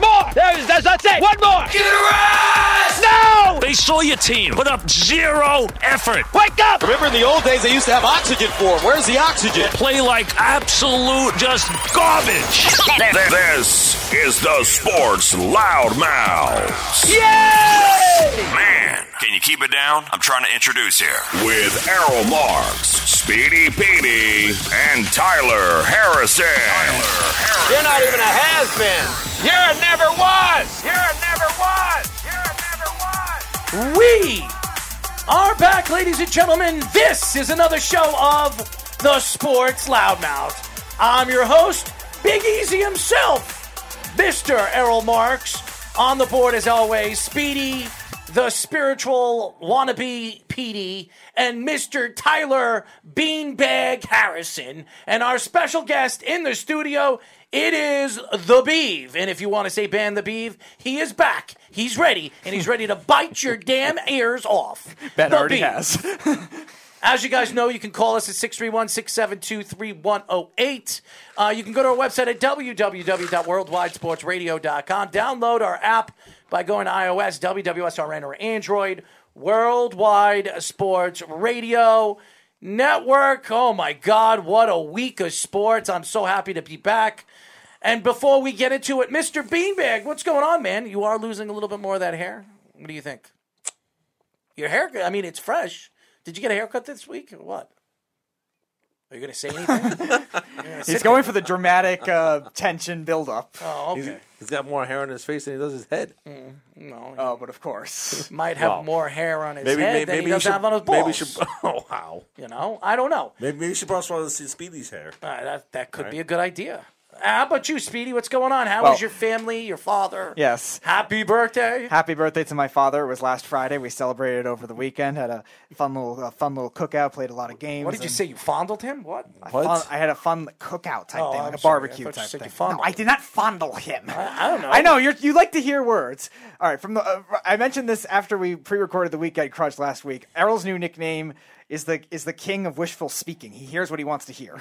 more. There is, that's, that's it. One more. Get arrest! No! They saw your team put up zero effort, Wake up! Remember in the old days they used to have oxygen for him. Where's the oxygen? play like absolute just garbage. Th- This is the Sports Loudmouth. Yay! Man, Can you keep it down? I'm trying to introduce here. with Errol Marks, Speedy Petey, and Tyler Harrison. You're not even a has been. You're a never was. You're a never was. You're a never was. We are back, ladies and gentlemen. This is another show of the Sports Loudmouth. I'm your host, Big Easy himself, Mr. Errol Marks. On the board, as always, Speedy, the spiritual wannabe PD, and Mr. Tyler Beanbag Harrison. And our special guest in the studio, it is the Beeve. And if you want to say ban the Beeve, he is back. He's ready, and he's ready to bite your damn ears off. Ben The already Beeve. has. As you guys know, you can call us at 631 672 3108. Uh, You can go to our website at www.worldwidesportsradio.com. Download our app by going to iOS, WWSRN, or Android. Worldwide Sports Radio Network. Oh my God, what a week of sports. I'm so happy to be back. And before we get into it, Mr. Beanbag, what's going on, man? You are losing a little bit more of that hair. What do you think? Your haircut, I mean, it's fresh. Did you get a haircut this week or what? Are you going to say anything? He's going for the dramatic uh, tension buildup. oh, okay. He's got more hair on his face than he does his head. No, Oh, but of course. might have well, more hair on his Maybe, head may- maybe, than he he does should, have on his balls. maybe he should. Oh wow! You know, I don't know. Maybe, maybe he should brush one of the Speedy's hair. Uh, that, that could be a good idea. Uh, How about you, Speedy? What's going on? How is Well- your family, your father? Yes. Happy birthday. Happy birthday to my father. It was last Friday. We celebrated over the weekend. Had a fun little, a fun little cookout. Played a lot of games. What did you and say? You fondled him? What? I fun- I had a fun cookout type Oh, thing, I'm like a sorry. I barbecue thought you type said you thing. No, fondled I did not fondle him. I don't know. I know you're, you like to hear words. All right, from the uh, I mentioned this after we pre-recorded the weekend crunch last week. Errol's new nickname is the is the king of wishful speaking. He hears what he wants to hear.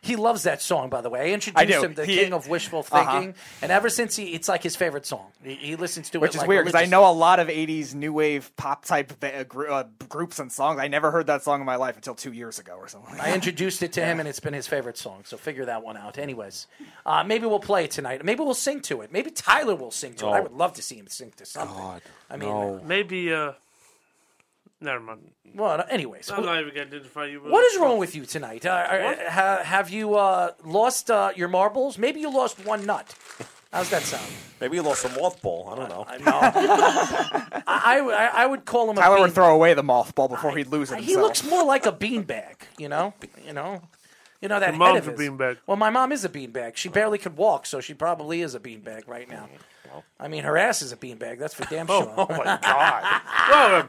He loves that song, by the way. I introduced I do. him to He- Uh-huh. King of Wishful Thinking, and ever since he, it's like his favorite song. He, he listens to it, which is like, weird because I religiously. know a lot of '80s new wave pop type ba- uh, gr- uh, groups and songs. I never heard that song in my life until two years ago or something. I introduced it to him, and it's been his favorite song. So figure that one out. Anyways, uh, maybe we'll play it tonight. Maybe we'll sing to it. Maybe Tyler will sing to it. I would love to see him sing to something. I mean, Maybe, uh. Never mind. well, anyways, I'm not even going to identify you. what is wrong with you tonight? Uh, are- ha- have you uh, lost uh, your marbles? Maybe you lost one nut. How's that sound? Maybe he lost a mothball. I don't know. I know. I, I, I would call him. Tyler a would beanbag. throw away the mothball before he'd lose it. He himself. looks more like a beanbag, you know, you know, you know that head mom's of a his. beanbag. Well, my mom is a beanbag. She barely could walk, so she probably is a beanbag right now. Mm, I mean, her ass is a beanbag. That's for damn sure. Oh my god! Well,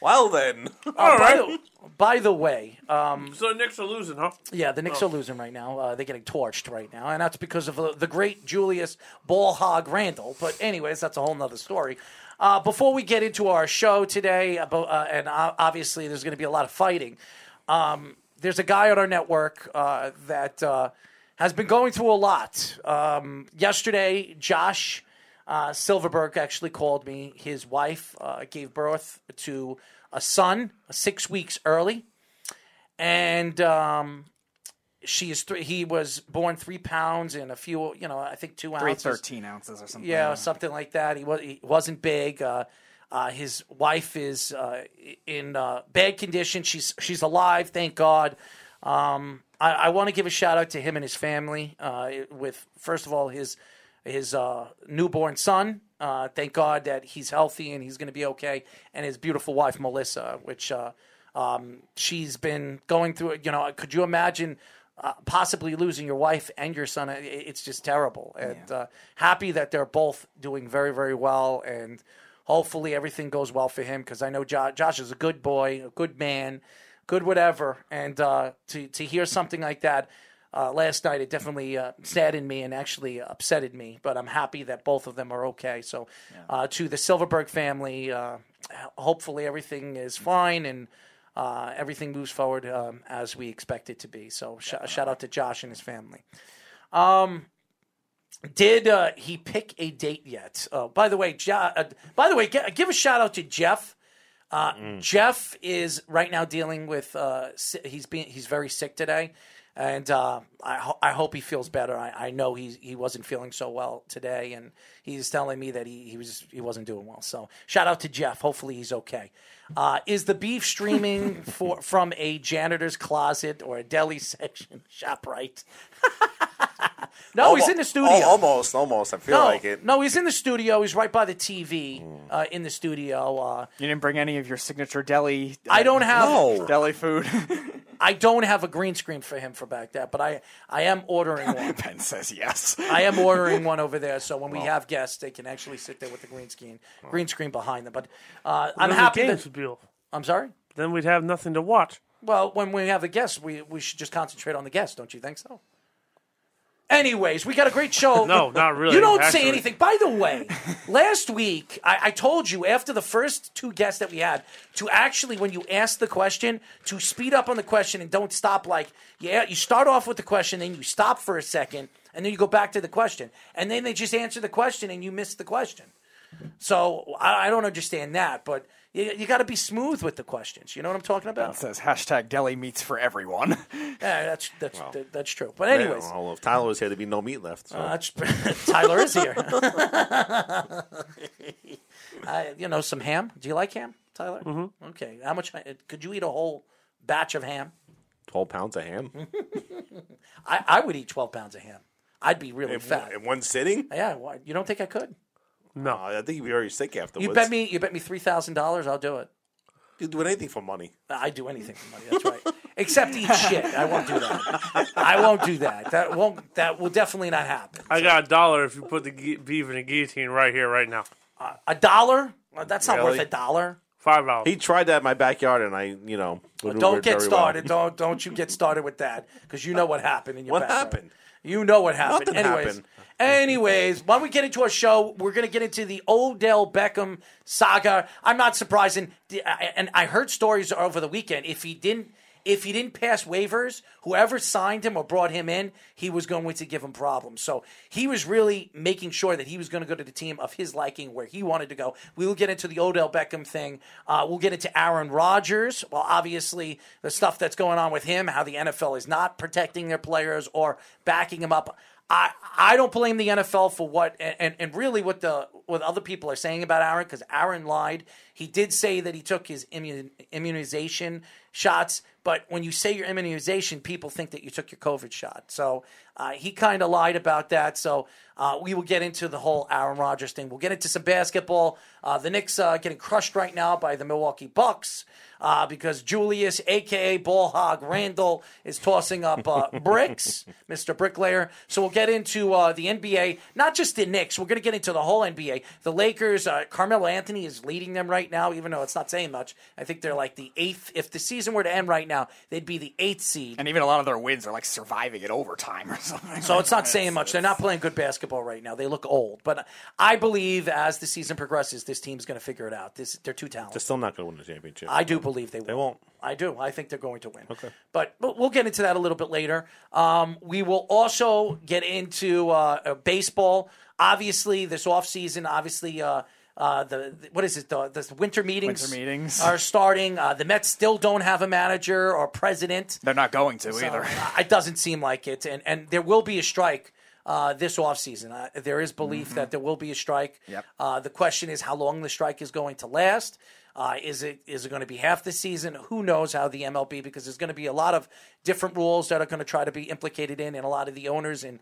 well then, Uh, by, the, by the way, uh, then. so the Knicks are losing, huh? yeah, the Oh. Knicks are losing right now. Uh, they're getting torched right now, and that's because of uh, the great Julius Ball Hog Randall. But anyways, that's a whole nother story. Uh, before we get into our show today, abo- uh, and uh, obviously there's going to be a lot of fighting. Um, there's a guy on our network uh, that uh, has been going through a lot. Um, yesterday, Josh uh, Silverberg actually called me. His wife uh, gave birth to a son uh, six weeks early, and um, she is three. He was born three pounds and a few, you know, I think two three ounces. thirteen ounces or something. Yeah, something like that. He was he wasn't big. Uh, uh, his wife is uh, in uh, bad condition. She's she's alive, thank God. Um, I, I want to give a shout out to him and his family. Uh, with first of all his his uh, newborn son. Uh, thank God that he's healthy and he's going to be okay. And his beautiful wife Melissa, which uh, um, she's been going through it. You know, could you imagine uh, possibly losing your wife and your son? It- It's just terrible. And uh, happy that they're both doing very, very well. And hopefully everything goes well for him because I know Josh, Josh is a good boy, a good man, good whatever. And uh, to to hear something like that. uh, last night, it definitely uh, saddened me and actually upsetted me. But I'm happy that both of them are okay. So, uh, to the Silverberg family, uh, h- hopefully everything is fine and uh, everything moves forward um, as we expect it to be. So, sh- shout out to Josh and his family. Um, did uh, he pick a date yet? Uh, by the way, jo- uh, by the way, g- give a shout out to Jeff. Uh, Jeff is right now dealing with uh, si- he's being he's very sick today, and uh, I ho- I hope he feels better. I, I know he's he wasn't feeling so well today, and he's telling me that he he was he wasn't doing well. So shout out to Jeff. Hopefully he's okay. Uh, is the beef streaming for from a janitor's closet or a deli section? Shop right. no, Oh, he's Almo- in the studio. al- Almost, almost. I feel no, like it. no, he's in the studio. He's right by the TV uh, in the studio. Uh, You didn't bring any of your signature deli. uh, I don't have. deli food. I don't have a green screen for him for back there, but I I am ordering one. ben says yes. I am ordering one over there, so when we have guests, they can actually sit there with the green screen green screen behind them. But uh, I'm Then the happy. games That, would be off. I'm sorry. Then we'd have nothing to watch. Well, when we have the guests, we we should just concentrate on the guests, don't you think so? Anyways, we got a great show. No, not really. You don't say actually. anything. By the way, last week I, I told you after the first two guests that we had to actually, when you ask the question, to speed up on the question and don't stop. Like, yeah, you start off with the question, then you stop for a second, and then you go back to the question, and then they just answer the question and you miss the question. So I, I don't understand that, but you, you got to be smooth with the questions. You know what I'm talking about? says hashtag deli meats for everyone. Yeah, that's that's that- that's true. But anyways, Yeah, well, if Tyler was here, there'd be no meat left. So. Uh, that's- Tyler is here. I, you know, some ham. Do you like ham, Tyler? Mm-hmm. Okay. How much? uh, Could you eat a whole batch of ham? Twelve pounds of ham I, I would eat 12 pounds of ham. I'd be really in, fat. in one sitting. yeah, why, you don't think I could? No, I think you'd be very sick afterwards. You bet me. You bet me three thousand dollars. I'll do it. You'd do anything for money. I do anything for money. That's right. Except eat shit. I won't do that. I won't do that. That won't. That will definitely not happen. I got a dollar if you put the gu- beef in a guillotine right here, right now. A dollar? Well, That's not Really? worth a dollar. Five dollars. He tried that in my backyard, and I, you know, Don't maneuvered get very started. Well. Don't don't you get started with that because you know what happened in your What backyard. happened? You know what happened. Nothing anyways, happened. anyways, when we get into our show, we're gonna get into the Odell Beckham saga. I'm not surprised, and, and I heard stories over the weekend. If he didn't, if he didn't pass waivers, whoever signed him or brought him in, he was going to give him problems. So he was really making sure that he was going to go to the team of his liking, where he wanted to go. We will get into the Odell Beckham thing. Uh, we'll get into Aaron Rodgers. Well, obviously, the stuff that's going on with him, how the NFL is not protecting their players or backing him up. I, I don't blame the NFL for what and, and, and really what the what other people are saying about Aaron because Aaron lied. He did say that he took his immun, immunization shots, but when you say your immunization, people think that you took your COVID shot. So uh, he kind of lied about that. So uh, we will get into the whole Aaron Rodgers thing. We'll get into some basketball. Uh, the Knicks uh, getting crushed right now by the Milwaukee Bucks uh, because Julius, aka Ball Hog Randall, is tossing up uh, bricks, Mr. Bricklayer. So we'll get into uh, the NBA, not just the Knicks. We're going to get into the whole NBA. The Lakers, uh, Carmelo Anthony is leading them right now, even though it's not saying much. I think they're like the eighth. If the season were to end right now, they'd be the eighth seed. and even a lot of their wins are like surviving it overtime or something. So it's not saying much. They're not playing good basketball right now. They look old, but I believe as the season progresses, this team's going to figure it out. This they're too talented. They're still not going to win the championship. I do believe they will. They won't. I do. I think they're going to win. Okay. But, but we'll get into that a little bit later. Um, we will also get into uh, uh, baseball. Obviously, this offseason, obviously, uh, uh, the, the- what is it? The, the winter meetings. Winter meetings. are starting. Uh, the Mets still don't have a manager or president. They're not going to So, either. uh, it doesn't seem like it, and and there will be a strike uh, this offseason. Uh, there is belief that there will be a strike. Mm-hmm. Yep. Uh, the question is how long the strike is going to last. Uh, is it is it going to be half the season? Who knows how the MLB because there's going to be a lot of different rules that are going to try to be implicated in, and a lot of the owners and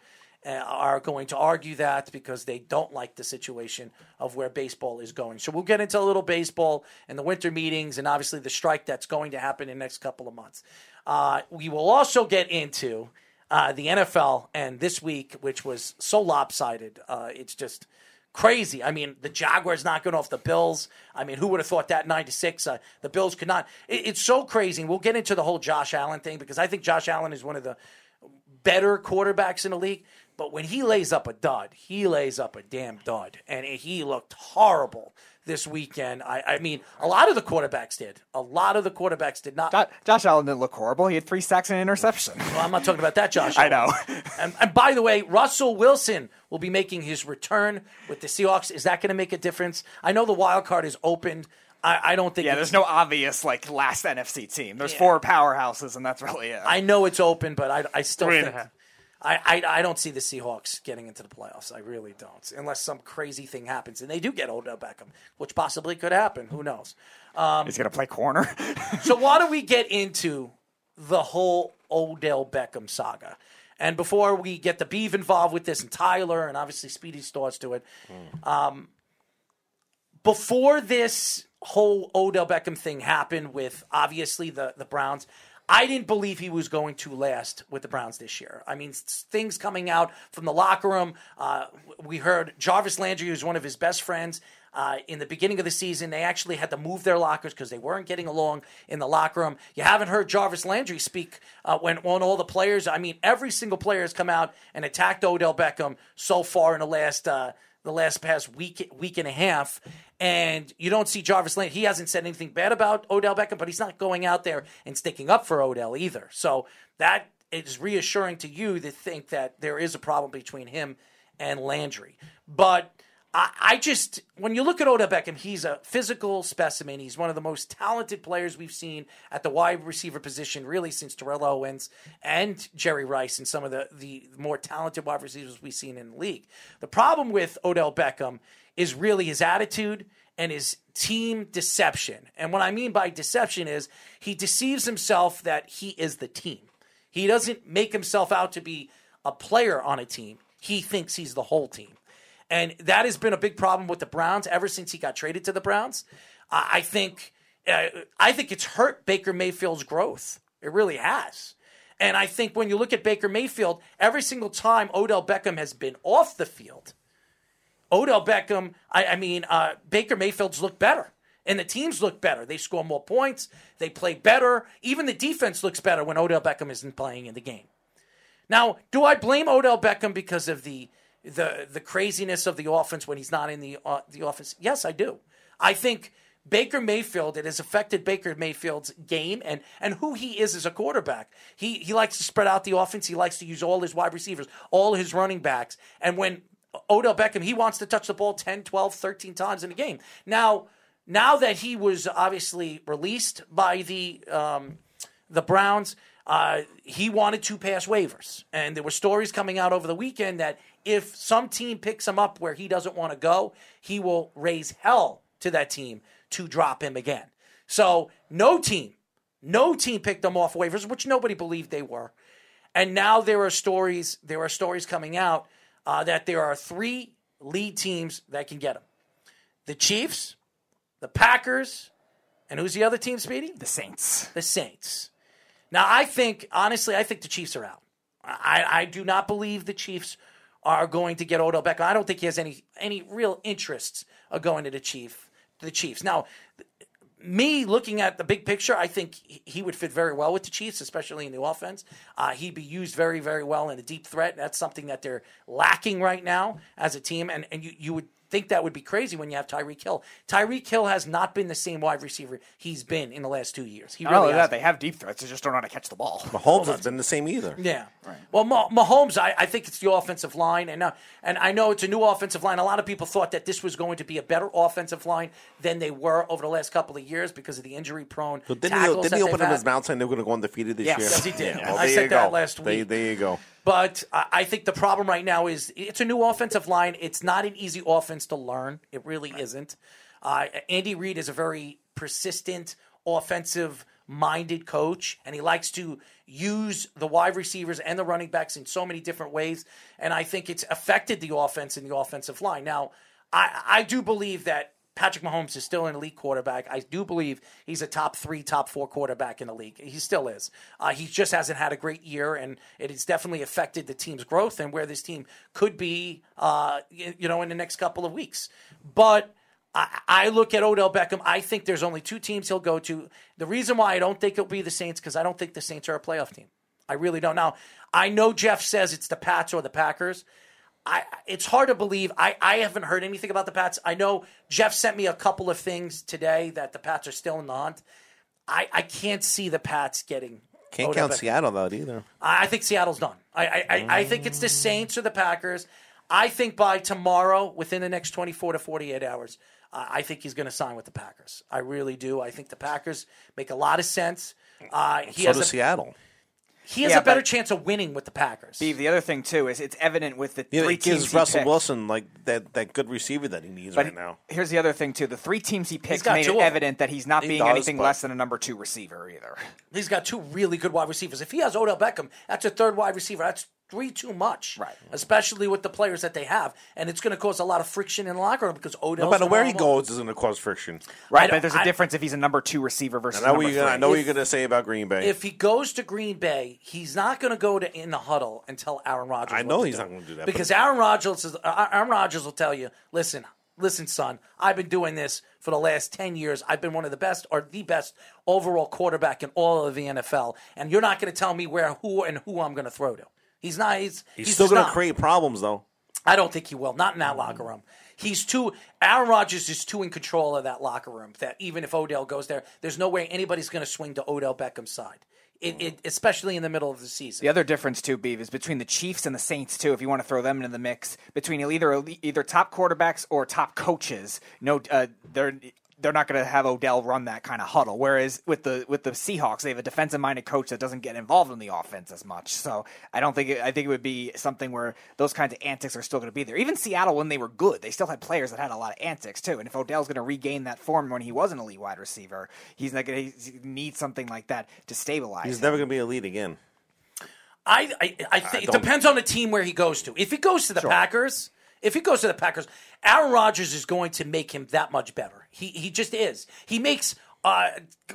uh, are going to argue that because they don't like the situation of where baseball is going. So we'll get into a little baseball and the winter meetings, and obviously the strike that's going to happen in the next couple of months. Uh, we will also get into uh, the NFL and this week, which was so lopsided. Uh, it's just crazy. I mean, the Jaguars knocking off the Bills. I mean, who would have thought that nine to six? Uh, the Bills could not. It, it's so crazy. We'll get into the whole Josh Allen thing because I think Josh Allen is one of the better quarterbacks in the league. But when he lays up a dud, he lays up a damn dud, and he looked horrible this weekend. I, I mean, a lot of the quarterbacks did. A lot of the quarterbacks did not. Jo- Josh Allen didn't look horrible. He had three sacks and an interception. Well, I'm not talking about that, Josh. I know. And, and by the way, Russell Wilson will be making his return with the Seahawks. Is that going to make a difference? I know the wild card is open. I, I don't think. Yeah, it's- there's no obvious like last NFC team. There's four powerhouses, and that's really it. I know it's open, but I, I still Three and think. a half. I, I, I don't see the Seahawks getting into the playoffs. I really don't, unless some crazy thing happens and they do get Odell Beckham, which possibly could happen. Who knows? He's gonna play corner. So why don't we get into the whole Odell Beckham saga? And before we get the Beeve involved with this and Tyler and obviously Speedy's thoughts to it, um, before this whole Odell Beckham thing happened with obviously the, the Browns, I didn't believe he was going to last with the Browns this year. I mean, s- things coming out from the locker room. Uh, w- we heard Jarvis Landry, who's one of his best friends, uh, in the beginning of the season, they actually had to move their lockers because they weren't getting along in the locker room. You haven't heard Jarvis Landry speak uh, when on all the players. I mean, every single player has come out and attacked Odell Beckham so far in the last uh, the last past week week and a half. And you don't see Jarvis Landry. He hasn't said anything bad about Odell Beckham, but he's not going out there and sticking up for Odell either. So that is reassuring to you to think that there is a problem between him and Landry. But I, I just, when you look at Odell Beckham, he's a physical specimen. He's one of the most talented players we've seen at the wide receiver position, really, since Terrell Owens and Jerry Rice and some of the, the more talented wide receivers we've seen in the league. The problem with Odell Beckham is really his attitude and his team deception. And what I mean by deception is he deceives himself that he is the team. He doesn't make himself out to be a player on a team. He thinks he's the whole team. And that has been a big problem with the Browns ever since he got traded to the Browns. I I think uh, I think it's hurt Baker Mayfield's growth. It really has. And I think when you look at Baker Mayfield, every single time Odell Beckham has been off the field, Odell Beckham, I, I mean, uh, Baker Mayfield's look better. And the teams look better. They score more points. They play better. Even the defense looks better when Odell Beckham isn't playing in the game. Now, do I blame Odell Beckham because of the the the craziness of the offense when he's not in the uh, the office? Yes, I do. I think Baker Mayfield it has affected Baker Mayfield's game and and who he is as a quarterback. He he likes to spread out the offense. He likes to use all his wide receivers, all his running backs. And when Odell Beckham, he wants to touch the ball 10, 12, 13 times in a game. Now, now that he was obviously released by the um, the Browns, uh, he wanted to pass waivers. And there were stories coming out over the weekend that if some team picks him up where he doesn't want to go, he will raise hell to that team to drop him again. So no team, no team picked him off waivers, which nobody believed they were. And now there are stories, there are stories coming out uh, that there are three lead teams that can get him: the Chiefs, the Packers, and who's the other team, Speedy? the Saints. the Saints. Now, I think, honestly, I think the Chiefs are out. I, I do not believe the Chiefs are going to get Odell Beckham. I don't think he has any any real interests of going to the Chief, the Chiefs. Now, me looking at the big picture, I think he- he would fit very well with the Chiefs, especially in the offense. Uh, he'd be used very, very well in a deep threat. That's something that they're lacking right now as a team. And, and you, you would think that would be crazy when you have Tyreek Hill. Tyreek Hill has not been the same wide receiver he's been in the last two years. He Not really only Oh, that, hasn't. they have deep threats. They just don't know how to catch the ball. Mahomes has been the same either. Yeah. Well, Mah- Mahomes, I, I think it's the offensive line, and uh, and I know it's a new offensive line. A lot of people thought that this was going to be a better offensive line than they were over the last couple of years because of the injury prone. So didn't he, tackles didn't that he they've open up had. his mouth saying they were going to go undefeated this Yes. year? Yes, he did. Yeah, well, I there said you that go. last There- week. there you go. But I I think the problem right now is it's a new offensive line. It's not an easy offense to learn. It really isn't. Uh, Andy Reid is a very persistent, offensive minded coach, and he likes to use the wide receivers and the running backs in so many different ways. And I think it's affected the offense and the offensive line. Now, I, I do believe that Patrick Mahomes is still an elite quarterback. I do believe he's a top three, top four quarterback in the league. He still is. Uh, he just hasn't had a great year, and it has definitely affected the team's growth and where this team could be, uh, y- you know, in the next couple of weeks. But I, I look at Odell Beckham. I think there's only two teams he'll go to. The reason why I don't think it'll be the Saints because I don't think the Saints are a playoff team. I really don't. Now, I know Jeff says it's the Pats or the Packers. I it's hard to believe. I, I haven't heard anything about the Pats. I know Jeff sent me a couple of things today that the Pats are still in the hunt. I, I can't see the Pats getting. Can't Odell count Beckham. Seattle out either. I I think Seattle's done. I I, I, I think it's the Saints or the Packers. I think by tomorrow, within the next 24 to 48 hours, uh, I think he's going to sign with the Packers. I really do. I think the Packers make a lot of sense. Uh, he So has does a, Seattle. he has Yeah, a better but- chance of winning with the Packers. Steve, the other thing too is it's evident with the Yeah, three it gives teams he Russell picked. Wilson like that, that good receiver that he needs But right now. here's the other thing too: the three teams he picked got made two it of them. evident that he's not He being does, anything but- less than a number two receiver either. He's got two really good wide receivers. If he has Odell Beckham, that's a third wide receiver. That's three too much, Right. Especially with the players that they have, and it's going to cause a lot of friction in the locker room because Odell. No matter where he goes, is going to cause friction. I Right, don't- but there's a I- difference if he's a number two receiver versus I know number what you're three. gonna, I know what you're going to say about Green Bay. if he goes to Green Bay, he's not going to go to in the huddle and tell Aaron Rodgers. I what know to he's do. not gonna do that, because Aaron Rodgers is uh, Aaron Rodgers will tell you, listen, listen, son, I've been doing this for the last ten years. I've been one of the best or the best overall quarterback in all of the NFL, and you're not going to tell me where, who, and who I'm going to throw to. He's not. He's, he's, still going to not. create problems though. I don't think he will. Not in that locker room. He's too. Aaron Rodgers is too in control of that locker room. That even if Odell goes there, there's no way anybody's going to swing to Odell Beckham's side. It, it, especially in the middle of the season. The other difference too, Beav, is between the Chiefs and the Saints too. If you want to throw them into the mix, between either either top quarterbacks or top coaches, no, uh, they're they're not going to have Odell run that kind of huddle. Whereas with the with the Seahawks, they have a defensive minded coach that doesn't get involved in the offense as much. So I don't think it, I think it would be something where those kinds of antics are still going to be there. Even Seattle, when they were good, they still had players that had a lot of antics too. And if Odell's going to regain that form when he was an elite wide receiver, he's not going to need something like that to stabilize. He's him. never going to be elite again. I, I, I think it don't- depends on the team where he goes to. If he goes to the Packers, if he goes to the Packers, Aaron Rodgers is going to make him that much better. He he just is. He makes uh,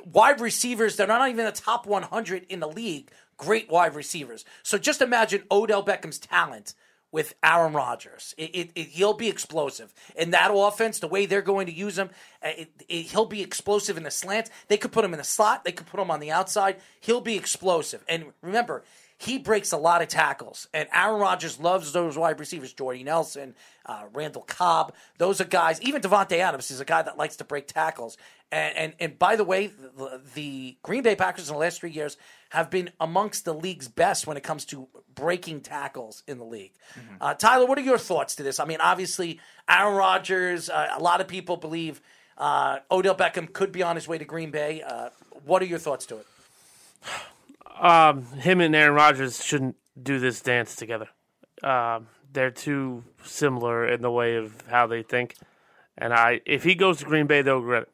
wide receivers that are not even the top 100 in the league great wide receivers. So just imagine Odell Beckham's talent with Aaron Rodgers. It, it, it, he'll be explosive in that offense. The way they're going to use him, uh, it, it, he'll be explosive in the slant. They could put him in the slot. They could put him on the outside. He'll be explosive. And remember, he breaks a lot of tackles. And Aaron Rodgers loves those wide receivers, Jordy Nelson, uh, Randall Cobb. Those are guys. Even Devontae Adams is a guy that likes to break tackles. And and, and by the way, the, the Green Bay Packers in the last three years have been amongst the league's best when it comes to breaking tackles in the league. Uh, Tyler, what are your thoughts to this? I mean, obviously, Aaron Rodgers. Uh, a lot of people believe uh, Odell Beckham could be on his way to Green Bay. Uh, what are your thoughts to it? Him and Aaron Rodgers shouldn't do this dance together. Um, they're too similar in the way of how they think. And I, if he goes to Green Bay, they'll regret it.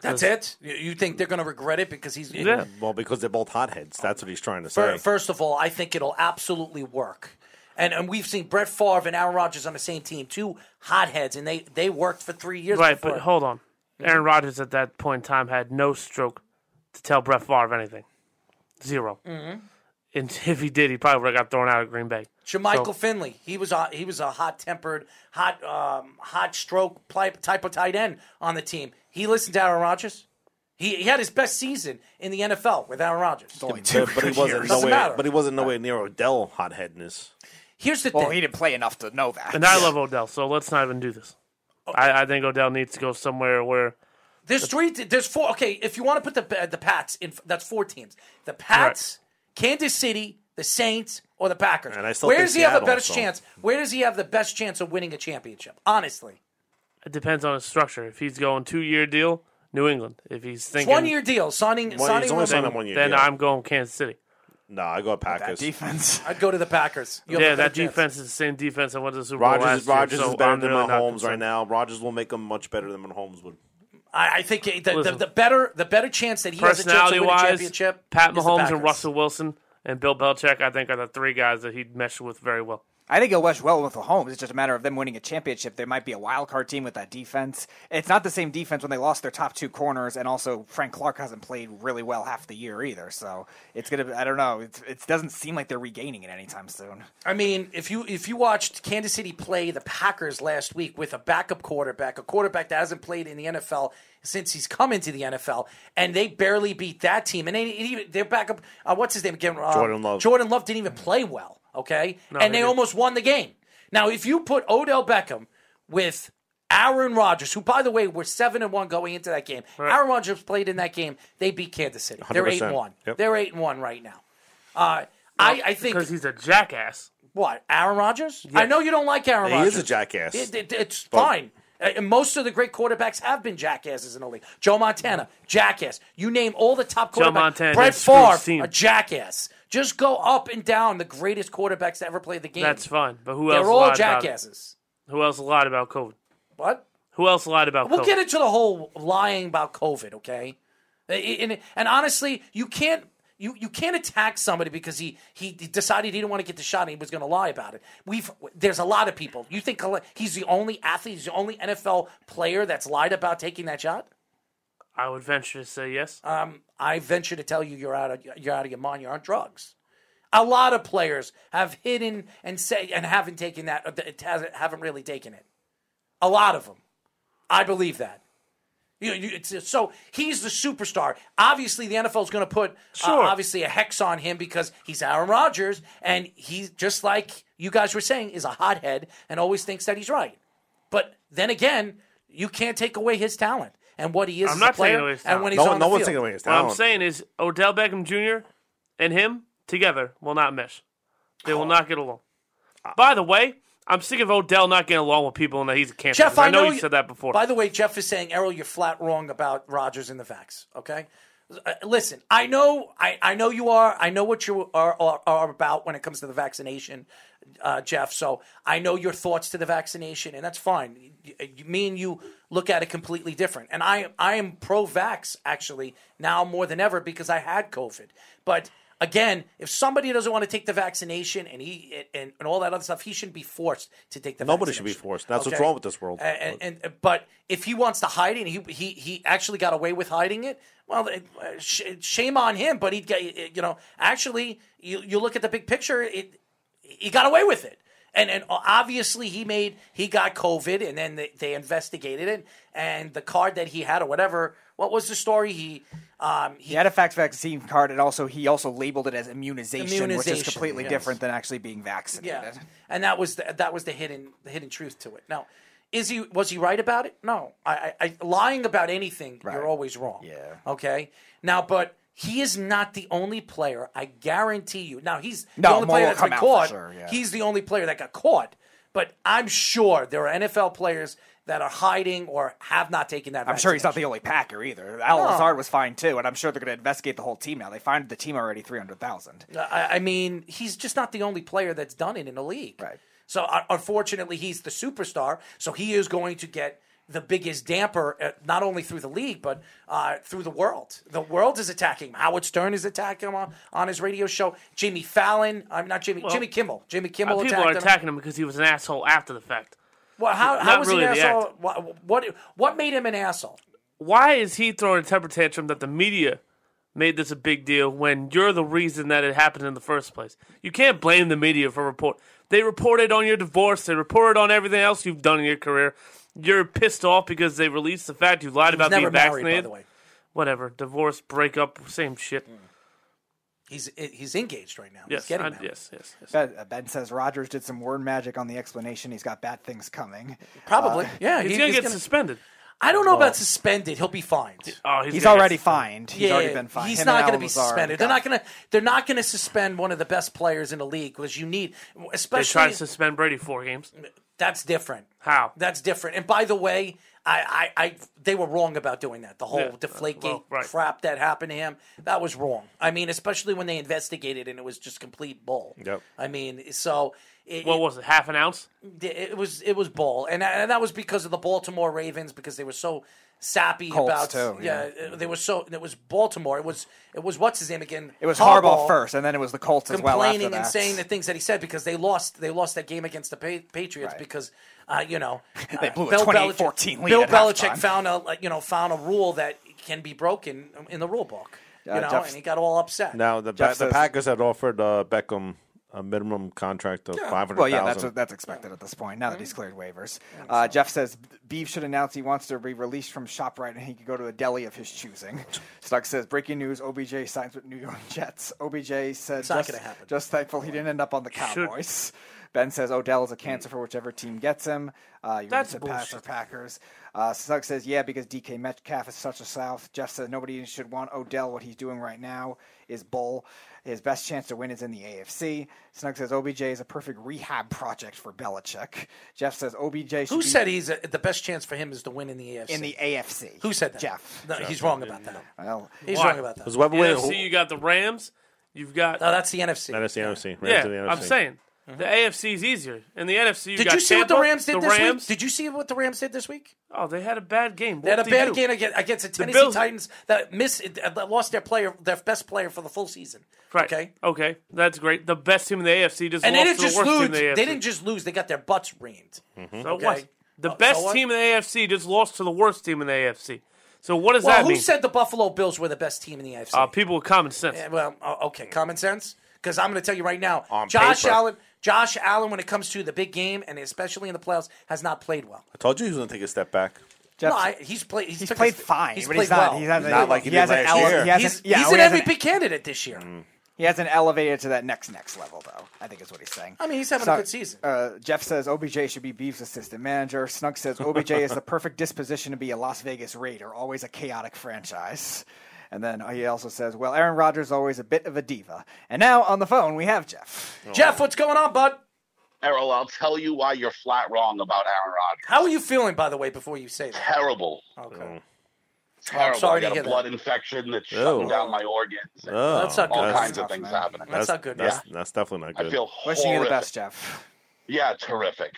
That's it. You- You think they're going to regret it because he's Yeah. Well, because they're both hotheads. That's what he's trying to Fir- say. First of all, I think it'll absolutely work. And, and we've seen Brett Favre and Aaron Rodgers on the same team, two hotheads, and they, they worked for three years. Right, before. but hold on. Aaron Rodgers at that point in time had no stroke to tell Brett Favre anything. 0 Mm-hmm. And if he did, he probably would have got thrown out of Green Bay. Jermichael So- Finley, he was a he was a hot tempered, hot um, hot stroke pli- type of tight end on the team. He listened to Aaron Rodgers. He, he had his best season in the NFL with Aaron Rodgers. but, but he wasn't Doesn't nowhere. matter. But he wasn't nowhere near Odell hotheadness. Here's the Well, thing. he didn't play enough to know that. And I love Odell, so let's not even do this. I, I think Odell needs to go somewhere where There's three. There's four. Okay, if you want to put the uh, the Pats in, that's four teams. The Pats, Kansas City, the Saints, or the Packers. And I still Where think does he have the Seattle, best so- chance? Where does he have the best chance of winning a championship? Honestly, it depends on his structure. If he's going two year deal, New England. If he's it's thinking one year deal. Signing, Well, signing. he's only with- signed a one year. then deal. I'm going Kansas City. No, I go that Packers. defense. I'd go to the Packers. You have yeah, a better that chance. defense is the same defense I went to the Super Bowl Rogers, last Rogers year. so is better I'm than really not Mahomes right concerned. now. Rogers will make him much better than Mahomes would. I, I think the, the, Listen. the better the better chance that he has a chance Personality to win a wise, championship. Pat is the Mahomes and Packers. Russell Wilson and Bill Belichick, I think, are the three guys that he'd mesh with very well. I think he'll mesh well with Mahomes. It's just a matter of them winning a championship. There might be a wild card team with that defense. It's not the same defense when they lost their top two corners, and also Frank Clark hasn't played really well half the year either. So it's gonna. I don't know. It's, it doesn't seem like they're regaining it anytime soon. I mean, if you if you watched Kansas City play the Packers last week with a backup quarterback, a quarterback that hasn't played in the NFL since he's come into the NFL, and they barely beat that team, and they, and even their backup, uh, what's his name again? Um, Jordan Love. Jordan Love didn't even play well. Okay, No, and they they didn't. almost won the game. Now, if you put Odell Beckham with Aaron Rodgers, who by the way were seven and one going into that game, Aaron Rodgers played in that game. They beat Kansas City. they are eight and 100%. one. Yep. They're eight and one right now. Uh, I, I think because he's a jackass. what Aaron Rodgers? I know you don't like Aaron He Rodgers. is a jackass. It- it- it's fine. Uh, and most of the great quarterbacks have been jackasses in the league. Joe Montana, jackass. You name all the top quarterbacks. Montana Brett just screws Favre, team. a jackass. Just go up and down the greatest quarterbacks to ever play the game. That's fine. But who They're else all lied about it? jackasses. Who else lied about COVID? What? Who else lied about We'll COVID? get into the whole lying about COVID, okay? And, and honestly, you can't you, you can't attack somebody because he, he decided he didn't want to get the shot and he was going to lie about it. We've there's a lot of people. You think Kale- he's the only athlete, he's the only NFL player that's lied about taking that shot? I would venture to say yes. I venture to tell you, you're out of you're out of your mind. You're on drugs. A lot of players have hidden and say and haven't taken that. or that hasn't- Haven't really taken it. A lot of them. I believe that. You, you, it's, so he's the superstar. Obviously, the NFL is going to put uh, Sure. obviously a hex on him because he's Aaron Rodgers, and he's just like you guys were saying, is a hothead and always thinks that he's right. But then again, you can't take away his talent and what he is. I'm as not a taking player, away his and talent. when he's No, on one- the no one's field. taking away his what I'm talent. saying is Odell Beckham Jr. and him together will not mesh. They Oh. will not get along. By the way, I'm sick of Odell not getting along with people and that he's a cancer. Jeff, I know, you said that before. By the way, Jeff is saying, Errol, you're flat wrong about Rogers and the vax. Okay, Uh, listen, I know, I, I know you are. I know what you are, are, are about when it comes to the vaccination, uh, Jeff. So I know your thoughts to the vaccination, and that's fine. You- you- Me and you look at it completely different, and I I am pro-vax actually now more than ever because I had COVID, but. Again, if somebody doesn't want to take the vaccination and he and, and all that other stuff, he shouldn't be forced to take the Nobody should be vaccination. forced. That's what's wrong with this world. And, and, and- but if he wants to hide it, he he he actually got away with hiding it. Well, it- uh, sh- shame on him. But he, you know, actually, you you look at the big picture, it he got away with it. And and obviously he made he got COVID, and then they, they investigated it, and the card that he had or whatever. What was the story? He um he He had a fax vaccine card, and also he also labeled it as immunization, which Immunization, is completely yes. different than actually being vaccinated. Yeah, and that was the, that was the hidden the hidden truth to it. Now, is he was he right about it? No, I, I, I lying about anything, you're always wrong. Yeah. Okay. Now, but he is not the only player. I guarantee you. Now he's No, the only more player will that's come been out for caught. sure, yeah. He's the only player that got caught. But I'm sure there are NFL players that are hiding or have not taken that. I'm sure he's not the only Packer either. Al No. Lazard was fine too, and I'm sure they're going to investigate the whole team now. They fined the team already three hundred thousand. I, I mean, he's just not the only player that's done it in the league. Right. So uh, unfortunately, he's the superstar. So he is going to get the biggest damper, uh, not only through the league but uh, through the world. The world is attacking him. Howard Stern is attacking him on, on his radio show. Jimmy Fallon. I'm not Jimmy. Jimmy Kimmel. Jimmy Uh, Kimmel people attacked are him. attacking him because he was an asshole after the fact. well, how, not how was really the he an asshole? What, what what made him an asshole? Why is he throwing a temper tantrum that the media made this a big deal when you're the reason that it happened in the first place? You can't blame the media for report. They reported on your divorce. They reported on everything else you've done in your career. You're pissed off because they released the fact you lied He's about never being married, vaccinated. by the way. Whatever, divorce, breakup, same shit. He's he's engaged right now. Yes, he's getting I- married. yes, yes, yes. Ben, uh, ben says Rogers did some word magic on the explanation. He's got bad things coming. Probably. Uh, yeah, He's he- gonna he's get gonna- suspended. I don't know about suspended. He'll be fined. Oh, he's, He's gonna get already suspended. fined. He's already been fined. He's Him not and going to Al be Lazard suspended. They're got- not going to. They're not going to suspend one of the best players in the league because you need, They tried especially to suspend Brady four games. that's different. How? That's different. And by the way, I, I, I they were wrong about doing that. The whole Yeah, uh, deflategate well, right. crap that happened to him, that was wrong. I mean, especially when they investigated and it was just complete bull. Yep. I mean, so it, What was it? Half an ounce? it was it was bull, and and that was because of the Baltimore Ravens because they were so sappy Colts, about too, yeah, they were so it was Baltimore it was it was what's his name again It was Harbaugh first, and then it was the Colts as well. complaining After that. and saying the things that he said because they lost they lost that game against the pa- Patriots Right. because uh, you know They uh, blew a Bill 28-14 Belichick, lead Bill at Belichick halftime. found a like, you know found a rule that can be broken in the rule book. You Uh, know, Jeff- and he got all upset. Now the, Jeff Pa- the says- Packers had offered uh, Beckham a minimum contract of five hundred Well, thousand. yeah, that's that's expected at this point. Now that he's cleared waivers, uh, Jeff says Beef should announce he wants to be released from Shoprite and he could go to a deli of his choosing. Stark says breaking news: OBJ signs with New York Jets. OBJ said not just, gonna happen. just thankful he didn't end up on the Cowboys. Ben says Odell is a cancer for whichever team gets him. Uh, you That's said pass or bullshit. Packers. Uh, Sugg says yeah because DK Metcalf is such a south. Jeff says nobody should want Odell. What he's doing right now is bull. His best chance to win is in the AFC. Snug says OBJ is a perfect rehab project for Belichick. Jeff says OBJ should Who be said he's a, the best chance for him is to win in the AFC? in the AFC. Who said that? Jeff. No, he's wrong about that. Well, He's Why? wrong about that. Because No, whoever wins, NFC, you got the Rams. You've got that's the NFC. NFC, NFC, right yeah. to the NFC. I'm saying the AFC is easier, and the NFC. Mm-hmm. You Did got you see what the Tampa, Rams did the this Rams- week? Did you see what the Rams did this week? oh, they had a bad game. They had What a do you bad do? game against, against the Tennessee Bills- Titans that miss that lost their player, their best player for the full season. Right. Okay. Okay. That's great. The best team in the AFC just And they didn't lost to the just worst team lose. in the AFC. They didn't just lose. They got their butts reamed. so okay. what? The Oh, so best what? team in the AFC just lost to the worst team in the AFC. So what does Well, that who mean? said the Buffalo Bills were the best team in the AFC? uh, people with common sense. Yeah, well, o- okay, common sense. Because I'm going to tell you right now, On Josh paper. Allen, Josh Allen, when it comes to the big game and especially in the playoffs, has not played well. I told you he was going to take a step back. Jeff no, I, he's played. He's, he's took played his- fine, He's but played he's not. well. He hasn't, Not like he he, did hasn't last ele- year. he He's, hasn't, yeah, he's Oh, well, an he hasn't- MVP candidate this year. He hasn't elevated to that next next level though. I think is what he's saying. I mean, he's having a Snug- good season. Uh, Jeff says OBJ should be Beef's assistant manager. Snug says OBJ is the perfect disposition to be a Las Vegas Raider, always a chaotic franchise. And then he also says, "Well, Aaron Rodgers is always a bit of a diva." And now on the phone we have Jeff. Jeff, what's going on, bud? Errol, I'll tell you why you're flat wrong about Aaron Rodgers. How are you feeling, by the way, before you say that? Terrible. Okay. Terrible. sorry I got to hear a blood that. infection that's Ew. shutting down my organs. and Oh, That's not all good. kinds That's, of tough, things man. happening. that's not good. That's, that's definitely not good. I feel Wishing you the horrific. best, Jeff. Yeah, terrific.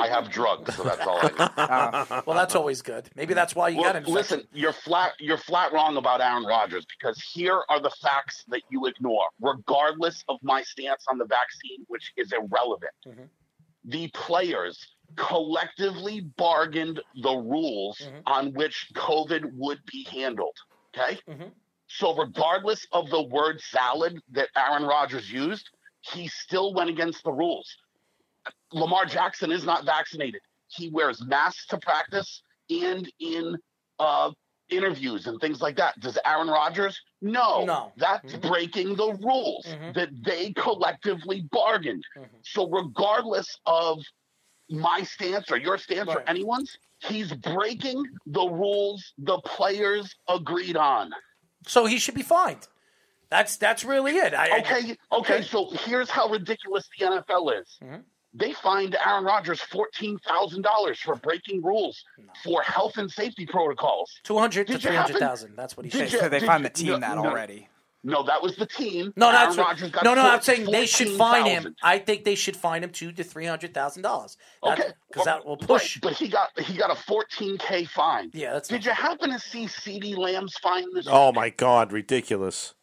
I have drugs, so that's all I need. Well, that's always good. Maybe that's why you Well, got infected. listen, you're flat you're flat wrong about Aaron Rodgers because here are the facts that you ignore, regardless of my stance on the vaccine, which is irrelevant. The players collectively bargained the rules on which COVID would be handled. Okay? Mhm. So regardless of the word salad that Aaron Rodgers used, he still went against the rules. Lamar Jackson is not vaccinated. He wears masks to practice and in uh, interviews and things like that. Does Aaron Rodgers? No. No. That's breaking the rules Mhm. that they collectively bargained. Mm-hmm. So, regardless of my stance or your stance or Right. anyone's, he's breaking the rules the players agreed on. So he should be fined. That's that's really it. I, I- Okay, okay. So here's how ridiculous the NFL is. Mhm. They fined Aaron Rodgers fourteen thousand dollars for breaking rules for health and safety protocols. 200 to Did you happen- 300,000. That's what he Did said. you- So they did found you- the team no, that no. already. No, that was the team. No, Aaron that's what, Rodgers got no, no. four- I'm saying they should fine him. 14,000. I think they should fine him two to three hundred thousand dollars. Okay, because that will Right, push. but he got he got a fourteen k fine. Yeah, that's Did not- you happen to see Ceedee Lamb's fine this? oh my god, ridiculous!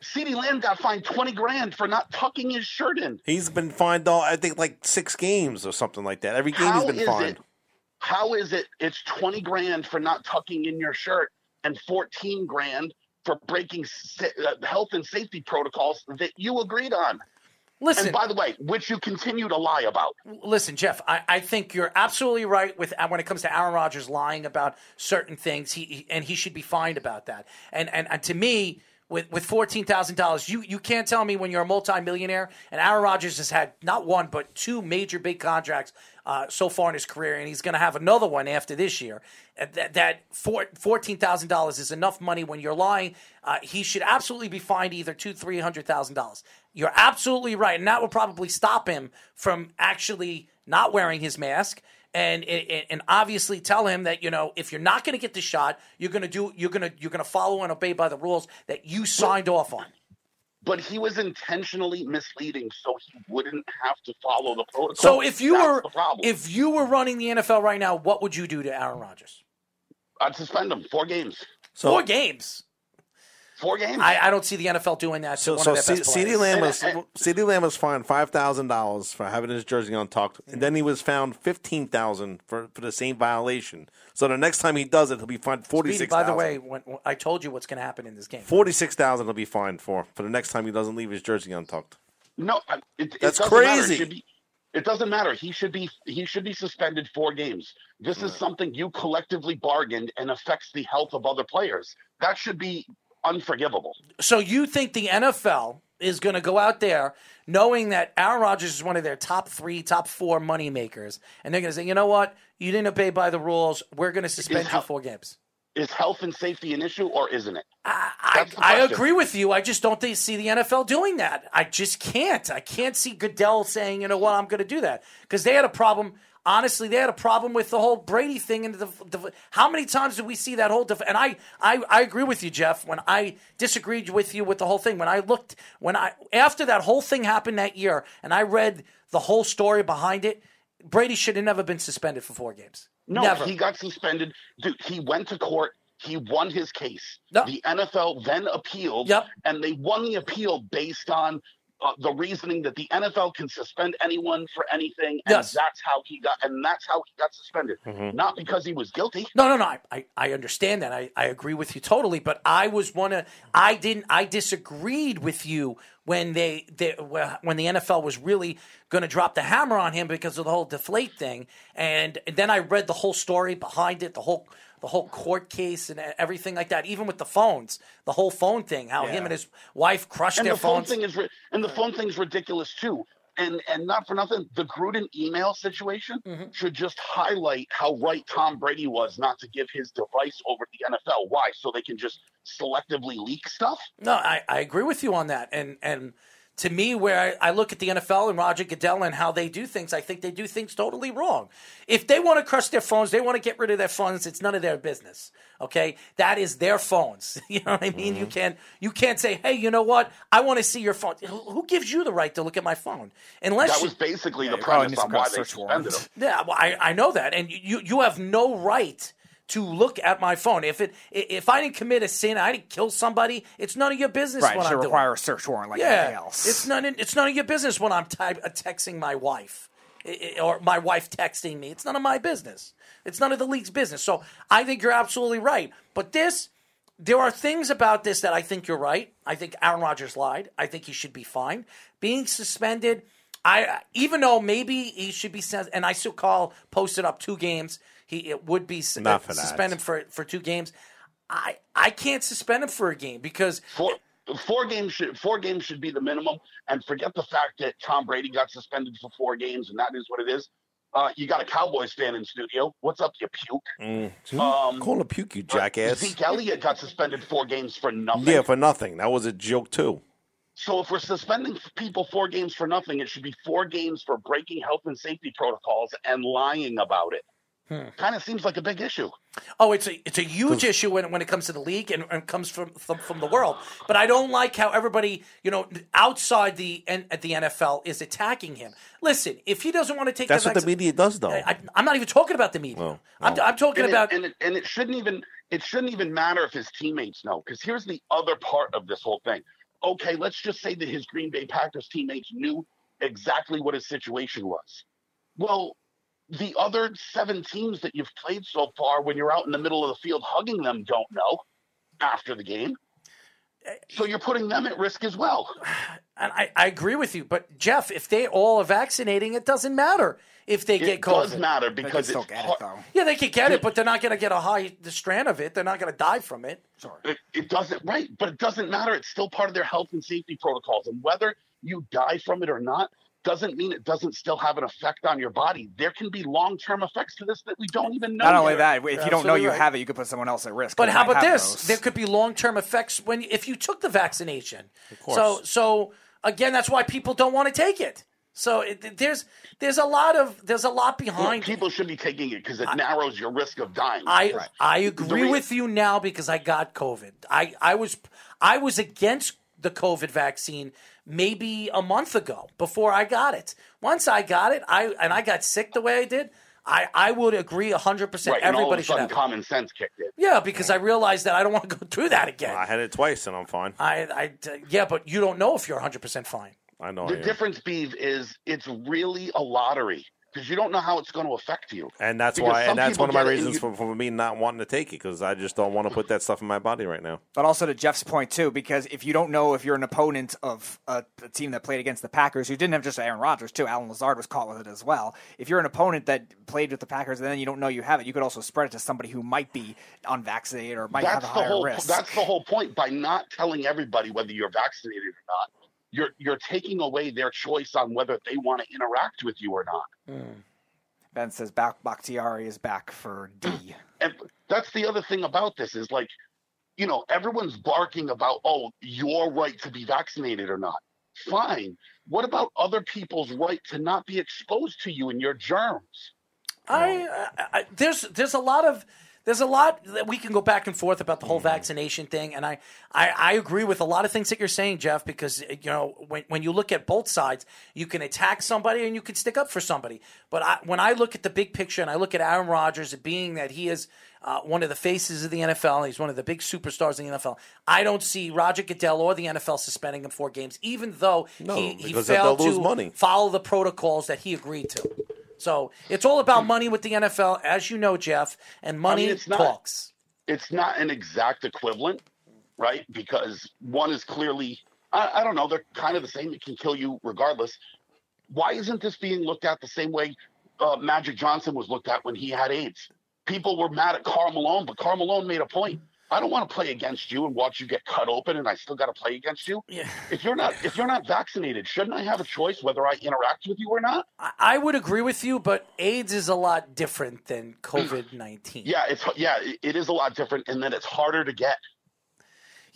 Ceedee Lamb got fined twenty grand for not tucking his shirt in. He's been fined all I think like six games or something like that. Every game How he's been is fined. it? How is it? It's twenty grand for not tucking in your shirt and fourteen grand for breaking sa- uh, health and safety protocols that you agreed on. Listen, And by the way, which you continue to lie about. listen, Jeff. I, I think you're absolutely right with uh, when it comes to Aaron Rodgers lying about certain things. He, he and he should be fined about that. And and, and to me. With, with fourteen thousand dollars, you you can't tell me when you're a multimillionaire and Aaron Rodgers has had not one but two major big contracts uh, so far in his career, and he's going to have another one after this year. uh, That, that four, fourteen thousand dollars is enough money when you're lying. Uh, he should absolutely be fined either two three hundred thousand dollars. You're absolutely right, and that will probably stop him from actually not wearing his mask and and and obviously tell him that you know if you're not going to get the shot, you're going to do you're going to you're going to follow and obey by the rules that you signed off on. But he was intentionally misleading so he wouldn't have to follow the protocol. So if you That's were the problem, if you were running the NFL right now, what would you do to Aaron Rodgers? I'd suspend him four games. Four games. Four games. I, I don't see the NFL doing that. So- So, so one of their C- best CD players. Lamb Lamb was CD Lamb was fined five thousand dollars for having his jersey untucked, and then he was found fifteen thousand for for the same violation. So the next time he does it, he'll be fined forty Speedy, six. by the way, when, when- I told you what's going to happen in this game. forty six thousand he'll be fined for for the next time he doesn't leave his jersey untucked. No, I- it, it That's doesn't matter. crazy. It, should be, it doesn't matter. He should be he should be suspended four games. This is something you collectively bargained and affects the health of other players. That should be unforgivable. So you think the NFL is going to go out there knowing that Aaron Rodgers is one of their top three, top four money makers, and they're going to say, you know what, you didn't obey by the rules. We're going to suspend you four games. Is health and safety an issue or isn't it? I, I agree with you. I just don't think, see the NFL doing that. I just can't. I can't see Goodell saying, you know what, I'm going to do that because they had a problem. Honestly, they had a problem with the whole Brady thing. And the, the how many times did we see that whole? Def- and I, I, I agree with you, Jeff. When I disagreed with you with the whole thing, when I looked, when I after that whole thing happened that year, and I read the whole story behind it, Brady should have never been suspended for four games. No, never. he got suspended. Dude, he went to court. He won his case. The NFL then appealed, and they won the appeal based on uh, the reasoning that the NFL can suspend anyone for anything, and Yes. Mm-hmm. that's how he got. And that's how he got suspended, not because he was guilty. No, no, no. I, I, I understand that. I, I agree with you totally. But I was one of I didn't I disagreed with you when they, they when the NFL was really going to drop the hammer on him because of the whole deflate thing. And then I read the whole story behind it, the whole the whole court case and everything like that. Even with the phones, the whole phone thing, how Yeah. him and his wife crushed and their the phone phones. thing is ri- and the phone thing's ridiculous too and and not for nothing the gruden email situation Mm-hmm. should just highlight how right tom brady was not to give his device over to the nfl why so they can just selectively leak stuff No, I, I agree with you on that. And and to me, where I, I look at the NFL and Roger Goodell and how they do things, I think they do things totally wrong. If they want to crush their phones, they want to get rid of their phones. It's none of their business. Okay, that is their phones. You know what I mean? You can't you can't say, hey, you know what? I want to see your phone. Who, who gives you the right to look at my phone? Unless that you- was basically the you probably need premise some on why kind of they search suspended him yeah, well, I, I know that, and you you have no right to look at my phone. If it i- if I didn't commit a sin, I didn't kill somebody. It's none of your business. Right, what should I'm require doing. a search warrant like yeah, anything else. it's none it's none of your business when I'm type, uh, texting my wife i- i- or my wife texting me. It's none of my business. It's none of the league's business. So I think you're absolutely right. But this there are things about this that I think you're right. I think Aaron Rodgers lied. I think he should be fined. Being suspended, I even though maybe he should be sent, and I still call posted up two games. He it would be s- Not for that. suspend him for for two games. I I can't suspend him for a game because four four games should four games should be the minimum and forget the fact that tom brady got suspended for four games and that is what it is uh, you got a Cowboys fan in studio. What's up, you puke? Um, Hmm? Call a puke, you jackass. Zeke Elliott got suspended four games for nothing. Yeah, for nothing. That was a joke too. So if we're suspending people four games for nothing, it should be four games for breaking health and safety protocols and lying about it. Kind of seems like a big issue. Oh, it's a it's a huge issue when, when it comes to the league and, and comes from, from from the world. But I don't like how everybody you know outside the N- at the NFL is attacking him. Listen, if he doesn't want to take That's the what the vaccine, media does, though. I, I'm not even talking about the media. I'm, I'm talking and about it, and, it, and it shouldn't even it shouldn't even matter if his teammates know because here's the other part of this whole thing okay let's just say that his green bay packers teammates knew exactly what his situation was well the other seven teams that you've played so far when you're out in the middle of the field hugging them don't know after the game so you're putting them at risk as well and Eh, I, I agree with you. But Jeff, if they all are vaccinating, it doesn't matter if they get it COVID. does matter because it's part- yeah, they could get it, but they're not going to get a high the strand of it. They're not going to die from it. It, it doesn't, right? But it doesn't matter. It's still part of their health and safety protocols. And whether you die from it or not doesn't mean it doesn't still have an effect on your body. There can be long term effects to this that we don't even know. Not only that, yet. if you don't know you have it, you could put someone else at risk. But who how might about have this? those. There could be long term effects when if you took the vaccination. course. So so again, that's why people don't want to take it. So it, there's there's a lot of there's a lot behind. it. People should be taking it because it narrows your risk of dying. I Right. I The agree re- with you now because I got COVID. I, I was I was against the COVID vaccine maybe a month ago before I got it. Once I got it, I and I got sick the way I did. I, I would agree hundred percent. Right, and all of Everybody a should sudden, have. it. common sense kicked in. Yeah, because I realized that I don't want to go through that again. I had it twice and I'm fine. I, I yeah, but you don't know if you're hundred percent fine. I know. The I am. difference, Beeve, is it's really a lottery because you don't know how it's going to affect you. And that's Because why, some and that's people one of my get it and reasons you- for, for me not wanting to take it because I just don't want to put that stuff in my body right now. But also to Jeff's point too, because if you don't know if you're an opponent of a, a team that played against the Packers, who didn't have just Aaron Rodgers too, Alan Lazard was caught with it as well. If you're an opponent that played with the Packers and then you don't know you have it, you could also spread it to somebody who might be unvaccinated or might have That's a the higher whole. risk. That's the whole point. By not telling everybody whether you're vaccinated or not, you're you're taking away their choice on whether they want to interact with you or not. Ben says back Bakhtiari is back for D. and that's the other thing about this is like you know everyone's barking about oh your right to be vaccinated or not fine what about other people's right to not be exposed to you and your germs I, I, I there's there's a lot of there's a lot that we can go back and forth about the Mm-hmm. whole vaccination thing, and I, I, I agree with a lot of things that you're saying, Jeff. Because uh, you know when, when you look at both sides, you can attack somebody and you can stick up for somebody. But I, when I look at the big picture and I look at Aaron Rodgers, being that he is uh, one of the faces of the NFL, he's one of the big superstars in the NFL. I don't see Roger Goodell or the NFL suspending him for games, even though No, he, he because they'll failed lose to money. follow the protocols that he agreed to. So it's all about money with the NFL, as you know, Jeff, and money Hmm. I mean, it's not, talks. It's not an exact equivalent, right? Because one is clearly, I, I don't know, they're kind of the same. It can kill you regardless. Why isn't this being looked at the same way uh, Magic Johnson was looked at when he had AIDS? People were mad at Carl Malone, but Carl Malone made a point. I don't want to play against you and watch you get cut open, and I still got to play against you. If you're not if you're not vaccinated, shouldn't I have a choice whether I interact with you or not? I- I would agree with you, but AIDS is a lot different than COVID nineteen. Yeah, it's yeah, it- it is a lot different, and then it's harder to get.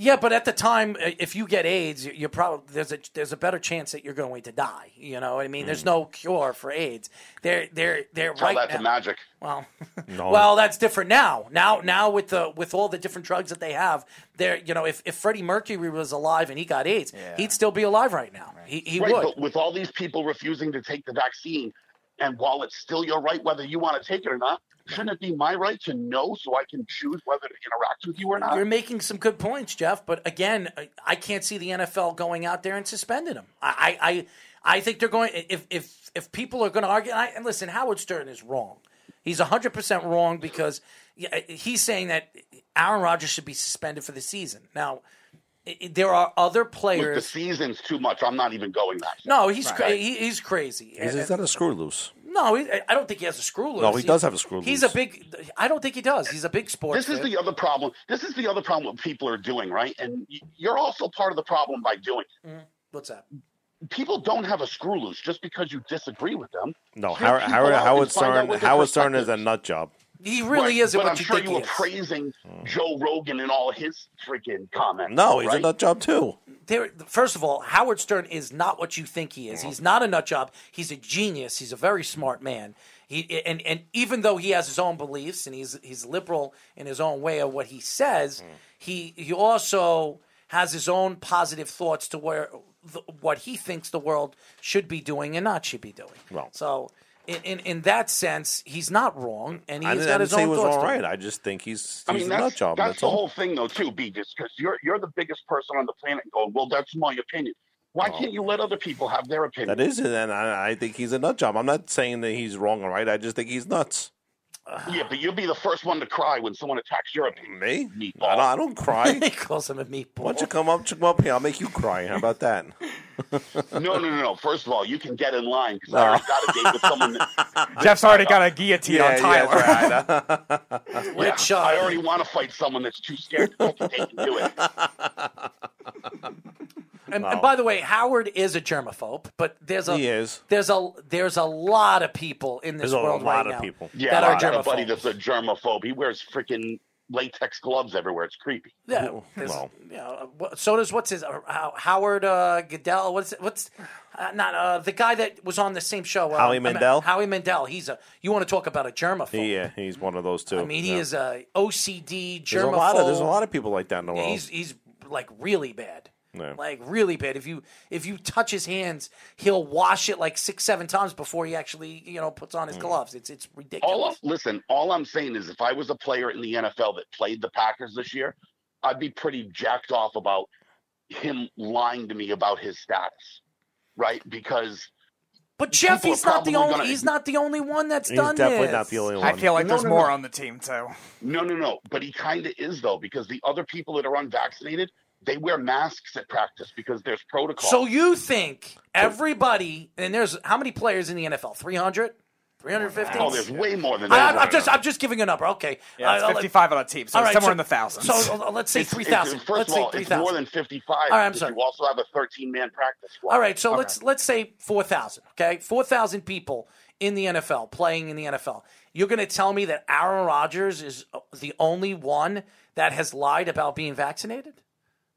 Yeah, but at the time, uh, if you get AIDS, you- you're probably there's a there's a better chance that you're going to die. You know what I mean? There's no cure for AIDS. They're they're they're Hmm. Tell right that now. to Magic. Well, No. well, that's different now. Now, now with the with all the different drugs that they have, there, you know, if, if Freddie Mercury was alive and he got AIDS, he'd still be alive right now. He, he right, would. but with all these people refusing to take the vaccine, and while it's still your right whether you want to take it or not, shouldn't it be my right to know so I can choose whether to interact with you or not? You're making some good points, Jeff. But again, I- I can't see the NFL going out there and suspending him. I, I, I- I think they're going. If if if people are going to argue, and, I, and listen, Howard Stern is wrong. He's 100 percent wrong because yeah, he's saying that Aaron Rodgers should be suspended for the season. Now, i- i- there are other Look, the players. season's too much. I'm not even going that. No, he's cra- he, he's crazy. He's, And- he's got a screw loose. no, he, I don't think he has a screw loose. No, he does have a screw He's a loose. big. I don't think he does. He's a big sports. This is fan. the other problem. This is the other problem what people are doing, right? And y- you're also part of the problem by doing. it. What's that? People don't have a screw loose just because you disagree with them. No, Hear Howard, people Howard, out and Howard find out Stern, what their Howard Stern perspective is a nut job. He really Right, isn't But what I'm you sure think you were he is. praising Joe Rogan and all his freaking comments. Hmm. No, he's right? a nut job too. there, first of all, Howard Stern is not what you think he is. He's not a nut job. He's a genius. He's a very smart man. He and and even though he has his own beliefs and he's he's liberal in his own way of what he says, Hmm. he he also has his own positive thoughts to where the, what he thinks the world should be doing and not should be doing. Well. so. In, in, in that sense, he's not wrong, and I he's didn't, I got didn't his say he own was thoughts. all to right. it. I just think he's, he's I mean, a nut that's, job. that's That's, the all. whole thing, though, too, B, just because you're you're the biggest person on the planet going, well, that's my opinion. Why can't you let other people have their opinion? That is it, and I, I think he's a nut job. I'm not saying that he's wrong or right. I just think he's nuts. yeah, but you'll be the first one to cry when someone attacks your opinion. Me? I Meatball. don't, I don't cry. he calls him a meatball. Why don't you come up, come up here? I'll make you cry. How about that? No, no, no, no. First of all, you can get in line because I already got a date with someone. That, Jeff's already got a guillotine Yeah, on Tyler. yeah, that's right. yeah, Which, uh, I already want to fight someone that's too scared to take a date and do it. And, and by the way, Howard is a germaphobe, but there's a He is. there's a there's a lot of people in this There's a world lot right of now people. Yeah, that I are got a buddy germaphobe. that's a germaphobe. He wears freaking latex gloves everywhere. It's creepy. Yeah, there's- yeah, uh, what- so does what's his uh, How- Howard uh, Goodell? What's what's uh, not uh, the guy that was on the same show? Uh, Howie I mean, Mandel? Howie Mendel. He's a you want to talk about a germaphobe? Yeah, he's one of those two. I mean, he Yeah. is a OCD germaphobe. There's a lot of there's a lot of people like that in the world. He's he's like really bad. Yeah. Like really bad. If you if you touch his hands, he'll wash it like six seven times before he actually you know puts on his gloves. It's it's ridiculous. Mm. All I'm, listen, all I'm saying is if I was a player in the NFL that played the Packers this year, I'd be pretty jacked off about him lying to me about his status, right? Because but Jeffy's not the only. he's He's not the only one that's He's done definitely this. not the only I one. feel like No, there's no, more no. on the team too. No, no, no. But he kind of is though, because the other people that are unvaccinated, they wear masks at practice because there's protocol. So you think everybody and there's how many players in the NFL? 300? 350? Oh, there's way more than I, that. am I'm just I'm just giving a number. Okay. Yeah, it's Uh, I'll- 55 on a team, so all right, somewhere in the thousands. So uh, let's say It's- three it's- thousand. First Let's of all, say three it's more thousand. than 55. All right, I'm because sorry. You also have a 13 man practice squad. All right, so let's let's say four thousand. Okay, four thousand people in the NFL playing in the NFL. You're going to tell me that Aaron Rodgers is uh, the only one that has lied about being vaccinated?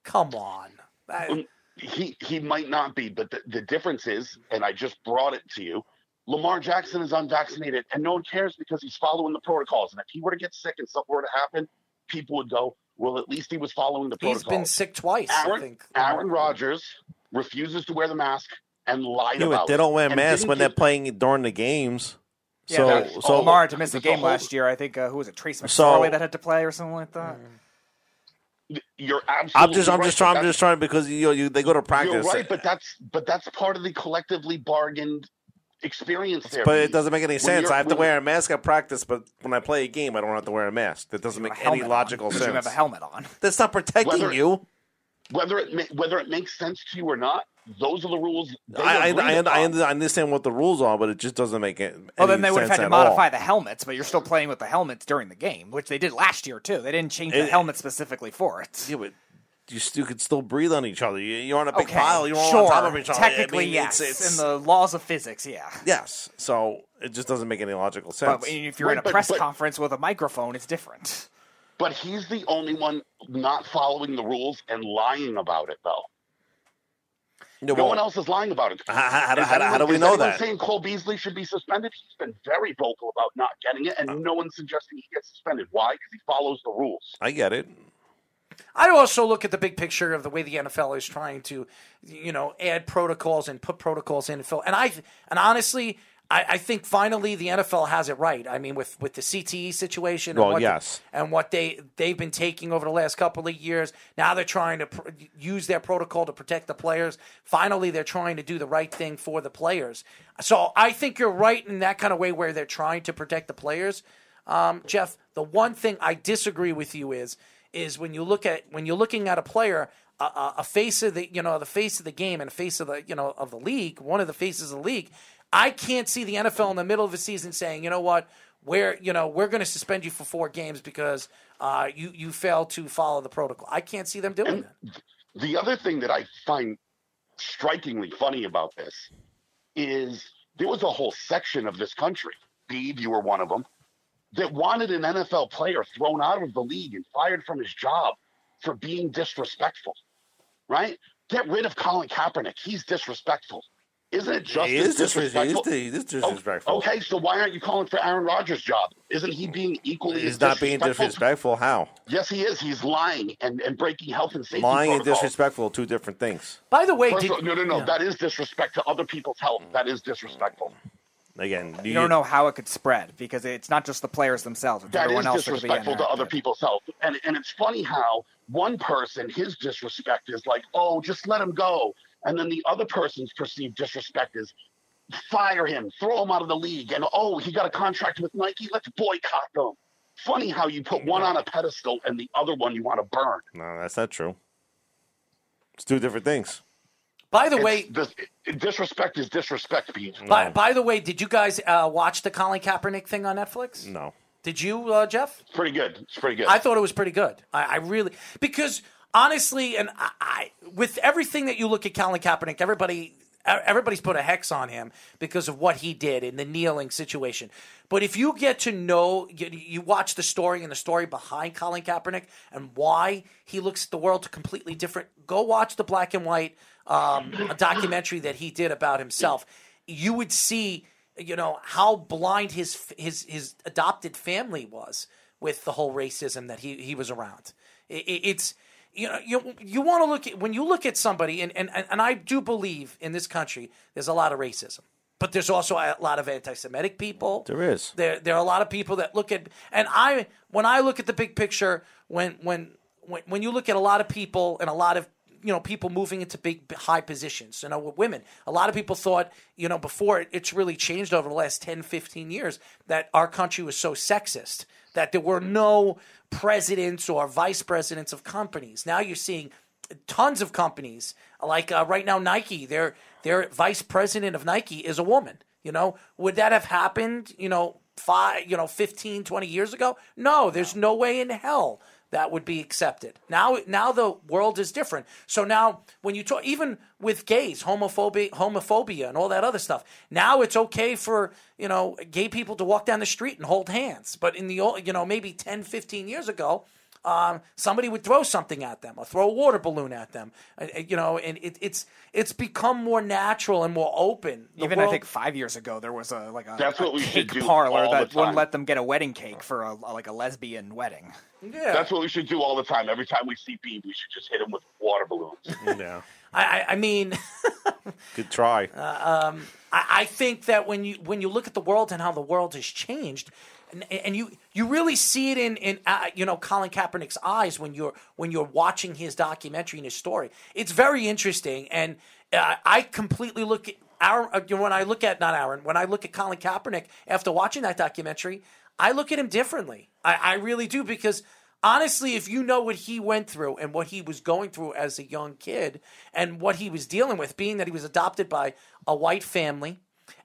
Come on. Uh, I- he he might not be, but the, the difference is, and I just brought it to you. Lamar Jackson is unvaccinated, and no one cares because he's following the protocols. And if he were to get sick and something were to happen, people would go, "Well, at least he was following the protocols." He's been sick twice. I Aaron, think. Aaron Rodgers refuses to wear the mask and lied Yeah, about but they it. don't wear And masks didn't when give- they're playing during the games. Yeah, so that's so Lamar had to miss a that's the game whole- last year. I think uh, who was it? Trace So- McSorley that had to play or something like that. You're I'm absolutely just I'm right, just but trying I'm that's- just trying because you, know, you they go to practice. You're right, but that's but that's part of the collectively bargained experience there. But Pete. it doesn't make any When sense. you're- I have to when- wear a mask at practice, but when I play a game, I don't have to wear a mask. That doesn't make any logical on, 'cause You sense. have a helmet on. That's not protecting Whether- you. whether it ma- whether it makes sense to you or not. Those are the rules. they I I, agreed I, upon. I, I understand what the rules are, but it just doesn't make it. Well, then any they would have sense had to at all. modify the helmets, but you're still playing with the helmets during the game, which they did last year too. They didn't change the It- helmet specifically for it. Yeah, but you still could still breathe on each other. You- You're on a big okay, pile. You're all sure. on top of each other. I Technically, mean, yes. it's- it's- In the laws of physics, yeah. yes. So it just doesn't make any logical sense. But if you're Right, in a but- press but- conference with a microphone, it's different. But he's the only one not following the rules and lying about it, though. no, no well, one else is lying about it. How- how- how Is do- how do- how do we is know anyone that? Saying Cole Beasley should be suspended, he's been very vocal about not getting it, and Uh. no one's suggesting he gets suspended. Why? Because he follows the rules. I get it. I also look at the big picture of the way the NFL is trying to, you know, add protocols and put protocols in and fill. And I and honestly, I, I think finally the NFL has it right. I mean, with with the CTE situation. Well, and what yes. and what they they've been taking over the last couple of years. Now they're trying to pr- use their protocol to protect the players. Finally, they're trying to do the right thing for the players. So I think you're right in that kind of way where they're trying to protect the players. Um, Jeff, the one thing I disagree with you is is when you look at when you're looking at a player. A, a- a face of the you know the face of the game and a face of the you know of the league one of the faces of the league I can't see the NFL in the middle of a season saying, you know what, we're you know we're going to suspend you for four games because uh, you you failed to follow the protocol. I can't see them doing that. The other thing that I find strikingly funny about this is there was a whole section of this country, Steve, you were one of them, that wanted an NFL player thrown out of the league and fired from his job for being disrespectful, right? Get rid of Colin Kaepernick. He's disrespectful. Isn't it just He as is disrespectful. disrespectful? Oh, He is disrespectful. Okay, so why aren't you calling for Aaron Rodgers' job? Isn't he being equally as He's not being disrespectful. How? Yes, he is. He's lying and, and breaking health and safety Lying and protocols. disrespectful, are two different things. By the way, First did, of all, no, no, no. That is disrespect to other people's health. That is disrespectful. Mm. Again, You don't know how it could spread because it's not just the players themselves; it's That everyone is else that could be disrespectful to other impacted. people's health. And and it's funny how one person, his disrespect is like, oh, just let him go. And then the other person's perceived disrespect is fire him, throw him out of the league, and oh, he got a contract with Nike, let's boycott them. Funny how you put one on a pedestal and the other one you want to burn. No, that's not true. It's two different things. by the It's- way, dis- disrespect is disrespect, Pete. by, by the way, did you guys uh, watch the Colin Kaepernick thing on Netflix? No. Did you, uh, Jeff? It's pretty good. It's pretty good. I thought it was pretty good. I, I really because honestly, and I, I with everything that you look at Colin Kaepernick, everybody e, everybody's put a hex on him because of what he did in the kneeling situation. But if you get to know, you, you watch the story and the story behind Colin Kaepernick and why he looks at the world completely different, go watch the black and white um, documentary that he did about himself. You would see, you know, how blind his his his adopted family was with the whole racism that he he was around. It, it- it's you know you you want to look at when you look at somebody and, and and I do believe in this country there's a lot of racism, but there's also a lot of anti-Semitic people. There is. There there are a lot of people that look at and I when I look at the big picture when when when, when you look at a lot of people and a lot of you know people moving into big high positions you know with women a lot of people thought you know before it- it's really changed over the last 10 15 years that our country was so sexist that there were no presidents or vice presidents of companies now you're seeing tons of companies like uh, right now Nike their their vice president of Nike is a woman you know would that have happened you know 5 you know 15 20 years ago no there's no way in hell that would be accepted now now the world is different so now when you talk even with gays homophobia homophobia and all that other stuff now it's okay for you know gay people to walk down the street and hold hands but in the old you know maybe 10 15 years ago um, somebody would throw something at them or throw a water balloon at them Uh, uh, you know and it, it's it's become more natural and more open The Even I world- think five years ago there was a like a, That's a what we should cake do parlor all that the wouldn't time. let them get a wedding cake for a like a lesbian wedding. Yeah. That's what we should do all the time. Every time we see Beeb, we should just hit him with water balloons. yeah. I, I I mean Good try. Uh, um, I, I think that when you when you look at the world and how the world has changed, and, and you you really see it in in uh, you know Colin Kaepernick's eyes when you're when you're watching his documentary and his story. It's very interesting, and uh, I completely look at Aaron uh, you know, when I look at not Aaron when I look at Colin Kaepernick after watching that documentary, I look at him differently. I, I really do because honestly, if you know what he went through and what he was going through as a young kid and what he was dealing with, being that he was adopted by a white family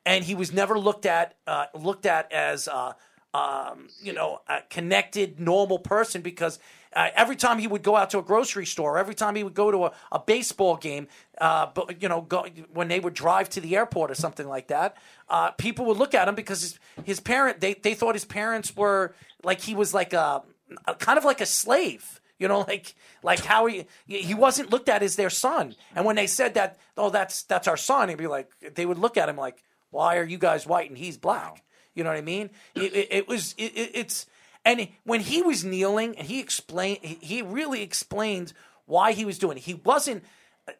and he was never looked at uh, looked at as uh, um, you know a connected normal person because uh, every time he would go out to a grocery store, every time he would go to a, a baseball game, uh, but you know go, when they would drive to the airport or something like that, uh, people would look at him because his, his parent they they thought his parents were like he was like a, a kind of like a slave. You know, like like how he he wasn't looked at as their son. And when they said that, oh, that's that's our son, he'd be like, they would look at him like, why are you guys white and he's black? You know what I mean? It, it, it was it, it- it's and when he was kneeling and he explained, he- he really explained why he was doing it. He wasn't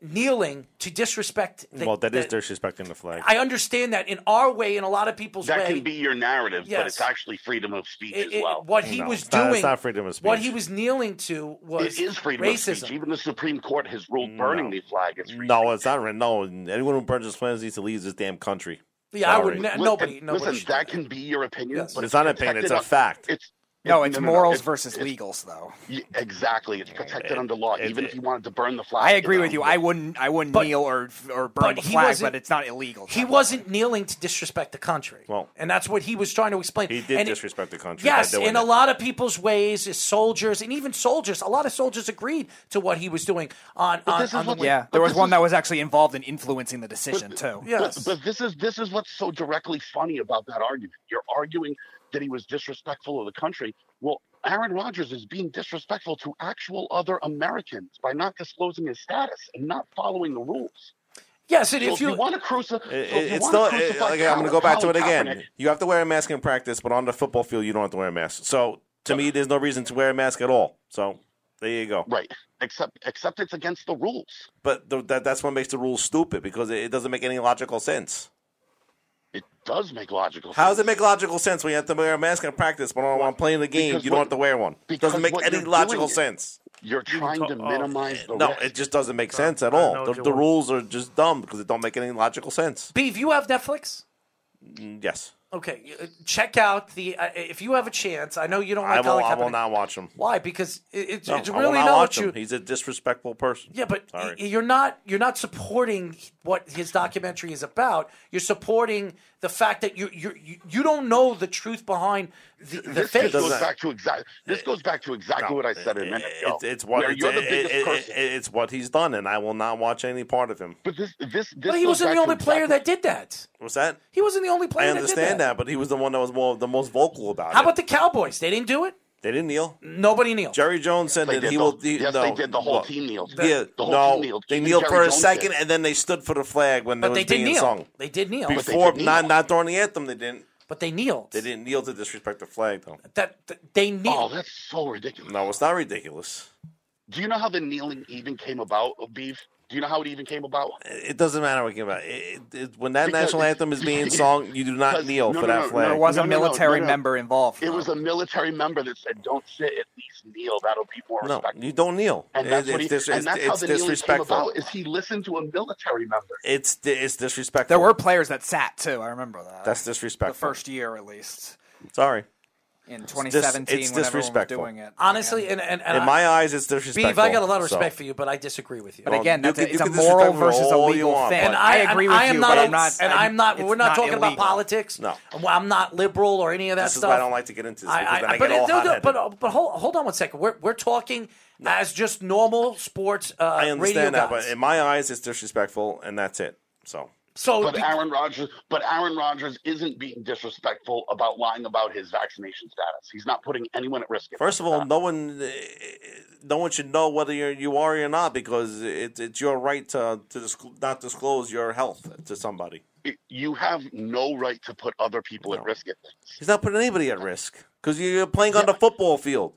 kneeling to disrespect. The, well, that is the- disrespecting the flag. I understand that in our way, in a lot of people's that way, can be your narrative, but it's Yes. actually freedom of speech it- as it- well. what he No, was it's not- doing, it's not freedom of what speech. he was kneeling to was it is freedom of racism. speech. Even the Supreme Court has ruled Mm. burning the flag is No, it's not. right. No, anyone who burns his flags needs to leave this damn country. Sorry. Listen- Listen, that can be your opinion. Yes. but It's not an opinion, protected it's a un- fact. It's No, it's morals it's- versus it's- legals though. y- Exactly, it's protected under law. Even if you wanted to burn the flag, I agree know. with you. I wouldn't I wouldn't kneel or or burn but the he flag, wasn't- but it's not illegal. He wasn't kneeling to disrespect the country. Well, and that's what he was trying to explain. He did And it- disrespect the country. Yes, by doing in a it. lot of people's ways, is soldiers and even soldiers. A lot of soldiers agreed to what he was doing on. on, on the yeah, there was one that was actually involved in influencing the decision too. But- But, this is this is what's so directly funny about that argument. You're arguing that he was disrespectful of the country. Well, Aaron Rodgers is being disrespectful to actual other Americans by not disclosing his status and not following the rules. Yes, and so if you, you- want to crucify, It- it- it's still. it- like, I'm going to go back to it again. You have to wear a mask in practice, but on the football field, you don't have to wear a mask. So to me, there's no reason to wear a mask at all. So there you go. Right. Except, except it's against the rules. But th- that, that's what makes the rules stupid because it, it doesn't make any logical sense. It does make logical. How does it make logical sense when you have to wear a mask in practice, but on- when I'm playing the game, Because you don't what- have to wear one? It because doesn't make what any you're doing logical is- sense. You're trying to minimize the oh, eh, No, risk. it just doesn't make sense at I all. know The, what you the want. rules are just dumb because it don't make any logical sense. Beef, you have Netflix. Mm, Yes, Okay, you- uh, check out the uh, if you have a chance. I know you don't I like will. Colin I will Kaepernick. not watch him. Why? Because it, it's, No, it's I will really not not watch what you. him. He's a disrespectful person. Yeah, but y- Sorry. you're not you're not supporting what his documentary is about. You're supporting the fact that you you you- you don't know the truth behind the, the This, face. this goes back to exactly. Eh, This goes back to exactly what I said a minute ago. It's, it's what where it's, you're the it- biggest it- it- person. it's what he's done, and I will not watch any part of him. But this, this, but he wasn't the only player that did that. What's that? He wasn't the only player. I understand that, but he was the one that was more, the most vocal about How it. about the Cowboys? They didn't do it. They didn't kneel. Nobody kneeled. Jerry Jones said They that did he the- will. he- yes, no, they did. The whole look. team kneeled. Yeah, The whole no, team kneeled. they Even kneeled Jerry for a Jones second, did. and then they stood for the flag when But it was they did being kneel. sung. They did kneel. Bef- But they Before, did kneel. not not during the anthem, they didn't. But they kneeled. They didn't kneel to disrespect the flag, though. That, that they Oh, kneeled. that's so ridiculous. No, it's not ridiculous. Do you know how the kneeling even came about, Beef? Do you know how it even came about? It doesn't matter what you about. It, it, it- when that Because- national anthem is being sung, you do not because- kneel no, for no, that no, flag. There was No, a no, no, military no, no. member involved. It was a military member that said, "Don't sit, at least kneel. That'll be more No, respectful." you don't kneel. And that's, It- what he, it's dis- and it's- that's how it's the kneeling came disrespectful. about. Is he listened to a military member? It's di- it's disrespectful. There were players that sat too. I remember that. that's the disrespectful. first year, at least Sorry, in 2017, it's when everyone was disrespectful. doing it. Honestly, and and, and in I- my eyes, it's Beav, disrespectful. I got a lot of so. respect for you, but I disagree with you. But again, you that's can- a, you it's a can moral disrespect versus a all you legal want, thing. but- and I, agree and with I am you, not, but a- I'm not. and I'm not. it's We're not, talking about illegal. politics. No. Well, I'm not liberal or any of that This is stuff. why I don't like to get into this because then I but get all no, no, hot-headed. but uh, but hold, hold on one second. We're we're talking as just normal sports uh, I radio understand that, guys. but in my eyes, it's disrespectful, and that's it. So so But be- Aaron Rodgers, but Aaron Rodgers isn't being disrespectful about lying about his vaccination status. He's not putting anyone at risk. First of all, no one, eh, no one should know whether you're, you are or you're not because it, it's your right to to disc- not disclose your health to somebody. you have no right to put other people at risk. At things. He's not putting anybody at risk because you're playing on the football field.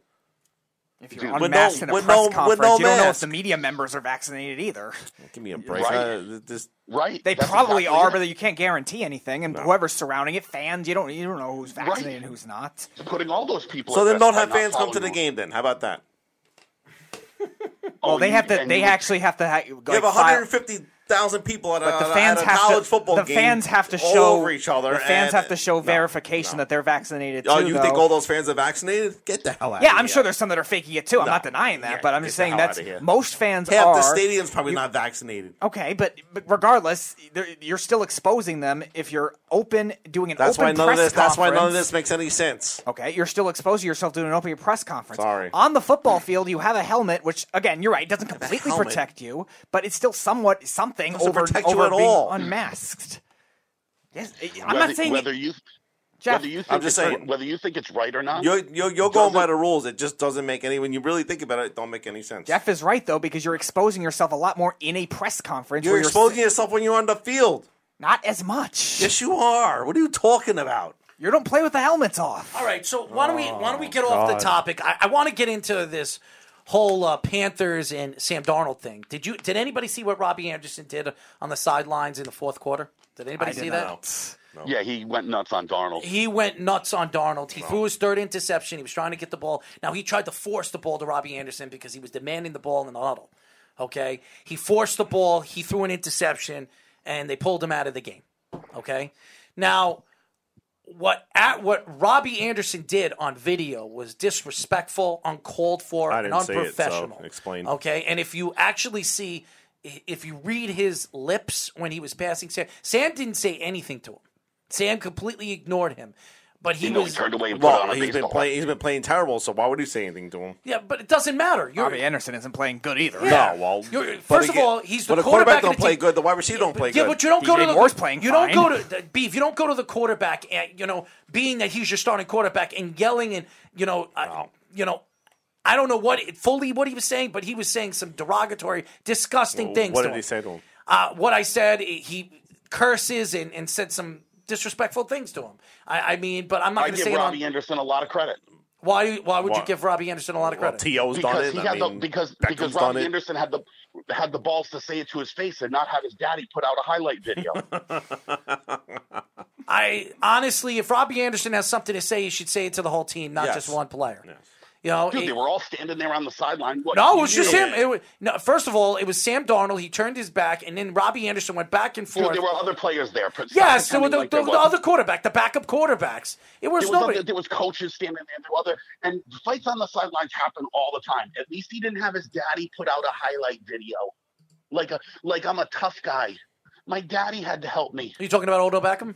If you're With no- unmasked in a with press no- with conference, no you don't know if mask. the media members are vaccinated either. Give me a break. Right. Uh, this- Right? They That's probably exactly are, it. but you can't guarantee anything. And whoever's surrounding it, fans, you don't you don't know who's vaccinated and who's not. putting all those people. so at then, risk don't by have not fans come to the following game. Then how about that? rules. Oh, Well, they you- have to. and They you- actually have to. Ha- like, You have file- 150,000 people at a, But the uh, at a- fans at a have college to. football the game. fans have to all show over each other. The fans and- have to show No, verification no. that they're vaccinated. Oh, too, you though. think all those fans are vaccinated? Get the hell out! Yeah, of I'm here. sure there's some that are faking it too. I'm No. not denying that, Yeah, but I'm get just the saying hell that's outta here. most fans half are. the stadium's probably not vaccinated. Okay, but, but regardless, they're- you're still exposing them if you're open doing an That's why open none of press this. That's why none of conference. this makes any sense. Okay, you're still exposing yourself to an open press conference. Sorry. On the football field, you have a helmet, which again, you're right, doesn't completely helmet. protect you, but it's still somewhat something Doesn't over protect you over at being all. unmasked. Yes, I- I'm Whether, not saying whether you, Jeff, whether you think just it's- saying. whether you think it's right or not. You're you're, you're going by Doesn't- the rules. It just doesn't make any. When you really think about it, it don't make any sense. Jeff is right though because you're exposing yourself a lot more in a press conference. you're where exposing you're, si- yourself when you're on the field. not as much. Yes, you are. What are you talking about? You don't play with the helmets off. all right, so why don't we Oh, why don't we get off the topic? I, I want to get into this whole uh, Panthers and Sam Darnold thing. Did you did anybody see what Robbie Anderson did on the sidelines in the fourth quarter? Did anybody see that? yeah, he went nuts on Darnold. He went nuts on Darnold. He threw his third interception. He was trying to get the ball. Now he tried to force the ball to Robbie Anderson because he was demanding the ball in the huddle. Okay, he forced the ball. He threw an interception, and they pulled him out of the game. Okay, now what at what Robbie Anderson did on video was disrespectful, uncalled for, I and didn't see it, so unprofessional. explain. Okay, and if you actually see, if you read his lips when he was passing Sam, Sam didn't say anything to him. Sam completely ignored him, but he You know, he was turned away and put Well, on a he's been baseball. playing. He's been playing terrible. So why would you say anything to him? yeah. But it doesn't matter. You're, Robbie Anderson isn't playing good either. Yeah. No, well, You're- but first of again- all, he's the but a quarterback quarterback. of the Don't play team. good. The wide receiver don't play yeah, good. but you don't go DJ to the Moore's playing You don't fine. go to beef. You don't go to the quarterback. And, you know, being that he's your starting quarterback and yelling and you know, uh, you know, I don't know what it, fully what he was saying, but he was saying some derogatory, disgusting things. What to did him. he say to him? Uh, what I said, he curses and, and said some disrespectful things to him. I, I mean, but I'm not I going to give say it on. Robbie Anderson a lot of credit Why? Why would you Why- give Robbie Anderson a lot of Well, credit? To's done because it. he I had the mean, because Beckham's because done Robbie it. Anderson had the had the balls to say it to his face and not have his daddy put out a highlight video. I honestly, if Robbie Anderson has something to say, he should say it to the whole team, not Yes. just one player. You know, Dude, it- they were all standing there on the sideline. What, no, it was just you know, him. It was, no, first of all, it was Sam Darnold. He turned his back, and then Robbie Anderson went back and Dude, forth. there were other players there. Stop yes, there were pretending the, like the, there the wasn't. other quarterback, the backup quarterbacks. It was, There was, nobody. other, there was coaches standing there. There were other and fights on the sidelines happen all the time. At least he didn't have his daddy put out a highlight video, like a like I'm a tough guy. My daddy had to help me. Are you talking about Odell Beckham?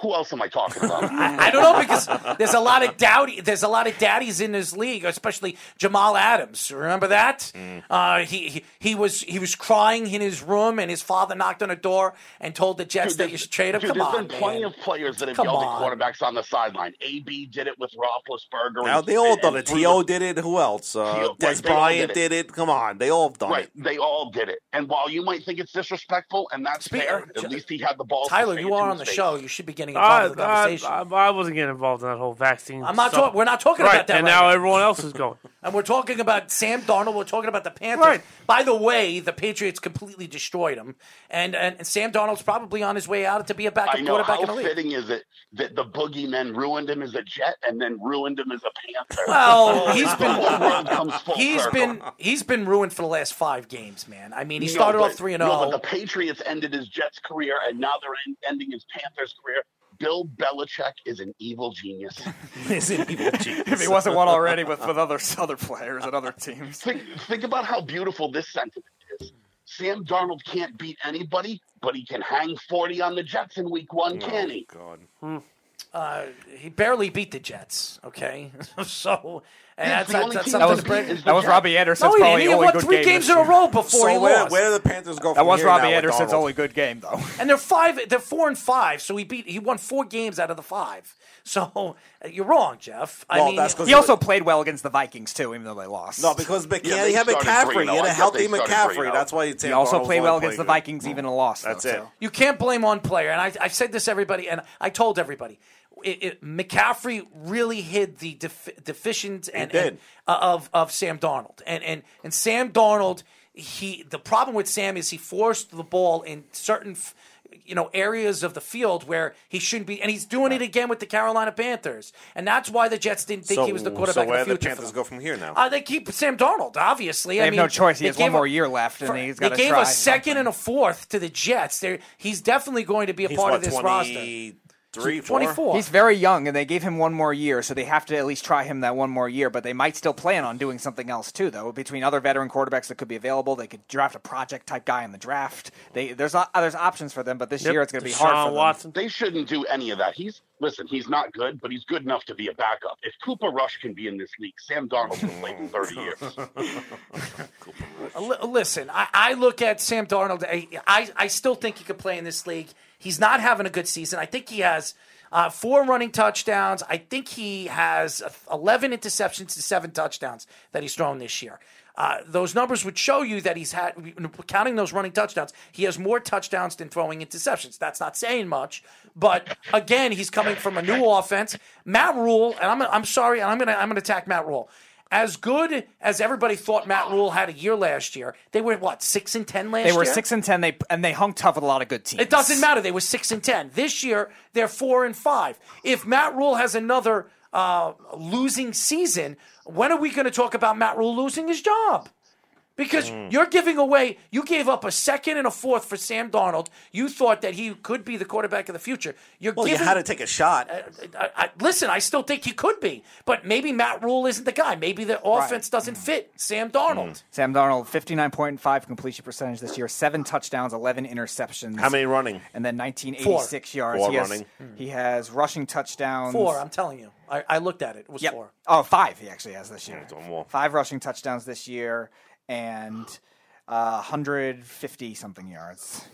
Who else am I talking about? I don't know because there's a lot of dowdy, there's a lot of daddies in this league, especially Jamal Adams. Remember that? Uh, he, he he was he was crying in his room, and his father knocked on the door and told the Jets that you should trade him. Dude, Come there's on, been plenty man. of players that have Come yelled on. at quarterbacks on the sideline. AB did it with Roethlisberger. Now and- they all and- done and it. Brewer. T.O. did it. Who else? T.O. Uh, right, Des they all did Bryant it. did it. Come on, they all have done Right, it. they all did it. And while you might think it's disrespectful, and that's fair, at least he had the balls. to Tyler, say you it to are his on the face. show. You should be getting I, involved in the conversation. I, I, I wasn't getting involved in that whole vaccine. I'm not stuff. talk- we're not talking Right, about that And right now now. everyone else is going. And we're talking about Sam Darnold. We're talking about the Panthers. Right. By the way, the Patriots completely destroyed him, and, and and Sam Darnold's probably on his way out to be a backup I know quarterback how in the league. fitting is it that the boogeyman ruined him as a Jet and then ruined him as a Panther. Well, he's the whole world been comes full he's circle. been he's been ruined for the last five games, man. I mean, he No, started but- off three and oh. no, but zero. the Patriots ended his Jets career, and now they're en- ending his Panthers career. Bill Belichick is an evil genius. if he wasn't one already with, with other other players and other teams. think, think about how beautiful this sentiment is. Sam Darnold can't beat anybody, but he can hang 40 on the Jets in week one, Oh, can he? God. Uh, he barely beat the Jets. Okay, so and that's Yeah, it's the only that's, that's That team something was to bring. that was Robbie No, Anderson's he didn't. probably He had only won good three game games this in a year. row before he So where, lost. where do the Panthers go? From That was here Robbie now with Anderson's Darnold? only good game though. And they're five. They're four and five. So he beat. He won four games out of the five. So uh, you're wrong, Jeff. I Well, mean, that's 'cause He also played well against the Vikings too, even though they lost. No, because Mc- Yeah, yeah, they he had started McCaffrey. 3-0. He had I a thought healthy they started McCaffrey. 3-0. That's why he also played well against the Vikings, even and lost. That's though, it. so. You can't blame one player, and I, I've said this to everybody, and I told everybody. It, it, McCaffrey really hid the def, deficient and, did. and, uh, of of Sam Darnold, and and and Sam Darnold. He the problem with Sam is he forced the ball in certain. f- you know areas of the field where he shouldn't be, and he's doing it again with the Carolina Panthers, and that's why the Jets didn't think So, he was the so quarterback where of the do the future. for Panthers them. go from here now? Uh, they keep Sam Darnold, obviously. They I have mean, no choice. He they has one gave more a- year left, and for- he's They gotta gave try a second something. and a fourth to the Jets. They're, he's definitely going to be a He's part what, of this roster. 23, 24? 24. He's very young, and they gave him one more year, so they have to at least try him that one more year. But they might still plan on doing something else too, though. Between other veteran quarterbacks that could be available, they could draft a project type guy in the draft. They there's not, there's options for them, but this year it's going to be hard Deshaun for them. Watson. They shouldn't do any of that. He's listen. He's not good, but he's good enough to be a backup. If Cooper Rush can be in this league, Sam Darnold can play in thirty years. Li- Listen, I, I look at Sam Darnold. I, I, I still think he could play in this league. He's not having a good season. I think he has uh, four running touchdowns. I think he has 11 interceptions to seven touchdowns that he's thrown this year. Uh, those numbers would show you that he's had, counting those running touchdowns, he has more touchdowns than throwing interceptions. That's not saying much, but again, he's coming from a new offense. Matt Rule, and I'm, I'm sorry, and I'm gonna I'm gonna attack Matt Rule as good as everybody thought Matt Rule had a year last year, they were what six and ten last year. They were six and ten. They and they hung tough with a lot of good teams. It doesn't matter. They were six and ten this year. They're four and five. If Matt Rule has another uh, losing season, when are we going to talk about Matt Rule losing his job? Because you're giving away, you gave up a second and a fourth for Sam Darnold. You thought that he could be the quarterback of the future. You're Well, you giving, had to take a shot. I, I, listen, I still think he could be, but maybe Matt Rule isn't the guy. Maybe the offense doesn't Mm. fit Sam Darnold. Sam Darnold, fifty nine point five completion percentage this year, seven touchdowns, eleven interceptions. How many running? And then nineteen eighty six yards. Four he has, running. He has rushing touchdowns. Hmm. Four, I'm telling you. I, I looked at it. It was Mm. Yep. four. Oh, five he actually has this year. one more. Five rushing touchdowns this year and uh, 150 something yards.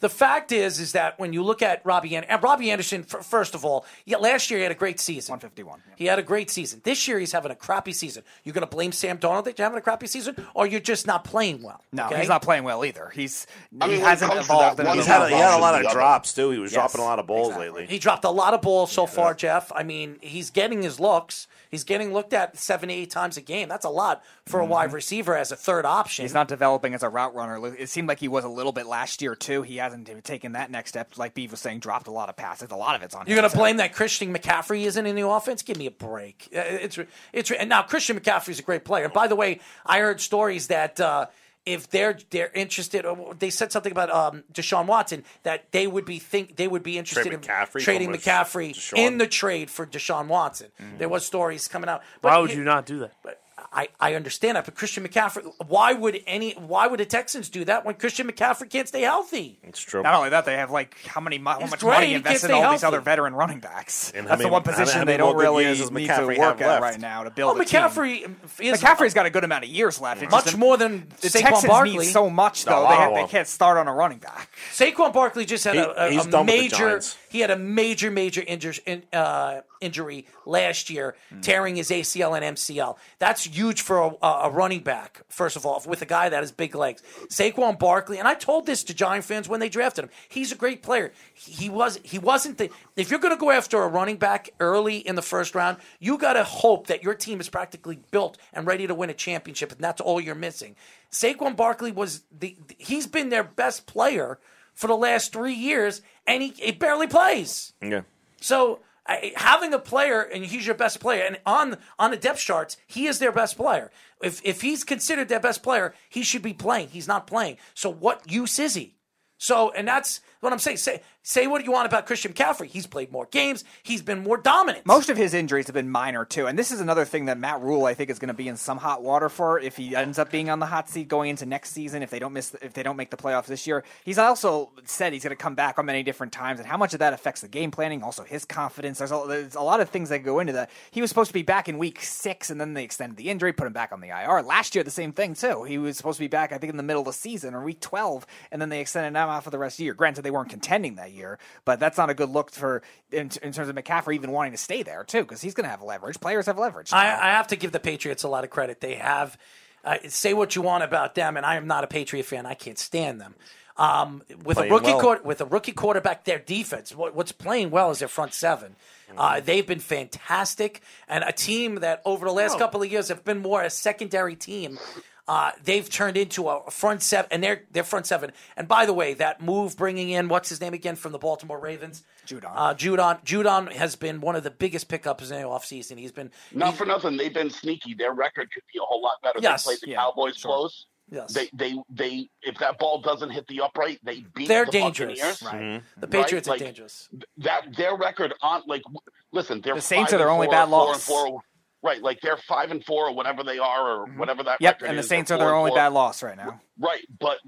The fact is, is that when you look at Robbie An- and Robbie Anderson, f- first of all, yeah, last year he had a great season. 151. He had a great season. This year he's having a crappy season. You're going to blame Sam Darnold that you're having a crappy season, or you're just not playing well. No, okay? he's not playing well either. He's mean, he when it hasn't comes to evolved. that in one He's his had a, he had a Should lot be of other. drops too. He was Yes, dropping a lot of balls exactly. lately. He dropped a lot of balls so far, Jeff. I mean, he's getting his looks. He's getting looked at seven, eight times a game. That's a lot for a wide receiver as a third option. He's not developing as a route runner. It seemed like he was a little bit last year too. He hasn't taken that next step. Like Beav was saying, dropped a lot of passes. A lot of it's on. You're him, going to so- blame that Christian McCaffrey isn't in the offense? Give me a break. Uh, It's it's and now Christian McCaffrey's a great player. And by the way, I heard stories that uh, if they're they're interested, or they said something about um, Deshaun Watson that they would be think they would be interested Trade in McCaffrey trading from us- McCaffrey Deshaun? in the trade for Deshaun Watson. There was stories coming out. But Mm-hmm. Why would he- you not do that? but I, I understand that, but Christian McCaffrey, why would any why would the Texans do that when Christian McCaffrey can't stay healthy? It's true. Not only that, they have like how many mo- how He's much great, money he can't invested in stay all these healthy. other veteran running backs. And how That's many- the one how- how position many they more don't good really years does need to McCaffrey work have at left? right now to build. Oh, a team. McCaffrey is- McCaffrey's got a good amount of years left. It's Much just- more than the Saquon Texans Barkley. need so much No, though. I they, don't have, they want- can't start on a running back. Saquon Barkley just had He- a, a- he's a done with the major. Giants. He had a major, major injur- in, uh, injury last year, Hmm. tearing his ACL and MCL. That's huge for a, a running back. First of all, with a guy that has big legs, Saquon Barkley, and I told this to Giant fans when they drafted him. He's a great player. He, he was. He wasn't the. If you're going to go after a running back early in the first round, you got to hope that your team is practically built and ready to win a championship, and that's all you're missing. Saquon Barkley was the. He's been their best player for the last three years, and he, he barely plays. Yeah. So I, having a player, and he's your best player, and on on the depth charts, he is their best player. If if he's considered their best player, he should be playing. He's not playing. So what use is he? So and that's what I'm saying. Say say what you want about Christian McCaffrey. He's played more games. He's been more dominant. Most of his injuries have been minor too, and this is another thing that Matt Rule I think is going to be in some hot water for if he ends up being on the hot seat going into next season if they don't miss if they don't make the playoffs this year. He's also said he's going to come back on many different times, and how much of that affects the game planning, also his confidence. There's a, there's a lot of things that go into that. He was supposed to be back in week six, and then they extended the injury, put him back on the IR. Last year, the same thing too. He was supposed to be back I think in the middle of the season or week twelve, and then they extended him out for the rest of the year. Granted, they weren't contending that year, but that's not a good look for in, in terms of McCaffrey even wanting to stay there too, because he's going to have leverage. Players have leverage. I, I have to give the Patriots a lot of credit. They have uh, say what you want about them, and I am not a Patriot fan. I can't stand them. Um, with Playing a rookie well. quar- with a rookie quarterback, their defense what, what's playing well is their front 7 Mm-hmm. Uh, they've been fantastic, and a team that over the Oh. last couple of years have been more a secondary team. Uh, they've turned into a front seven, and their their front seven. And by the way, that move bringing in what's his name again from the Baltimore Ravens, Judon. Uh, Judon Judon has been one of the biggest pickups in the offseason. He's been Not for nothing, they've been sneaky. Their record could be a whole lot better. Yes, they played the yeah, Cowboys close. Yes. They, they, they. If that ball doesn't hit the upright, they beat. They're the dangerous. Buccaneers. Mm-hmm. Right. Mhm. The Patriots are dangerous. That their record on like, w- listen, they're The Saints five are their and only four, bad four and loss. four. right, like they're five and four or whatever they are or whatever that. Mm-hmm. yep, record and the is, Saints they're are their four and only four. bad loss right now. Right, but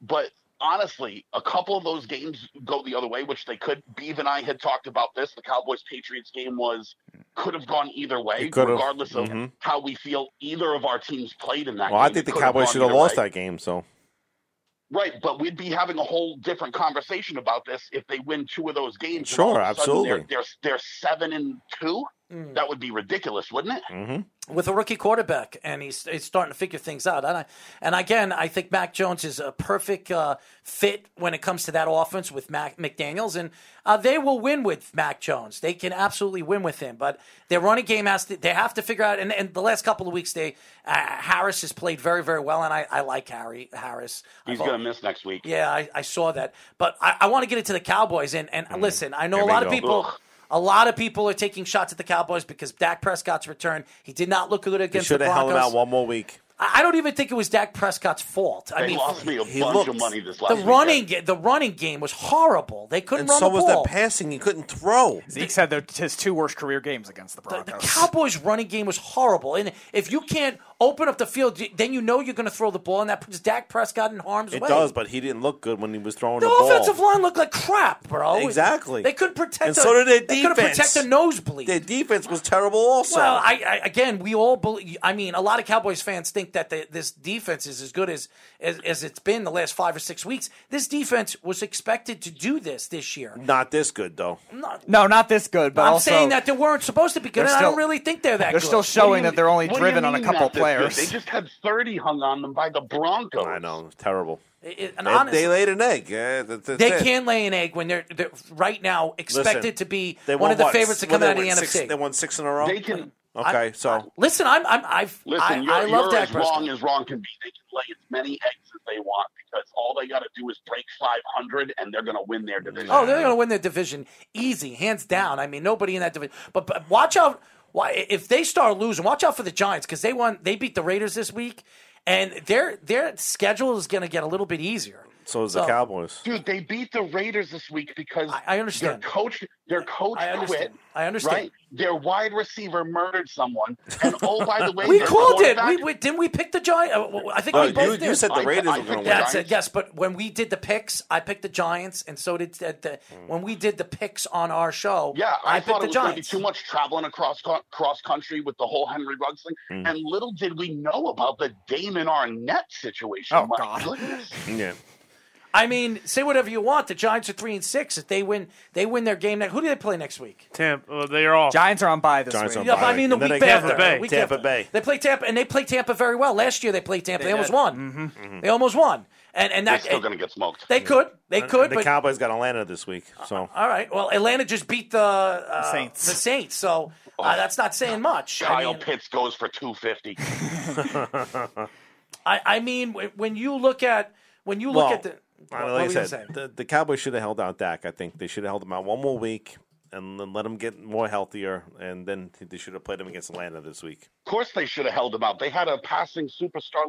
but honestly, a couple of those games go the other way, which they could. Beeve and I had talked about this. The Cowboys Patriots game was could have gone either way, It could've, regardless of mhm. how we feel either of our teams played in that. Well, I game. think the It could have Cowboys gone should have either lost way. that game. So Right, but we'd be having a whole different conversation about this if they win two of those games. and Sure, all of a sudden absolutely. They're, they're, they're seven and two. Mm. That would be ridiculous, wouldn't it? Mm-hmm. with a rookie quarterback, and he's, he's starting to figure things out. And, I, and again, I think Mac Jones is a perfect uh, fit when it comes to that offense with Mac McDaniel's, and uh, they will win with Mac Jones. They can absolutely win with him, but their running game has to. They have to figure out. And, and the last couple of weeks, they uh, Harris has played very very well, and I, I like Harry Harris. He's I've going to miss next week. Yeah, I, I saw that. But I, I want to get into the Cowboys. And, and Mm. listen, I know Here a we lot of go. people. Ugh. A lot of people are taking shots at the Cowboys because Dak Prescott's return. He did not look good they against the should have held Broncos. him out one more week. I I don't even think it was Dak Prescott's fault. I They mean, lost me a He bunch of looked- money this last the week. running ga- the running game was horrible. They And couldn't run so the was ball. the passing. He couldn't throw. Zeke's had their, his two worst career games against the Broncos. Cowboys running game was horrible, and if you can't open up the field, y- then you know you're going to throw the ball, and that puts Dak Prescott in harm's It way. does, but he didn't look good when he was throwing The, the, ball. offensive line looked like crap, bro. Exactly. They couldn't protect. and the- so did their They defense. couldn't protect the nosebleed. Their defense was terrible. Also, Well, I, I again, we all believe. I mean, a lot of Cowboys fans think that the, this defense is as good as, as as it's been the last five or six weeks. This defense was expected to do this this year. not this good though. No, not this good, but I'm also saying that they weren't supposed to be good, They're and I don't still- really think they're that. they're good. still showing that they're only What do you driven on a mean couple not this good? players. They just had 30 hung on them by the Broncos. I know, it's terrible. It- it- and They- honest- they laid an egg. Yeah, that- that's They it. can lay an egg when they're, they're right now expected Listen, to be They one won of the what? favorites to What come they out of the win, six- NFC. They won six in a row. They can okay, so Listen, I'm, I'm I've I, listen. you're, I love you're Dak as Prescott. wrong as wrong can be. They can lay as many eggs as they want because all they got to do is break 500 and they're going to win their division. Oh, they're going to win their division easy, hands down. I mean, nobody in that division. But, but watch out. Why if they start losing? Watch out for the Giants because they won. They beat the Raiders this week, and their their schedule is going to get a little bit easier. So is So- the Cowboys. Dude, they beat the Raiders this week because I understand. their coach their coach I quit. understand. I understand. Right? Their wide receiver murdered someone. And oh by the way, we their called it. quarterback- We, we- didn't we pick the Giants? Uh, I think No, we both you- did. you said the I- Raiders I were gonna picked the win. That's it. Giants. Yes, but when we did the picks, I picked the Giants, and so did uh, the, the- Mm. when we did the picks on our show. Yeah, I, picked thought the it was going to be Giants. too much traveling across co- cross country with the whole Henry Ruggs thing, Mm. and little did we know about the Damon Arnett situation. Oh, My God. goodness. Yeah. I mean, say whatever you want. The Giants are three and six. If they win, they win their game. Next, who do they play next week? Tampa. Well, they are all Giants are on bye this Giants week. Yeah, but I mean the week after. Tampa Bay. the week Tampa after. Bay. They play Tampa, and they play Tampa very well. Last year they played Tampa. They, They almost did. won. Mhm. They almost won. And and They're that still going to get smoked. they could, they And- could, and The but Cowboys got Atlanta this week, so all right. Well, Atlanta just beat the, uh, the Saints. Saints, so uh, that's not saying much. I Kyle mean, Pitts goes for two fifty. I, I mean, wh- when you look at when you look Well, at the I mean, like what were you I gonna said, say? the, the Cowboys should have held out Dak. I think they should have held him out one more week and then let him get more healthier, and then they should have played him against Atlanta this week. Of course, they should have held him out. They had a passing superstar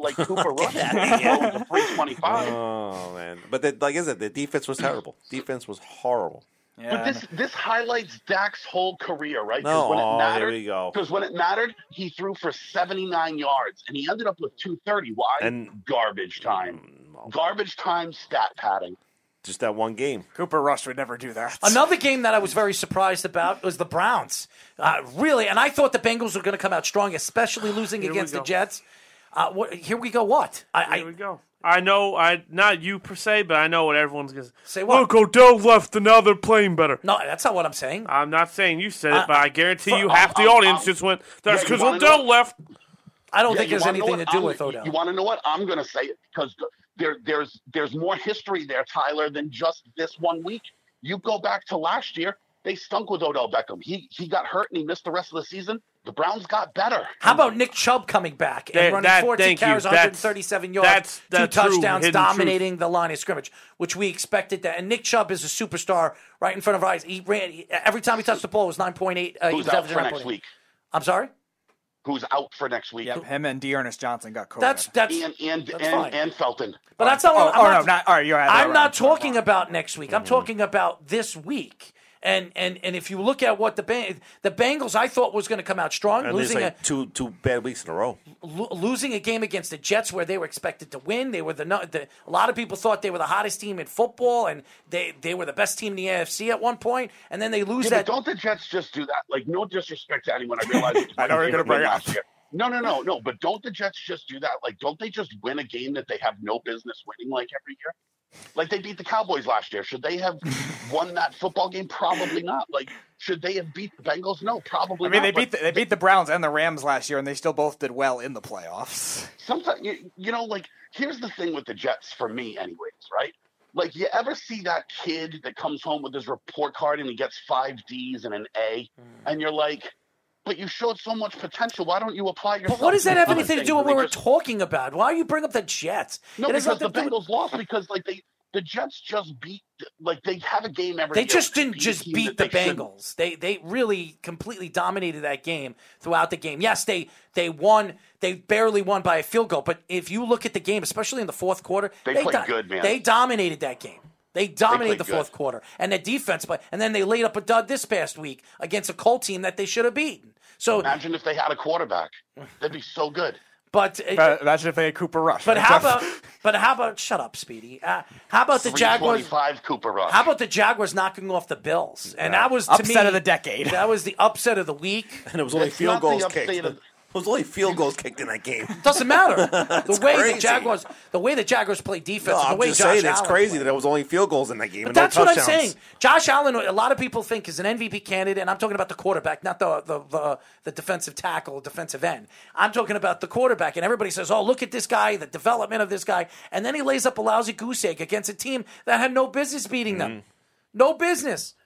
like Cooper Rush. three twenty five. Oh man! But the, like I said, the defense was terrible. Defense was horrible. But this this highlights Dak's whole career, right? 'Cause No, oh, here we go. Because when it mattered, he threw for 79 yards and he ended up with 230. Why? And- garbage Mm, time. Garbage time stat padding. Just that one game. Cooper Rush would never do that. Another game that I was very surprised about was the Browns. Uh, really, and I thought the Bengals were going to come out strong, especially losing Here we against the go. Jets. Uh, what, here we go. What? I, Here we go. I know, I not you per se, but I know what everyone's gonna say. Say what? Look, Odell left, and now they're playing better. No, that's not what I'm saying. I'm not saying you said I- it, but I guarantee for- you half the I'll- I'll- audience just went. That's Yeah, you because wanna know Odell what- left. I don't Yeah, think you there's wanna know anything to what do I'm- with Odell. You want to know what I'm going to say? Because there, there's there's more history there, Tyler, than just this one week. You go back to last year; they stunk with Odell Beckham. He he got hurt and he missed the rest of the season. The Browns got better. How about Nick Chubb coming back and There- running that- 14 thank you. carries, That's- 137 yards, that's the two true touchdowns, hidden truth. dominating the line of scrimmage, which we expected that. And Nick Chubb is a superstar right in front of our eyes. He ran he- every time he touched the ball it was 9.8. Uh, he Who's was out averaging for next 9.8. week? I'm sorry. Who's out for next week? Yep, him and Dearness Johnson got COVID. That's that's. and and that's fine. and, and Felton. but that's not. Oh, what I'm oh, not, no, not- all right, you're right, I'm right, not talking about next week. I'm talking about this week. And and and if you look at what the Bang- the Bengals I thought was going to come out strong, And there's losing like a two two bad weeks in a row. lo- losing a game against the Jets where they were expected to win. They were the, nu- the a lot of people thought they were the hottest team in football and they they were the best team in the AFC at one point, and then they lose Yeah, that. but don't the Jets just do that? Like, no disrespect to anyone. I realize it's I know my you're gonna favorite bring team up. last year. No, no, no, no. But don't the Jets just do that? Like, don't they just win a game that they have no business winning? Like every year, like they beat the Cowboys last year. Should they have won that football game? Probably not. Like, should they have beat the Bengals? No, probably. I mean, not. they beat the, But they beat the Browns and the Rams last year, and they still both did well in the playoffs. sometimes you, you know like here's the thing with the jets for me anyways right like you ever see that kid that comes home with his report card and he gets five d's and an a Mm. and you're like but you showed so much potential why don't you apply yourself But what does that have other anything to things do with what and we're they just- talking about? Why you bring up the Jets? no It has because the nothing to do with- bengals lost because like they the jets just beat like they have a game every They year just to didn't a just team beat the that they shouldn't. Bengals. They they really completely dominated that game throughout the game. Yes, they they won. They barely won by a field goal. But if you look at the game, especially in the fourth quarter, They played good, man. They dominated that game. They dominated played the fourth good. quarter and the defense. But and then they laid up a dud this past week against a Colt team that they should have beaten. So, imagine if they had a quarterback that'd be so good but Uh, Imagine if they had Cooper Rush. but right, how Jeff? about but how about shut up, Speedy? Uh, how about the Jaguars? 325 cooper rush How about the Jaguars knocking off the Bills? And that was to Upset me, of the decade. That was the upset of the week. And it was only It's field not the goals upstate kicked. of- it was only field goals kicked in that game. Doesn't matter. the way the crazy. Jaguars, the way the Jaguars play defense, No, and the I'm way just Josh saying Allen it's crazy played. that it was only field goals in that game. But and no that's what I'm touchdowns. saying. Josh Allen, a lot of people think is an MVP candidate, and I'm talking about the quarterback, not the the, the the defensive tackle, defensive end. I'm talking about the quarterback, and everybody says, "Oh, look at this guy, the development of this guy," and then he lays up a lousy goose egg against a team that had no business beating them, no business.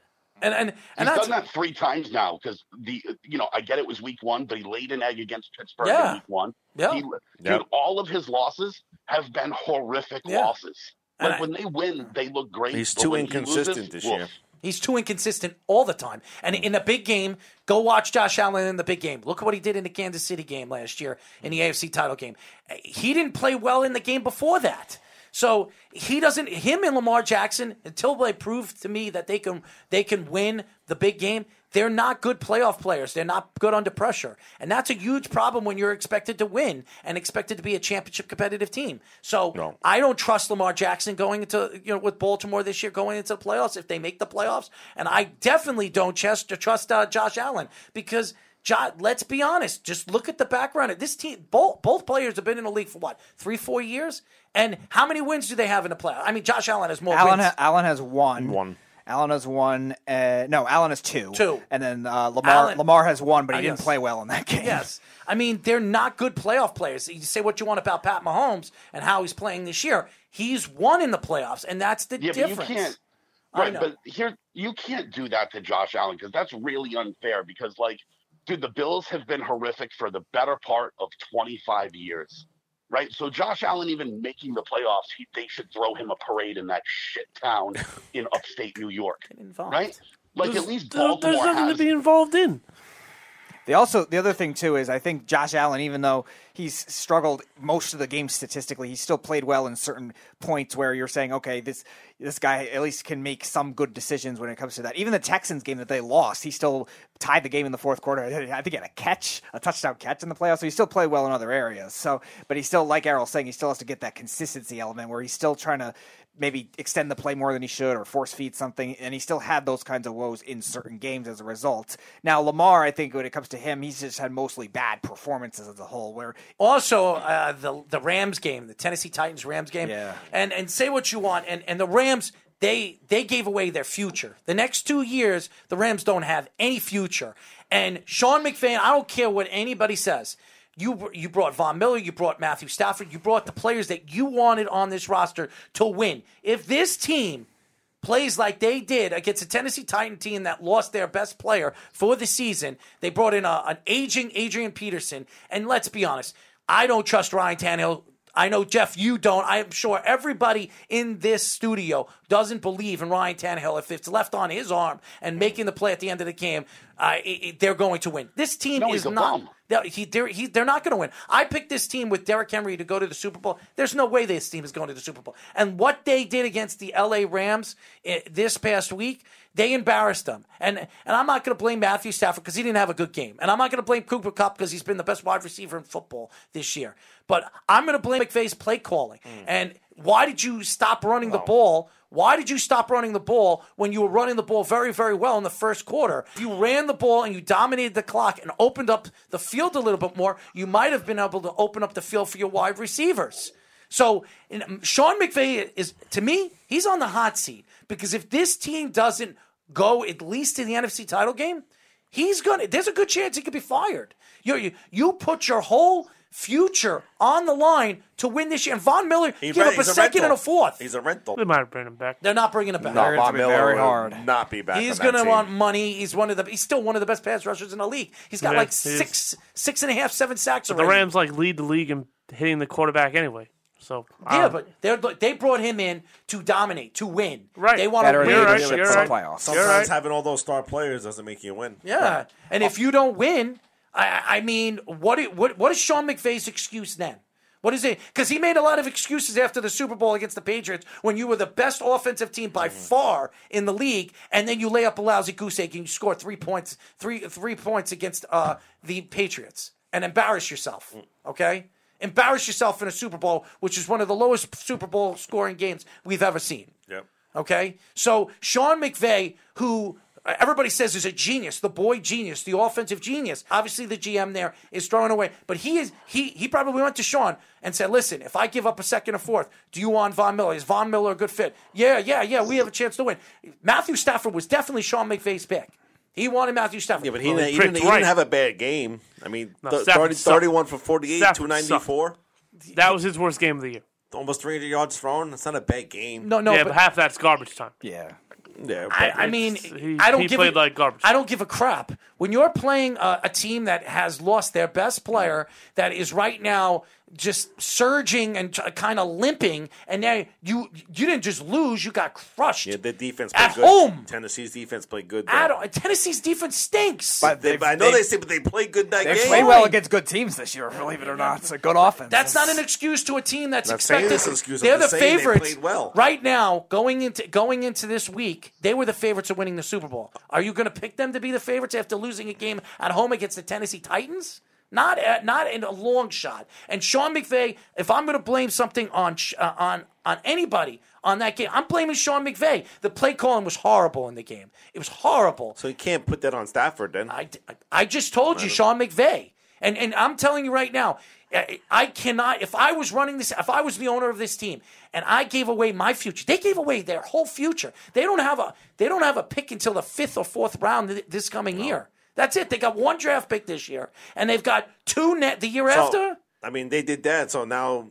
And and and Mm-hmm. He's that's, done that three times now because the you know I get it was week one, but he laid an egg against Pittsburgh Yeah. in week one. Yeah. He- Yeah. dude, all of his losses have been horrific Yeah. losses. And Like I- when they win, they look great. He's but too when he inconsistent loses, this woof. year. He's too inconsistent all the time. And in a big game, go watch Josh Allen in the big game. Look at what he did in the Kansas City game last year in the AFC title game. He didn't play well in the game before that. So he doesn't. Him and Lamar Jackson, until they prove to me that they can they can win the big game, they're not good playoff players. They're not good under pressure, and that's a huge problem when you're expected to win and expected to be a championship competitive team. So I don't trust Lamar Jackson going into you know with Baltimore this year going into the playoffs if they make the playoffs, and I definitely don't trust trust uh, Josh Allen because. Jo- let's be honest. Just look at the background of this team. Both both players have been in the league for what three, four years. And how many wins do they have in the playoff? I mean, Josh Allen has more. Allen, wins. ha- Allen has one. One. Allen has one. Uh, no, Allen has two. Two. And then uh, Lamar Allen- Lamar has one, but he Ah, didn't yes. play well in that game. Yes. I mean, they're not good playoff players. You say what you want about Pat Mahomes and how he's playing this year. He's won in the playoffs, and that's the yeah, difference. but you can't. I Right, know. but here you can't do that to Josh Allen because that's really unfair. Because like, dude, the Bills have been horrific for the better part of 25 years, right? So Josh Allen, even making the playoffs, he, they should throw him a parade in that shit town in upstate New York, right? Like There's- at least there- Baltimore There's nothing has to be involved in. They also the other thing too is I think Josh Allen, even though he's struggled most of the game statistically, he still played well in certain points where you're saying, okay, this this guy at least can make some good decisions when it comes to that. Even the Texans game that they lost, he still tied the game in the fourth quarter. I think he had a catch, a touchdown catch in the playoffs. So he still played well in other areas. So, but he still, like Errol's saying, he still has to get that consistency element where he's still trying to maybe extend the play more than he should or force feed something. And he still had those kinds of woes in certain games as a result. Now, Lamar, I think when it comes to him, he's just had mostly bad performances as a whole. Where also uh, the the Rams game, the Tennessee Titans Rams game, and and say what you want, and and the Rams they they gave away their future. The next two years, the Rams don't have any future. And Sean McVay, I don't care what anybody says. You you brought Von Miller, you brought Matthew Stafford, you brought the players that you wanted on this roster to win. If this team plays like they did against a Tennessee Titan team that lost their best player for the season. They brought in a, an aging Adrian Peterson, and let's be honest, I don't trust Ryan Tannehill. I know Jeff, you don't. I'm sure everybody in this studio doesn't believe in Ryan Tannehill. If it's left on his arm and making the play at the end of the game, uh, it- it- they're going to win. This team No, is he's a not. bum. They're, he, they're, he, they're not going to win. I picked this team with Derrick Henry to go to the Super Bowl. There's no way this team is going to the Super Bowl. And what they did against the LA Rams eh, this past week, they embarrassed them. And and I'm not going to blame Matthew Stafford because he didn't have a good game. And I'm not going to blame Cooper Cup because he's been the best wide receiver in football this year. But I'm going to blame McVay's play calling. And why did you stop running the ball? Why did you stop running the ball when you were running the ball very, very well in the first quarter? If you ran the ball and you dominated the clock and opened up the field a little bit more, you might have been able to open up the field for your wide receivers. So and, um, Sean McVay is, to me, he's on the hot seat because if this team doesn't go at least to the NFC title game, he's gonna. There's a good chance he could be fired. You you, you put your whole future on the line to win this year. And Von Miller give up a second and a fourth. He's a rental. They might bring him back. They're not bringing it back. No, Von Miller would Not be back. He's on that gonna team. want money. He's one of the. He's still one of the best pass rushers in the league. He's got Yeah, like he is. six, six and a half, seven sacks. But the already. Rams like lead the league in hitting the quarterback anyway. So uh, I Yeah, uh, don't- but they're, they brought him in to dominate, to win. Right. They want to Better win. than You're right, Yeah, but you're some- right. Playoffs. Sometimes You're right. having all those star players doesn't make you win. Yeah, and if you don't win, I- I, I mean, what, i- what what is Sean McVay's excuse then? What is it? Because he made a lot of excuses after the Super Bowl against the Patriots when you were the best offensive team by far in the league, and then you lay up a lousy goose egg and you score three points, three three points against uh, the Patriots and embarrass yourself. Okay, embarrass yourself in a Super Bowl, which is one of the lowest Super Bowl scoring games we've ever seen. Yep. Okay, so Sean McVay, who uh, everybody says is a genius, the boy genius, the offensive genius. Obviously, the GM there is throwing away, but he is he he probably went to Sean and said, "Listen, if I give up a second or fourth, do you want Von Miller? Is Von Miller a good fit? Yeah, yeah, yeah. We have a chance to win." Matthew Stafford was definitely Sean McVay's pick. He wanted Matthew Stafford. Yeah, but he, didn't, he, didn't, he didn't have a bad game. I mean, No, th- Stafford 30, sucked. 31 for 48, Stafford 294. that was his worst game of the year. Almost 300 yards thrown. That's not a bad game. No, no, yeah, but, but- half that's garbage time. Yeah, yeah. I, but- I mean, he- I don't he give played a, like garbage. I don't give a crap when you're playing a, a team that has lost their best player, that is right now just surging and kind of limping, and now you you didn't just lose, you got crushed. Yeah, the defense At played good. home. Tennessee's defense played good. I though. don't- Tennessee's defense stinks. But they, I know they, say, but they play good that They game. play well against good teams this year, believe it or not. It's a good offense. That's not an excuse to a team that's Not saying expected. it's an excuse, I'm They're the just saying they favorites. played well. Right now, going into going into this week, they were the favorites of winning the Super Bowl. Are you going to pick them to be the favorites after losing a game at home against the Tennessee Titans? Not at, not in a long shot. And Sean McVay, if I'm going to blame something on Sh- uh, on on anybody on that game, I'm blaming Sean McVay. The play calling was horrible in the game. It was horrible. So you can't put that on Stafford then. I, I just told you, Sean McVay. And and I'm telling you right now, I, I cannot. If I was running this, if I was the owner of this team, and I gave away my future, they gave away their whole future. They don't have a they don't have a pick until the fifth or fourth round th- this coming year. That's it. They got one draft pick this year, and they've got two net the year So, after I mean, they did that, so now.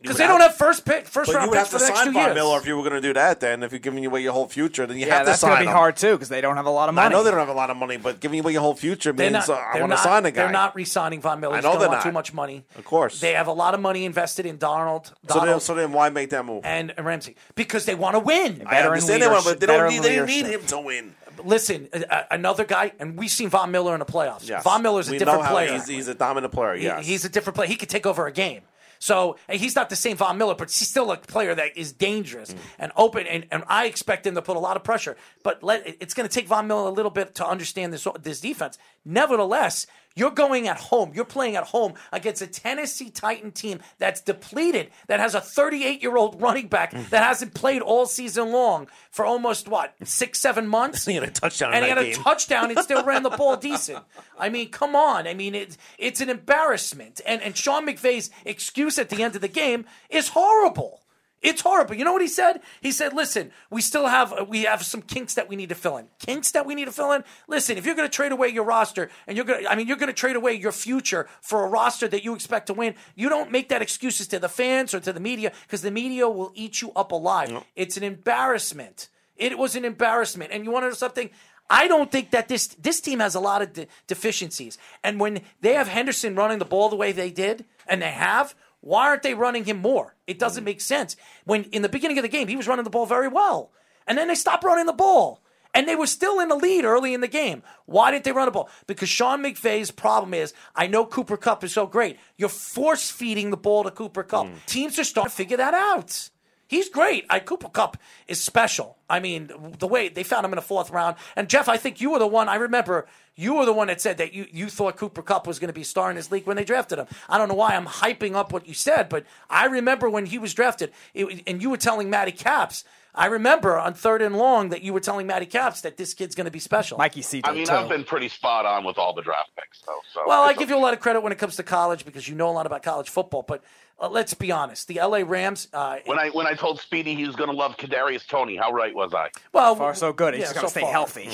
because they don't have first pick But first you round would picks have to for the next sign two Von years. Miller if you were going to do that. Then, if you're giving away your whole future, then you yeah, have to that's sign going to be him. hard too because they don't have a lot of money. I know they don't have a lot of money, but giving away your whole future They're means not. uh, I they're want to not- sign a guy. They're not re-signing Von Miller. I He's know gonna they're want Too not. much money. Of course. They have a lot of money invested in Donald. so, then, Donald so then, why make that move? and Ramsey because they want to win. I understand they want, but they don't need. They need him to win. Listen, a- a- another guy, and we've seen Von Miller in the playoffs. Yes. Von Miller's a We different know how player. He's, he's a dominant player. He- Yes. he's a different player. He could take over a game. So and he's not the same Von Miller, but he's still a player that is dangerous Mm-hmm. and open. And, and I expect him to put a lot of pressure. But let, it's going to take Von Miller a little bit to understand this this defense. Nevertheless, you're going at home. You're playing at home against a Tennessee Titan team that's depleted, that has a 38 year old running back Mm. that hasn't played all season long for almost what six, seven months. he had a touchdown. And in he had that a game. touchdown and still ran the ball decent. I mean, come on. I mean, it's it's an embarrassment. And and Sean McVay's excuse at the end of the game is horrible. It's horrible. You know what he said? He said, "Listen, we still have we have some kinks that we need to fill in. Kinks that we need to fill in. Listen, if you're going to trade away your roster and you're going to I mean, you're going to trade away your future for a roster that you expect to win, you don't make that excuses to the fans or to the media because the media will eat you up alive. It's an embarrassment. It was an embarrassment. And you want to know something? I don't think that this this team has a lot of de- deficiencies. And when they have Henderson running the ball the way they did, and they have, why aren't they running him more? It doesn't make sense. When in the beginning of the game, he was running the ball very well, and then they stopped running the ball. And they were still in the lead early in the game. Why didn't they run the ball? Because Sean McVay's problem is I know Cooper Cup is so great. You're force feeding the ball to Cooper Cup. Teams are starting to figure that out. He's great. I Cooper Cup is special. I mean, the way they found him in the fourth round. And Jeff, I think you were the one. I remember you were the one that said that you, you thought Cooper Cup was going to be starring this league when they drafted him. I don't know why I'm hyping up what you said, but I remember when he was drafted, it, and you were telling Matty Caps. I remember on third and long that you were telling Matty Caps that this kid's going to be special. Mikey C. I mean, I've been pretty spot on with all the draft picks, though. So Well, I it's give you a lot of credit when it comes to college because you know a lot about college football. But uh, let's be honest, the LA Rams. Uh, When I when I told Speedy he was going to love Kadarius Tony, how right was I? well, far so good. He's yeah, just got to so stay far. healthy.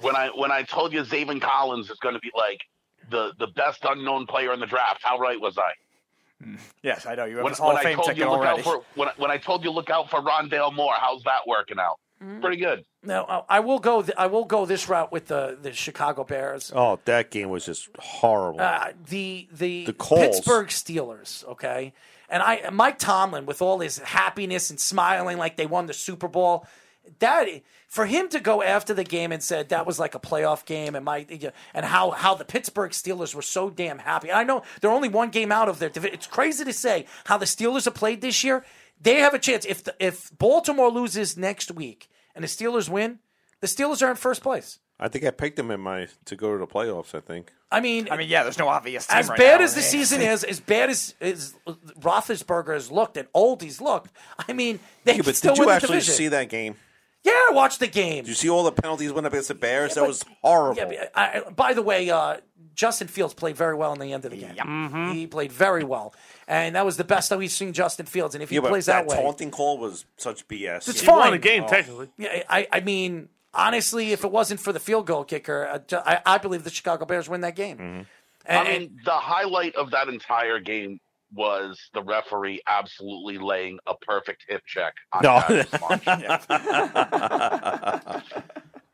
When I when I told you Zaven Collins is going to be like the the best unknown player in the draft, how right was I? Yes, I know you have When, his Hall when of I Fame told ticket you look out already. for when, I- when I told you look out for Rondale Moore, how's that working out? Pretty good. No, I I will go. Th- I will go this route with the the Chicago Bears. oh, that game was just horrible. Uh, the the, The Colts. Pittsburgh Steelers. Okay, and I Mike Tomlin with all his happiness and smiling like they won the Super Bowl. That for him to go after the game and said that was like a playoff game and my and how how the Pittsburgh Steelers were so damn happy. And I know they're only one game out of their division. It's crazy to say how the Steelers have played this year. They have a chance if the, if Baltimore loses next week and the Steelers win, the Steelers are in first place. I think I picked him in my to go to the playoffs. I think. I mean, I mean, yeah, there's no obvious team as right bad now as in the season is, as bad as, as Roethlisberger has looked and old he's looked, I mean, they Yeah, could but still did you win actually the division. see that game? Yeah, I watched the game. Did you see all the penalties went up against the Bears? but- that was horrible. Yeah, but I, I- by the way, uh, Justin Fields played very well in the end of the game. Mm-hmm. He played very well, and that was the best that we've seen Justin Fields. And if he Yeah, but plays that, that, way, taunting call was such BS. It's It fine. Won the game Oh. technically. yeah, I, I mean, honestly, if it wasn't for the field goal kicker, uh, Ju- I, I believe the Chicago Bears win that game. Mm-hmm. And, I mean, the highlight of that entire game was the referee absolutely laying a perfect hip check on No. Travis Marsh.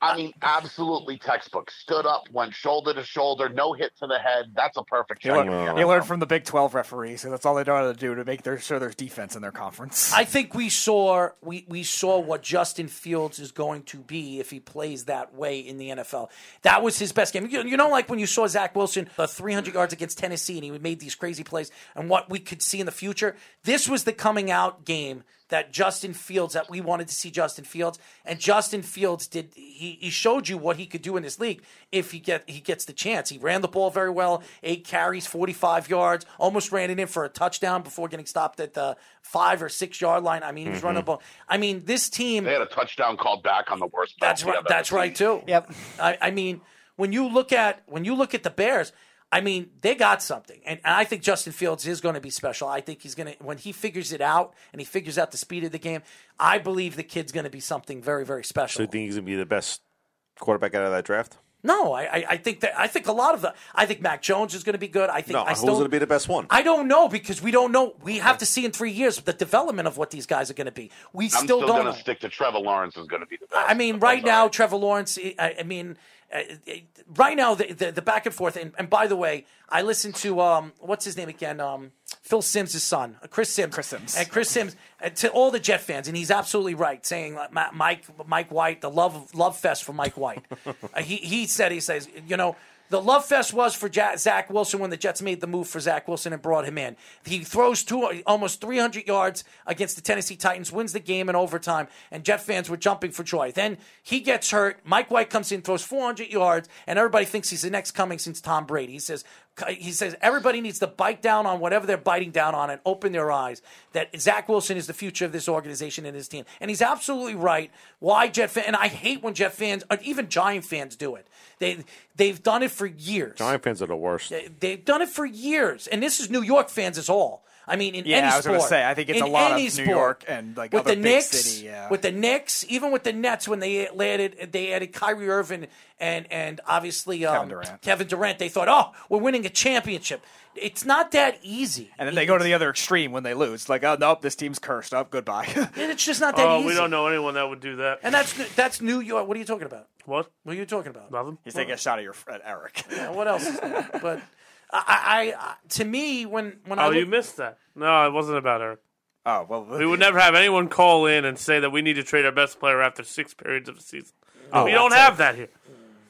I mean, absolutely textbook. Stood up, went shoulder to shoulder, no hit to the head. That's a perfect You shot. learn, you learn from the Big 12 referees, so that's all they know how to do to make their, sure there's defense in their conference. I think we saw we, we saw what Justin Fields is going to be if he plays that way in the NFL. That was his best game. You, you know, like when you saw Zach Wilson uh, 300 yards against Tennessee and he made these crazy plays, and what we could see in the future. This was the coming out game that Justin Fields that we wanted to see Justin Fields, and Justin Fields did. He, he showed you what he could do in this league if he get he gets the chance. He ran the ball very well, eight carries, forty five yards, almost ran it in for a touchdown before getting stopped at the five or six yard line. I mean, he was running the ball. I mean, this team. They had a touchdown called back on the worst. That's penalty right. I've ever That's right too. Yep. I, I mean, when you look at when you look at the Bears, I mean, they got something, and, and I think Justin Fields is going to be special. I think he's going to when he figures it out and he figures out the speed of the game. I believe the kid's going to be something very, very So special. you think he's gonna be the best quarterback out of that draft? No, I, I, I think that I think a lot of the I think Mac Jones is going to be good. I think No, I who's still gonna be the best one? I don't know because we don't know. We have to see in three years the development of what these guys are going to be. We I'm still, still don't. going know. to stick to Trevor Lawrence is going to be the best. I mean, right now, Trevor Lawrence. I, I mean, uh, uh, right now, the, the the back and forth. And, and by the way, I listened to um, what's his name again? Um, Phil Sims' son, uh, Chris Sims. Chris Sims. And Chris Sims uh, to all the Jet fans, and he's absolutely right, saying like, Ma- Mike Mike White, the love love fest for Mike White. Uh, he he said he says you know. The love fest was for Ja- Zach Wilson when the Jets made the move for Zach Wilson and brought him in. He throws two almost 300 yards against the Tennessee Titans, wins the game in overtime, and Jet fans were jumping for joy. Then he gets hurt. Mike White comes in, throws 400 yards, and everybody thinks he's the next coming since Tom Brady. He says he says everybody needs to bite down on whatever they're biting down on and open their eyes that Zach Wilson is the future of this organization and his team. And he's absolutely right. Why Jet fan? And I hate when Jet fans, or even Giant fans, do it. They they've done it for years. Giant fans are the worst. They- They've done it for years, and this is New York fans is all. I mean, in Yeah, any I was sport, gonna say, I think it's in a lot of any New sport. York and, like, with other the big Knicks, city, yeah. with the Knicks, even with the Nets when they added they added Kyrie Irving and and obviously um, Kevin Durant. they thought, oh, we're winning a championship. It's not that easy. And then they go to the other extreme when they lose. Like, oh, nope, this team's cursed. Up, goodbye. And it's just not that Oh, easy. we don't know anyone that would do that. And that's that's New York. What are you talking about? What? What are you talking about? Nothing. He's taking a shot at your at Eric. Yeah, what else? Is there? But I, I, I, to me, when when I Oh, look, you missed that. No, it wasn't about Eric. Oh well, we would never have anyone call in and say that we need to trade our best player after six periods of the season. Oh, we don't that's have that here.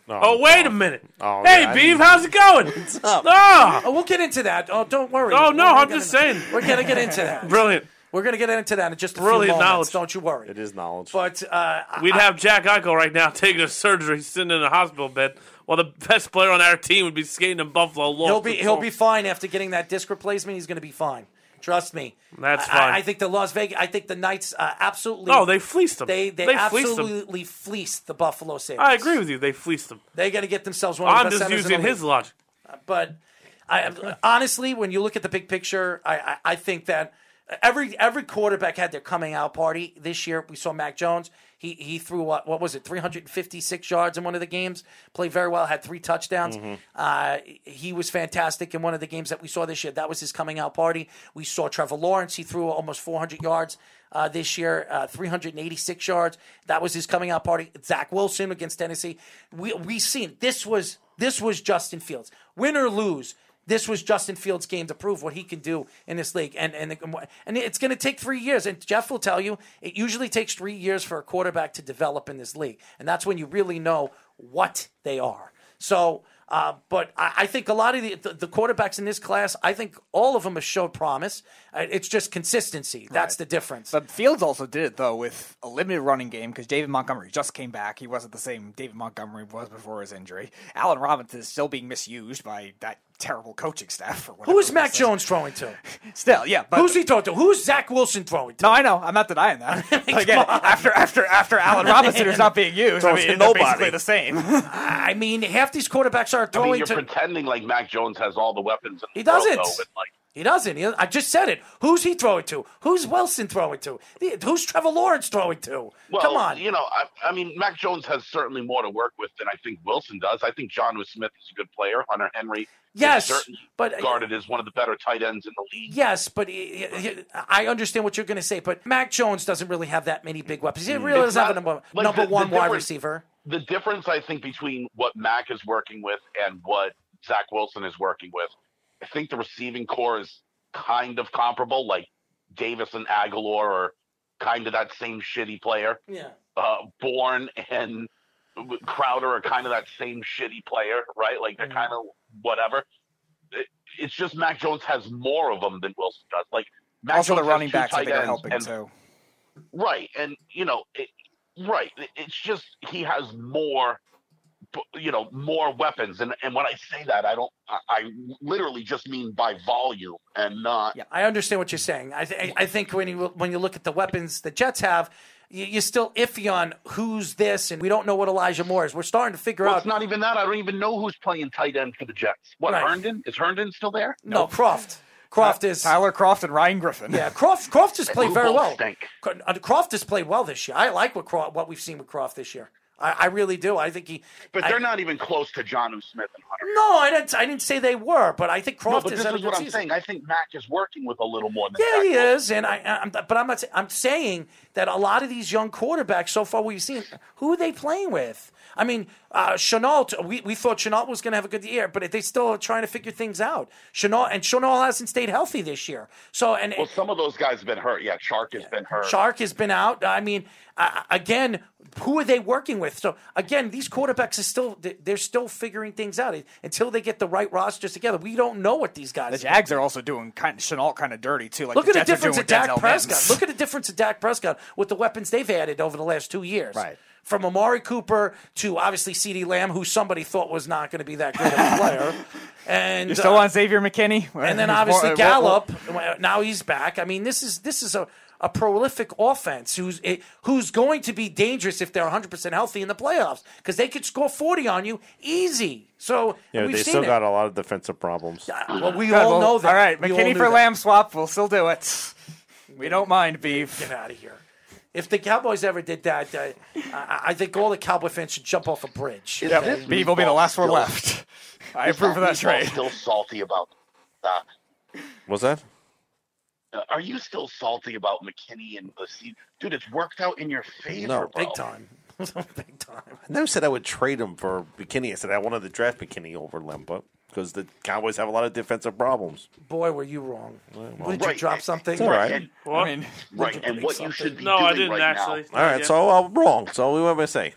oh wait a minute. Oh, hey, yeah, Beav, I didn't- how's it going? What's up? Ah! Oh, we'll get into that. Oh, don't worry. Oh We're no, I'm gonna- just saying. We're gonna get into that. Brilliant. We're gonna get into that in just a Brilliant few knowledge. moments. Don't you worry. It is knowledge. But uh, We'd have Jack Eichel right now taking a surgery, sitting in a hospital bed, while the best player on our team would be skating in Buffalo. lost he'll be control. he'll be fine after getting that disc replacement. He's gonna be fine. Trust me. That's I- fine. I, I think the Las Vegas. I think the Knights uh, absolutely. No, Oh, they fleeced them. They they, They fleeced 'em. absolutely fleeced the Buffalo Sabres. I agree with you. They fleeced them. They're gonna get themselves one. Of I'm the best just centers in using the his league. logic. But I honestly, when you look at the big picture, I, I, I think that every every quarterback had their coming out party this year. We saw Mac Jones. He he threw uh, what what was it 356 yards in one of the games. Played very well. Had three touchdowns. Mhm. Uh, he was fantastic in one of the games that we saw this year. That was his coming out party. We saw Trevor Lawrence. He threw almost 400 yards uh, this year, uh, 386 yards. That was his coming out party. Zach Wilson against Tennessee. We we seen this was this was Justin Fields. Win or lose, this was Justin Fields' game to prove what he can do in this league, and and and it's going to take three years. And Jeff will tell you, it usually takes three years for a quarterback to develop in this league, and that's when you really know what they are. So, uh, but I, I think a lot of the, the the quarterbacks in this class, I think all of them have showed promise. Uh, It's just consistency. That's the difference. But Fields also did it though with a limited running game because David Montgomery just came back. He wasn't the same David Montgomery was before his injury. Allen Robinson is still being misused by that terrible coaching staff. Or whatever. Who is Mac Jones throwing to? Still, yeah. But Who's he throwing to? Who's Zach Wilson throwing to? No, I know. I'm not denying that. Again, after after after Allen Robinson is not being used, I Throwing to mean, they're nobody. basically the same. I mean, half these quarterbacks are I throwing mean, you're to. pretending like Mac Jones has all the weapons. In He the doesn't. World, though, and, like, He doesn't. He, I just said it. Who's he throwing to? Who's Wilson throwing to? The- Who's Trevor Lawrence throwing to? well, Come on. You know, I, I mean, Mac Jones has certainly more to work with than I think Wilson does. I think John Smith is a good player. Hunter Henry, is Yes, certainly but- uh, guarded as one of the better tight ends in the league. Yes, but he- he- I understand what you're going to say. But Mac Jones doesn't really have that many big weapons. He really It's doesn't have a Mm. not- number, like, number the- the one wide difference- receiver. the difference I think between what Mac is working with and what Zach Wilson is working with, I think the receiving core is kind of comparable, like Davis and Aguilar are kind of that same shitty player. Yeah. Uh, Bourne and Crowder are kind of that same shitty player, right? Like they're kind of whatever. It- it's just Mac Jones has more of them than Wilson does. Like Mac also, the Jones has running two backs I tight think are ends helping and- too. Right, and you know, it, right. It- It's just he has more, b- you know, more weapons. And and when I say that, I don't, I, I literally just mean by volume and not. I understand what you're saying. I, th- I think when you when you look at the weapons the Jets have, you- you're still iffy on who's this, and we don't know what Elijah Moore is. We're starting to figure Well, out. it's not even that. I don't even know who's playing tight end for the Jets. What Right. Herndon is Herndon still there? no, Croft. Croft is Tyler Croft and Ryan Griffin. Yeah, Croft. Croft has played Who very both well. stink. Cro- uh, Croft has played well this year. I like what Croft, what we've seen with Croft this year. I, I really do. I think he. But I- they're not even close to John U. Smith and Hunter. No, I didn't. I didn't say they were, but I think No, Croft but is this having a is good what I'm season. saying. I think Mac is working with a little more than Yeah, Zach he Wilson. is, and I, I'm, but I'm not. sa- I'm saying that a lot of these young quarterbacks so far we've seen, who are they playing with? I mean, uh, Chenault. We, we thought Chenault was going to have a good year, but they still are trying to figure things out. Chenault and Chenault hasn't stayed healthy this year. So and Well, some of those guys have been hurt. Yeah, Shark has been hurt. Shark has been out. I mean, uh, again, who are they working with? So again, these quarterbacks are still they're still figuring things out until they get the right rosters together. We don't know what these guys. The Jags are also doing kind of Chenault kind of dirty too. Like Look at the the Jets are difference doing of Dak Denzel Prescott. Mims. Look at the difference of Dak Prescott with the weapons they've added over the last two years. Right. From Amari Cooper to obviously CeeDee Lamb, who somebody thought was not going to be that good of a player. And You're still uh, on Xavier McKinney, uh, and then obviously Gallup. well, Now he's back. I mean, this is this is a, a prolific offense who's it, who's going to be dangerous if they're 100 percent healthy in the playoffs because they could score 40 on you easy. So Yeah, we've they seen still it. Uh, got a lot of defensive problems. well, we all know that. All right, We all McKinney knew for that. Lamb swap. We'll still do it. We don't mind beef. Get out of here. If the Cowboys ever did that, uh, I, I think all the Cowboy fans should jump off a bridge. Is Yep, this beef will be the meatball last one still- left. I is approve of that meatball trade. Still salty about that. What's that? Uh, Are you still salty about McKinney and the seed? Dude, it's worked out in your favor, No. bro. Big time. Big time. I never said I would trade him for McKinney. I said I wanted to draft McKinney over Lemba because the Cowboys have a lot of defensive problems. Boy, were you wrong. Did you Right. drop something? all right. And, What? I mean, right, and what you should be no, doing I didn't right actually. now. All right, so I'm wrong. So what am I say?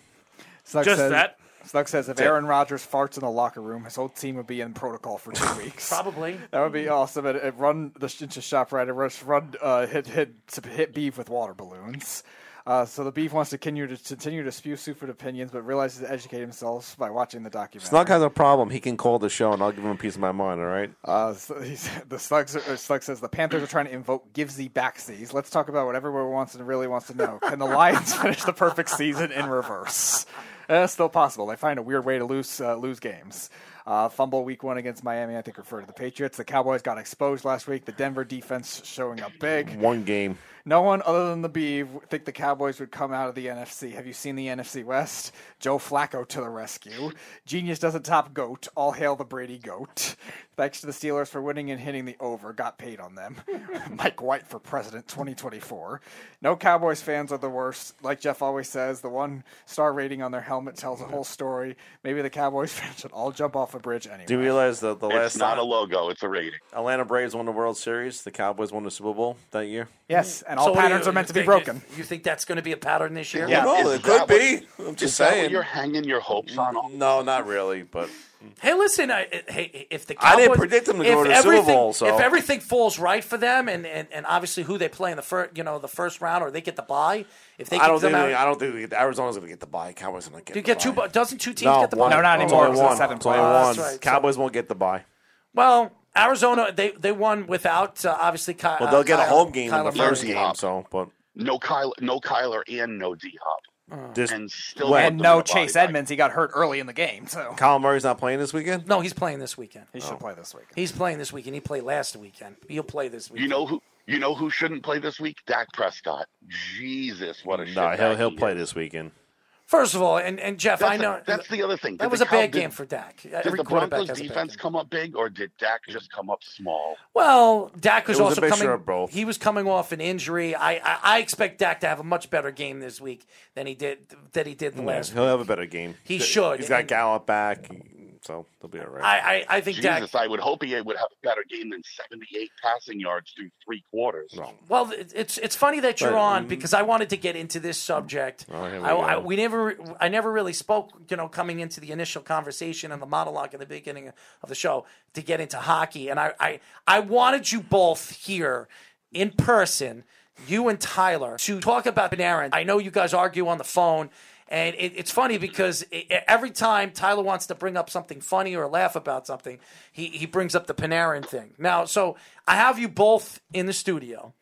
Snug Just says, that. Snug says if Aaron Rodgers farts in the locker room, his whole team would be in protocol for two weeks. Probably. That would be awesome. And, and run the sh- into shop right. And just run uh, hit hit to hit beef with water balloons. Uh, so the beef wants to continue to continue to spew stupid opinions, but realizes to educate himself by watching the documentary. Snug has a problem. He can call the show, and I'll give him a piece of my mind. All right. Uh, so he said- the Slugs, or Slug says the Panthers are trying to invoke givesy backsies. Let's talk about what everyone wants and really wants to know. Can the Lions finish the perfect season in reverse? That's still possible. They find a weird way to lose uh, lose games. Uh, fumble week one against Miami, I think, referred to the Patriots. The Cowboys got exposed last week. The Denver defense showing up big. One game. No one other than the Bee w- think the Cowboys would come out of the NFC. Have you seen the NFC West? Joe Flacco to the rescue. Genius doesn't top goat. All hail the Brady goat. Thanks to the Steelers for winning and hitting the over. Got paid on them. Mike White for president 2024. No Cowboys fans are the worst. Like Jeff always says, the one star rating on their helmet tells a whole story. Maybe the Cowboys fans should all jump off a bridge anyway. Do you realize that the It's last not time a logo, it's a rating. Atlanta Braves won the World Series, the Cowboys won the Super Bowl that year? yes, and all So what do patterns you- are meant you to be think- broken. You think that's going to be a pattern this year? Yeah. No, Is it that could be. I'm just Is that what saying. Mm-hmm. you're hanging your hopes on? No, not really, but Hey, listen. I, I- hey, if the Cowboys, I didn't predict them to go if to the Super everything- Bowl, so- if everything falls right for them, and, and, and obviously who they play in the first, you know, the first round, or they get the bye, if they I don't them think out, they- I don't think they get, Arizona's going to get the bye. Cowboys going to get. do you the get two? bye. bu- Doesn't two teams No, get the one. bye? No, not It's anymore, only it's one. seven It's only plays. one. That's right, Cowboys won't get the bye. Well, Arizona, they they won without uh, obviously. Ky- Well, they'll uh, get a Kyle- home game in Kyler the Murray. first Murray. game. So, but No Kyler, no Kyler and no D Hop. this And still Well, want And them no to buy Chase back. Edmonds. He got hurt early in the game, so Kyle Murray's not playing this weekend. No, he's playing this weekend. he should play this week. He's playing this weekend. He played last weekend. He'll play this weekend. You know who? You know who shouldn't play this week? Dak Prescott. Jesus, what a shit. No, he'll he'll play this weekend. First of all, and, and Jeff, That's I a- know that's the other thing. That Did was a the bad Cow- did- game for Dak. Did Every the quarterback Broncos has a bad defense come up big, or did Dak just come up small? Well, Dak was, It was also a mixture coming. of both. He was coming off an injury. I, I I expect Dak to have a much better game this week than he did that he did the Yeah, last. he'll have a better game. He Th- should, He's got and- Gallup back, so he'll be all right. I, I, I think Dak. Jesus, I would hope he would have a better game than 78 passing yards through three quarters. Well, it- it's it's funny that you're Right, on mm. because I wanted to get into this subject. Oh, here we I, I- go. we never I never really spoke, you know, coming into the initial conversation and the monologue in the beginning of the show to get into hockey, and I I, I wanted you both here in person, you and Tyler, to talk about Panarin. I know you guys argue on the phone. And it, it's funny because i i- every time Tyler wants to bring up something funny or laugh about something, he, he brings up the Panarin thing. Now, so I have you both in the studio.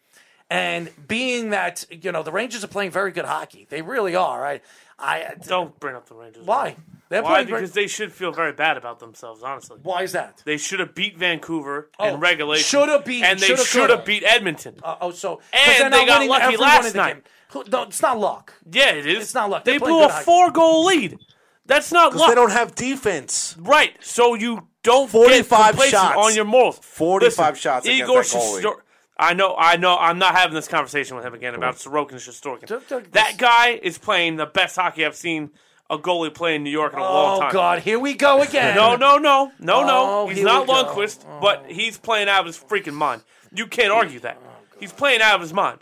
And being that you know the Rangers are playing very good hockey, they really are. I, I don't bring up the Rangers. Why? They're Why? playing very- Because they should feel very bad about themselves, honestly. Why is that? They should have beat Vancouver Oh, in regulation. shoulda beat- and they shoulda, should have coulda. beat Edmonton. Uh, oh, so 'cause And they're they not got winning lucky every last one of the night. game. Who- No, it's not luck. Yeah, it is. It's not luck. They They're blew playing a good hockey. four-goal lead. That's not luck. they don't have defense. Right. So you don't 45 get complacent shots. on your morals. 45 Listen, shots against Igor that goalie. Shestor- I know, I know. I'm not having this conversation with him again about Sorokin and Shostorkin. That guy is playing the best hockey I've seen a goalie play in New York in a long Oh, time. God, here we go again. No, no, no, no, no. Oh, he's here not we go. Lundqvist, but he's playing out of his freaking mind. You can't argue that. he's playing out of his mind.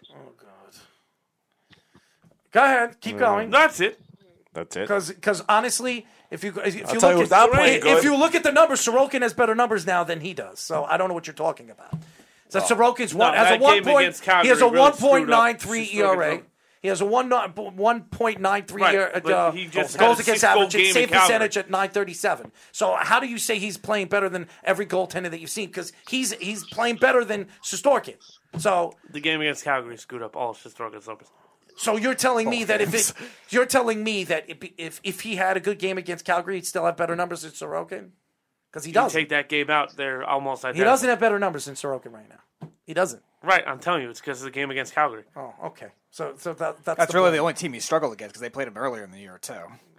Go ahead, keep going. That's it. That's it. Because honestly, if you if you I'll look tell you at who's not playing if good. you look at the numbers, Sorokin has better numbers now than he does. So I don't know what you're talking about. So Well, Sorokin's one no, has a that one game point. against Calgary He has a really one screwed point up. nine three She screwed ERA. it up. He has a one one point nine three Right, ERA. but uh, he just had goals a against six-goal average, game in save Calgary. percentage at nine thirty seven. So how do you say he's playing better than every goaltender that you've seen? Because he's he's playing better than Sestorkin. So The game against Calgary screwed up all Shostorkin's numbers. so you're telling me that if it, you're telling me that if, if if he had a good game against Calgary, he'd still have better numbers than Sorokin because he you doesn't. take that game out, they're almost He identical. doesn't have better numbers than Sorokin right now. He doesn't. Right, I'm telling you, it's because of the game against Calgary. Oh, okay. So so that, that's, That's the really point. the only team he struggled against because they played him earlier in the year too.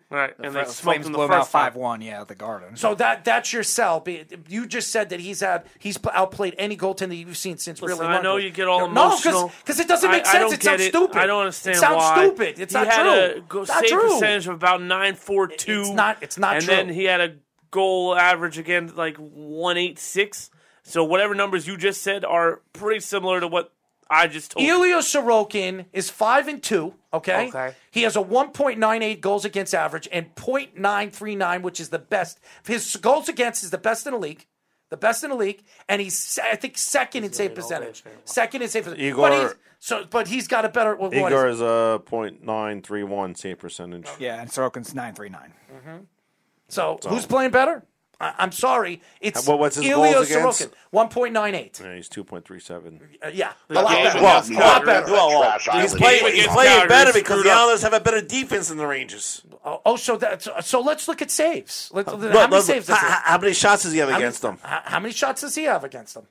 Right, The and Fl- they smoked Flames him blew the him out first five time. one. Yeah, at the Garden. So that that's your cell. Be- You just said that he's had he's pl- outplayed any goaltender you've seen since Listen, really. I know you get all no, emotional. because it doesn't make I- I sense. don't it get sounds stupid. I don't understand It sounds why. stupid. It's he not had true. a go- It's not save true. percentage of about nine four two. It's not- it's not And true. then he had a goal average again, like one eight six. So whatever numbers you just said are pretty similar to what I just Oh. told. you. Ilya Sorokin is five and two. Okay. Okay. He has a 1.98 goals against average and .939, which is the best. His goals against is the best in the league. The best in the league, and he's se- I think second in save percentage. Second in save percentage. Igor- But he's, so, but he's got a better. What, what Igor is is a point nine three one save percentage. Yeah, and Sorokin's nine three nine. So, So- who's playing better? I, I'm sorry, it's What- what's his Ilya goals against? Sorokin, 1.98. Yeah, he's two point three seven. Uh, yeah, a Yeah, lot yeah, better. well, a lot better. well, well, he's playing, he's playing better because the Islanders have a better defense than the Rangers. Oh, oh, so that's so. Let's look at saves. Let's, how Look, many look, saves? how, does he- how- how many shots does he have How many- against them? How, how many shots does he have against them?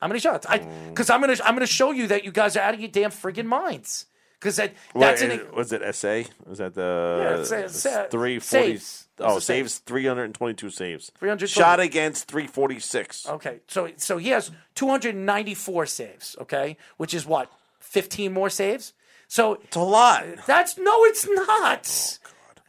How many shots? I Mm. because I'm gonna I'm gonna show you that you guys are out of your damn friggin' minds. Because that that's What, an e, is- was it SA? Was that the Yeah, it's- it's, uh, three forty? saves. What's Oh, the saves? saves three hundred and twenty-two saves. 320. shot against three forty-six. okay. So so he has 294 saves. Okay, which is what 15 more saves. So it's a lot. That's no, it's Oh, not.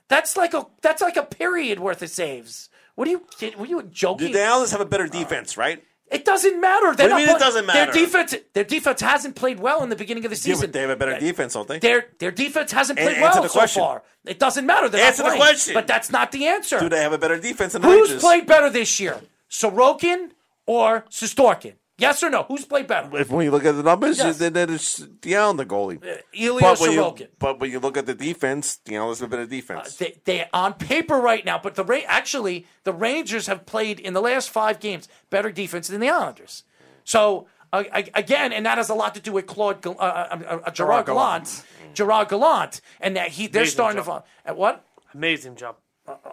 that's like a that's like a period worth of saves. What are you kid- were you joking? Did the Islanders have a better defense, right? It doesn't matter. They're What do you not mean it play- doesn't matter? Their defense, their defense hasn't played well in the beginning of the Yeah, season. but they have a better defense, don't they? Their their defense hasn't An- played answer well the so question. far. It doesn't matter. They're not Answer the playing. question. But that's not the answer. Do they have a better defense than the Who's Rangers? played better this year, Sorokin or Sestorkin? Yes or no? Who's played better? If when you look at the numbers, Yes. then then it's the Islander goalie. Ilya But when, Sorokin. you, but when you look at the defense, the Islanders have a better defense. They, they're on paper right now, but the Ra- actually the Rangers have played in the last five games better defense than the Islanders. So uh, I- again, and that has a lot to do with Claude Gal- uh, uh, uh, uh, Gerard Gerard Gallant, Gerard Gallant, and that he they're Amazing starting job. to fall. At what? Amazing job.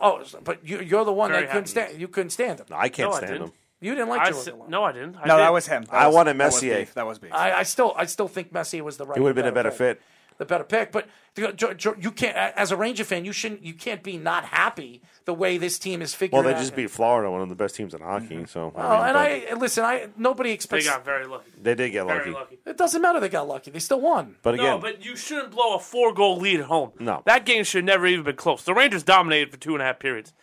Oh, so- but you, you're the one Very that couldn't happy. stand. You couldn't stand him. I can't No, I stand didn't. him. You Uh, didn't like I Gerard s- Gallant. no, I didn't. I did. No, Oh, that was him. That I was, wanted that was Messier. Beef. That was beef. I, I still, I still think Messi was the right. He would have been a better fit. fit. the better pick. But you know, Ge- Ge- you can't, a- as a Ranger fan, you shouldn't, you can't be not happy the way this team is figuring. Well, they out. just beat Florida, one of the best teams in hockey. So, Mm-hmm. Well, and I and listen. I nobody They expects. got very lucky. but they did get Very lucky. lucky. It doesn't matter. They got lucky. They still won. But again, No, but you shouldn't blow a four goal lead at home. No. That game should never even been close. The Rangers dominated for two and a half periods.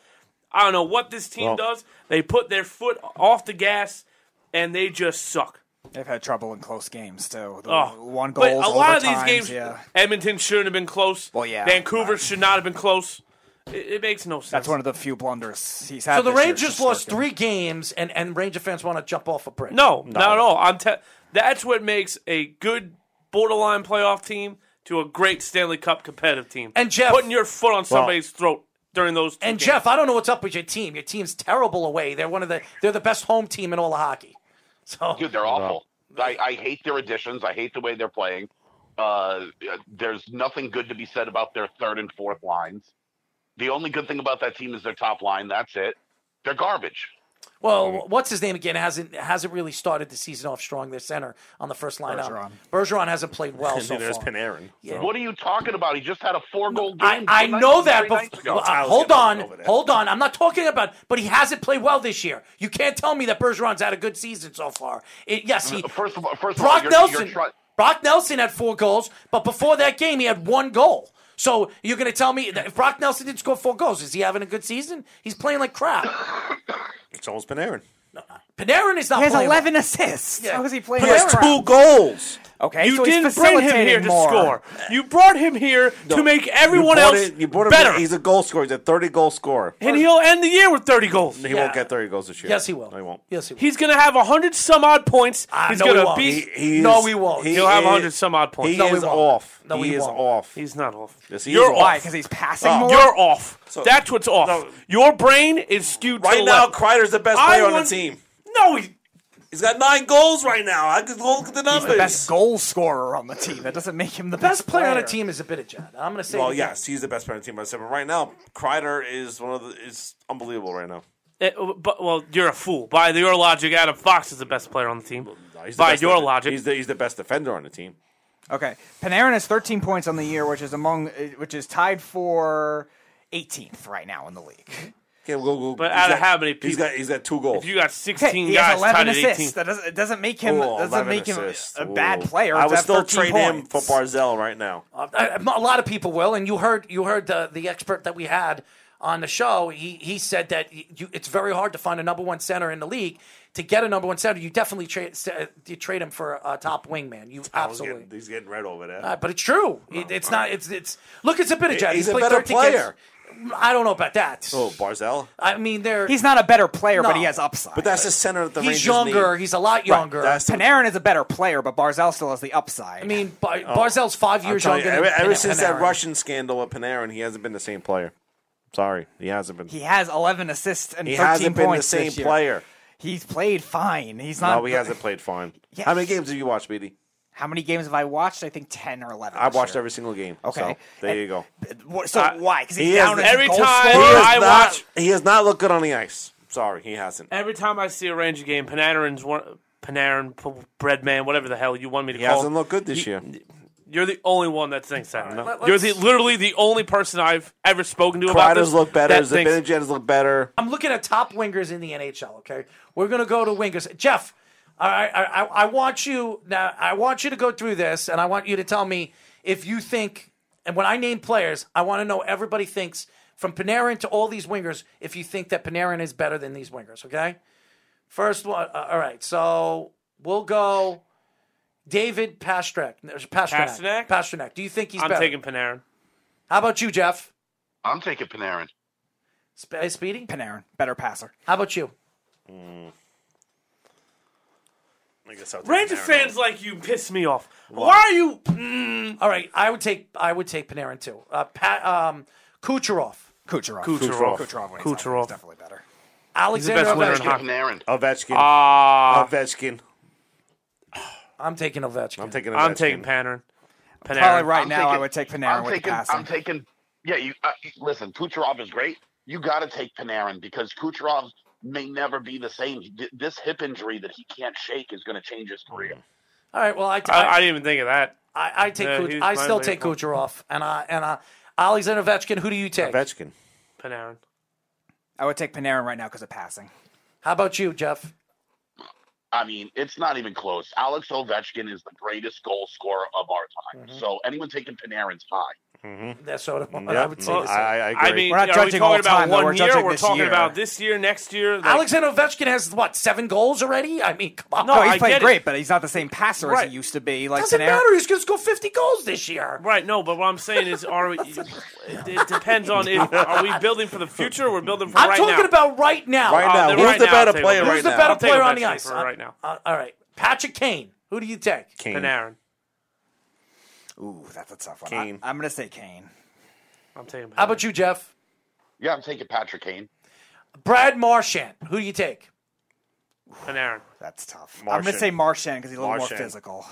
I don't know what this team Well- does. They put their foot off the gas and they just suck. They've had trouble in close games too. The Oh, one goal. but a lot of these overtimes, games, Yeah. Edmonton shouldn't have been close. Well, yeah, Vancouver right. should not have been close. It, it makes no sense. That's one of the few blunders he's had. So the this year, Rangers just lost circling. three games, and and Ranger fans want to jump off a bridge. No, not at all. I'm. Te- that's what makes a good borderline playoff team to a great Stanley Cup competitive team. And Jeff- putting your foot on somebody's throat during those. Two And games. Jeff, I don't know what's up with your team. Your team's terrible away. They're one of the they're the best home team in all of hockey. So Dude, they're awful. I, I hate their additions. I hate the way they're playing. Uh, there's nothing good to be said about their third and fourth lines. The only good thing about that team is their top line. That's it. They're garbage. well, what's his name again? hasn't hasn't really started the season off strong. Their center on the first lineup, Bergeron. Bergeron hasn't played well so there's far. Panarin. Yeah. so. What are you talking about? He just had a four goal I, game. I two nights- know that, three nights but ago. well, uh, hold on, hold on. I'm not talking about, but he hasn't played well this year. You can't tell me that Bergeron's had a good season so far. It, yes, he. Uh, First of all, first of all, Brock you're, Nelson. You're try- Brock Nelson had four goals, but before that game, he had one goal. So you're going to tell me that if Brock Nelson didn't score four goals, is he having a good season? He's playing like crap. It's almost Panarin. Panarin is not. He has playing 11 assists. How is he playing? He has like crap? two goals. Okay, Oh, You so he's didn't bring him facilitating here to more. score. You brought him here to make everyone You bought else it- you brought him better. in- He's a goal scorer. He's a 30 goal scorer. and he'll end the year with 30 goals. He won't get 30 goals this year. Yes, he will. No, he won't. Yes, he will. He's going to have 100 some odd points. Ah, he's no, he going to won't. be. He is, No, he won't. he He'll have is- 100 some odd points. He No, he is won't. off. No, he, he is won't. off. He's not off. Yes, he You're is off. Why? Because he's passing more. You're off. So- That's what's off. No. Your brain is skewed to Right the now, left. Kreider's the best I player on the want- team. No, he, He's got nine goals right now. I could look at the numbers. He's the best goal scorer on the team. That doesn't make him the best, Best player on a team is a bit of Jad. I'm going to say. Well, it again. Oh, yes, he's the best player on the team. But I said, but right now, Kreider is one of the is unbelievable right now. It- Uh, but, well, you're a fool. By your logic, Adam Fox is the best player on the team. He's the By best your defender. logic, he's the, he's the best defender on the team. Okay, Panarin has 13 points on the year, which is among, uh, which is tied for 18th right now in the league. Okay, we'll go. But he's out of got- how many He's people? got he's got two goals. if you got Okay, 16 he guys has 11 tied at 18, assists. That doesn't, it doesn't make him. Ooh, doesn't 11 make him assists. a Ooh. bad player. I to would have still 13 trade him for points. Barzell right now. I- I- Uh, a lot of people will, and you heard you heard the, the expert that we had on the show. He he said that you, it's very hard to find a number one center in the league. To get a number one center, you definitely trade you trade him for a top wingman. You He's absolutely. getting, he's getting red over there. Uh, but it's true. It- it's not. It's it's. Look, it's a bit of jazz. He's a played better 13 games. player. I don't know about that. oh, Barzell. I mean, they're He's not a better player, but No. he has upside. But that's the center that the Rangers he's younger. need. He's a lot younger. That's the, Panarin is a better player, but Barzell still has the upside. I mean, Bar- Barzell's five I'm years telling younger. Oh, you, than ever, ever Pan- since that Panarin. Russian scandal with Panarin, he hasn't been the same player. Sorry, he hasn't been. he has 11 assists and He 13 hasn't been the points same this year. player. He's played fine. He's not. No, he hasn't played fine. Yeah. How many games have you watched, BD? How many games have I watched? I think 10 or 11. I've this watched year. every single game. Okay. so there And- you go. What- So Uh, why? Because he's he down is- as a every goal time- He scorer? Well, has I not, watch- He has not looked good on the ice. Sorry, he hasn't. every time I see a Ranger game, Panarin's one, Panarin, P- Breadman, whatever the hell you want me to He call. hasn't him. looked good this He- year. You're the only one that thinks that. No. You're the literally the only person I've ever spoken to about this. Kreider's look better. that thinks- Zibanejad has looked better. I'm looking at top wingers in the NHL. Okay, we're gonna go to wingers. Jeff, I, I, I I want you now. I want you to go through this, and I want you to tell me if you think. And when I name players, I want to know everybody thinks from Panarin to all these wingers. If you think that Panarin is better than these wingers, okay. First one. uh, all right, so we'll go. David Pasternak. Pasternak. Pasternak? Pasternak. Do you think he's I'm better? taking Panarin. How about you, Jeff? I'm taking Panarin. Sp- uh, Speedy. Panarin, better passer. How about you? I guess I'll take Ranger Panarin. fans like you piss me off. Why are you? Mm, All right, I would take I would take Panarin too. Uh, Pat um, Kucherov, Kucherov. Kucherov. Kucherov. when Kucherov. he's healthy, he's definitely better. Alexander best winner in Ovechkin. hockey. Panarin. Ovechkin. Ah, Ovechkin. I'm taking Ovechkin. I'm taking. Ovechkin. I'm taking Panarin. Panarin. Probably right I'm now, I taking- would take Panarin I'm with taking, the passing. I'm taking. Yeah, you uh, listen. Kucherov is great. You got to take Panarin because Kucherov may never be the same. Th- Mm-hmm. This hip injury that he can't shake is going to change his career. All right, well I, I, I I, didn't even think of that. I, I take Yeah, Kuch- he's I still finally take up. Kucherov and I and I Alexander Ovechkin. Who do you take? Ovechkin. Panarin. I would take Panarin right now because of passing. How about you, Jeff? I mean, it's not even close. Alex Ovechkin is the greatest goal scorer of our Mm-hmm. time. So anyone taking Panarin's high. Mm-hmm. That's what I, Yeah, would say. no, the same. I, I agree. I mean, are we talking about one year? we're talking about this year, next year. like- Alexander Ovechkin has what seven goals already? I mean, come on. No, he's played get it. great, but he's not the same passer as Right. he used to be. Like doesn't Panarin. matter. He's going to score fifty goals this year. Right, no, but what I'm saying is, are we, it, it depends on if are we building for the future or we're building for I'm right talking now. about right now. Right now, then who's right the now, I'll better take player Ovechkin. right Who's the now? better I'll take player on the Ovechkin ice? for right now. Uh, all right, Patrick Kane. Who do you take? Kane. Panarin, Ooh, that's a tough one. Kane. I, am gonna say Kane. I'm taking. Panarin. How about you, Jeff? Yeah, I'm taking Patrick Kane. Brad Marchand. Who do you take? Panarin? That's tough. I'm Martian. gonna say Martian because he's a little Martian. more physical.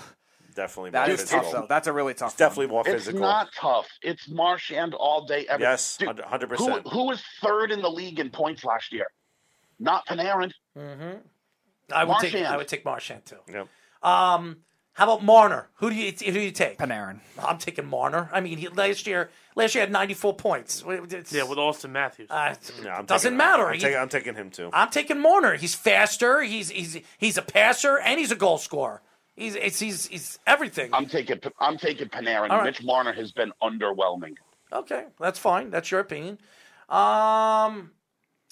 Definitely more That is physical. tough though. That's a really tough. It's definitely One. more It's physical. not tough. It's Marchand all day. Every, Yes, Dude, 100%. Who, who was third in the league in points last year? Not Panarin. I would take. Marchand. I would take Marchand too. Yep. How about Marner? Who do you who do you take? Panarin. I'm taking Marner. I mean, he, last year last year had 94 points. It's- Yeah, with Austin Matthews. uh, No, I'm doesn't taking- matter. I'm, He- taking, I'm taking him too. I'm taking Marner. He's faster. He's he's he's a passer and he's a goal scorer. He's it's, he's he's everything. I'm taking I'm taking Panarin. All right. Mitch Marner has been underwhelming. Okay, that's fine. That's your opinion. Um,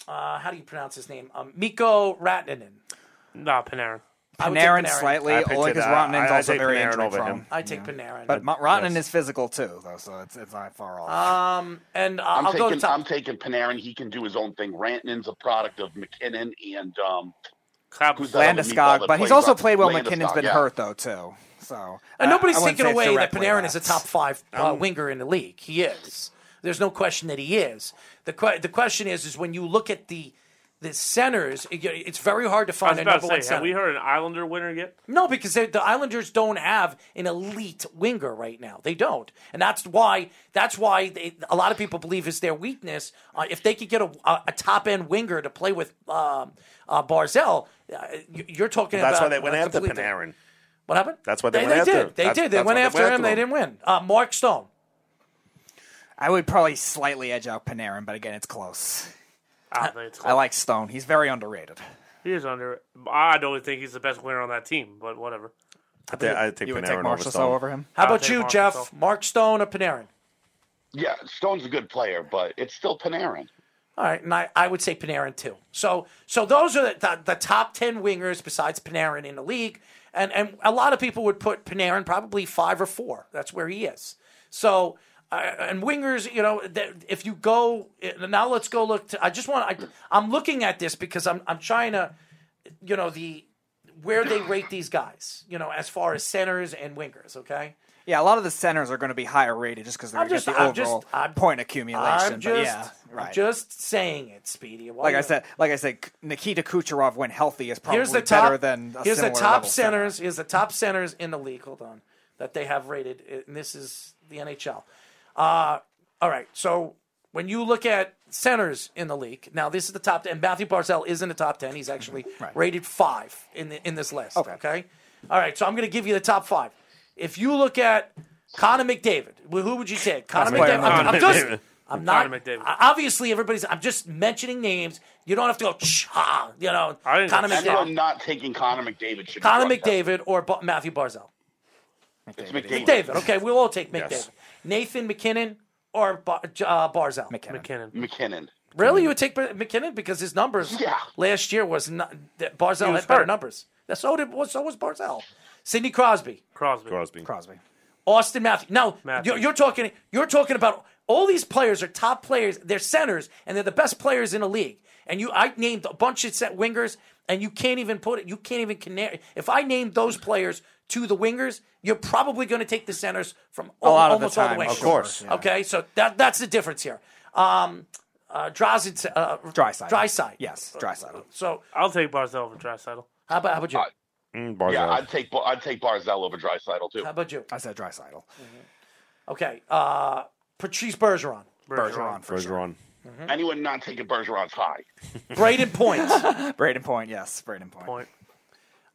uh, how do you pronounce his name? Um, Miko Ratnanen. nah, Panarin. I would take Panarin, Panarin. slightly, I picked only it. because I- I- Rottenen's I also take very Panarin injury over prone. him. I take Panarin. But Ma- Rottenen Yes. is physical too, though, so it's it's not far off. um, and uh, I'm I'll go to taking top. I'm taking Panarin. He can do his own thing. Rantanen's a product of McKinnon and um, Clap- Who's that? Landeskog, that but he's plays also up- played well. Landeskog, McKinnon's been yeah. hurt though too, so and I- nobody's I wouldn't taking say it's away that directly Panarin is a top five uh, Oh. I'm- winger in the league. He is. There's no question that he is. the que- The question is, is when you look at the the centers, it- it's very hard to I find was a about to number one say, have center. we heard an Islander winner yet? No, because they- the Islanders don't have an elite winger right now. They don't, and that's why that's why they, a lot of people believe is their weakness. Uh, if they could get a, a, top end winger to play with um, uh, Barzell, uh, you- you're talking That's about why they went a after complete- Panarin. What happened? That's why they they, went after did. him. They That's- did. They that's went why they after went him. after They him. didn't win. Uh, Mark Stone. I would probably slightly edge out Panarin, but again, it's close. I don't think it's I like Stone. He's very underrated. He is under. I don't think he's the best winner on that team, but whatever. I, think, I take You would Panarin take over Marshall Stone. So over him. How I'll about take you, Mark Jeff? Stone. Mark Stone or Panarin? Yeah, Stone's a good player, but it's still Panarin. All right, and I, I would say Panarin too. So so those are the, the, the top ten wingers besides Panarin in the league, and and a lot of people would put Panarin probably five or four. That's where he is. So uh, and wingers, you know, that- if you go uh, now, let's go look. To, I just want I, I'm looking at this because I'm I'm trying to, you know, the where they rate these guys, you know, as far as centers and wingers. Okay. Yeah, a lot of the centers are going to be higher rated just because they're I'm going just- to get the I'm overall just- I'm- point accumulation. I'm but just yeah, I'm right. just saying it, Speedy. Why like I you- said, like I said, Nikita Kucherov when healthy is probably here's the better top, than a here's the similar top level center. centers here's the top centers in the league hold on that they have rated and this is the nhl uh, all right so when you look at centers in the league now this is the top and matthew Barzell is in the top 10 he's actually Mm-hmm. rated five in, the, in this list okay. all right so i'm going to give you the top five if you look at connor mcdavid wh- who would you take connor player mcdavid I'm, Connor I'm just McDavid. I'm Connor not. McDavid. I- Obviously, everybody's. I'm just mentioning names. You don't have to go. Cha, you know, I didn't- Connor McDavid. Anyone not taking Connor McDavid should. be Connor drug tested. McDavid or Ba- Matthew Barzell. It's McDavid. McDavid. Okay, we'll all take McDavid. Yes. Nathan McKinnon or Bar- uh, Barzell. McKinnon. McKinnon. McKinnon. really, you would take Ba- McKinnon because his numbers Yeah. last year was not that Barzell was had better hurt. numbers. That's- So did was- so was Barzell. Sidney Crosby, Crosby. Crosby. Crosby. Austin Matthews. Now Matthews. You're, you're talking. You're talking about all these players are top players. They're centers and they're the best players in the league. And you, I named a bunch of set wingers, and you can't even put it. You can't even connect. If I named those players to the wingers, you're probably going to take the centers from al- lot of the almost all time, the way. of course, yeah. Okay, so that that's the difference here. Um, uh, Drazen, uh, Dryside. Dryside. Yes, Dryside. So I'll take Barzell over Drysdale. how about how about you? Uh, Mm, Barzal. Yeah, I'd take Bar- I'd take Barzell over Drysaitel too. how about you? I said Dryside. Okay, uh, Patrice Bergeron, Bergeron for sure. Bergeron. Hmm. Anyone not taking Bergeron's high. Braden Point. Braden Point, yes, Braden Point. Point.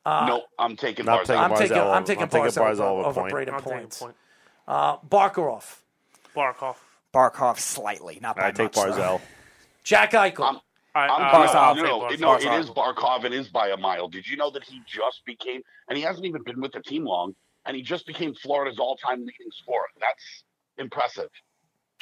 Uh, no, I'm taking Not Barzal. taking I'm Barzal taking, over- I'm taking I'm taking Barzal Barzal over over, over point. Brady I'm taking points. Uh, Barkarov, Barkov, Barkov slightly, not by I take much, though. Barzell. Jack Eichel. I'm Barzal. No, uh, I'll no, take no, Barzal. it is Barkov. It is by a mile. Did you know that he just became, and he hasn't even been with the team long, and he just became Florida's all-time leading scorer. That's impressive.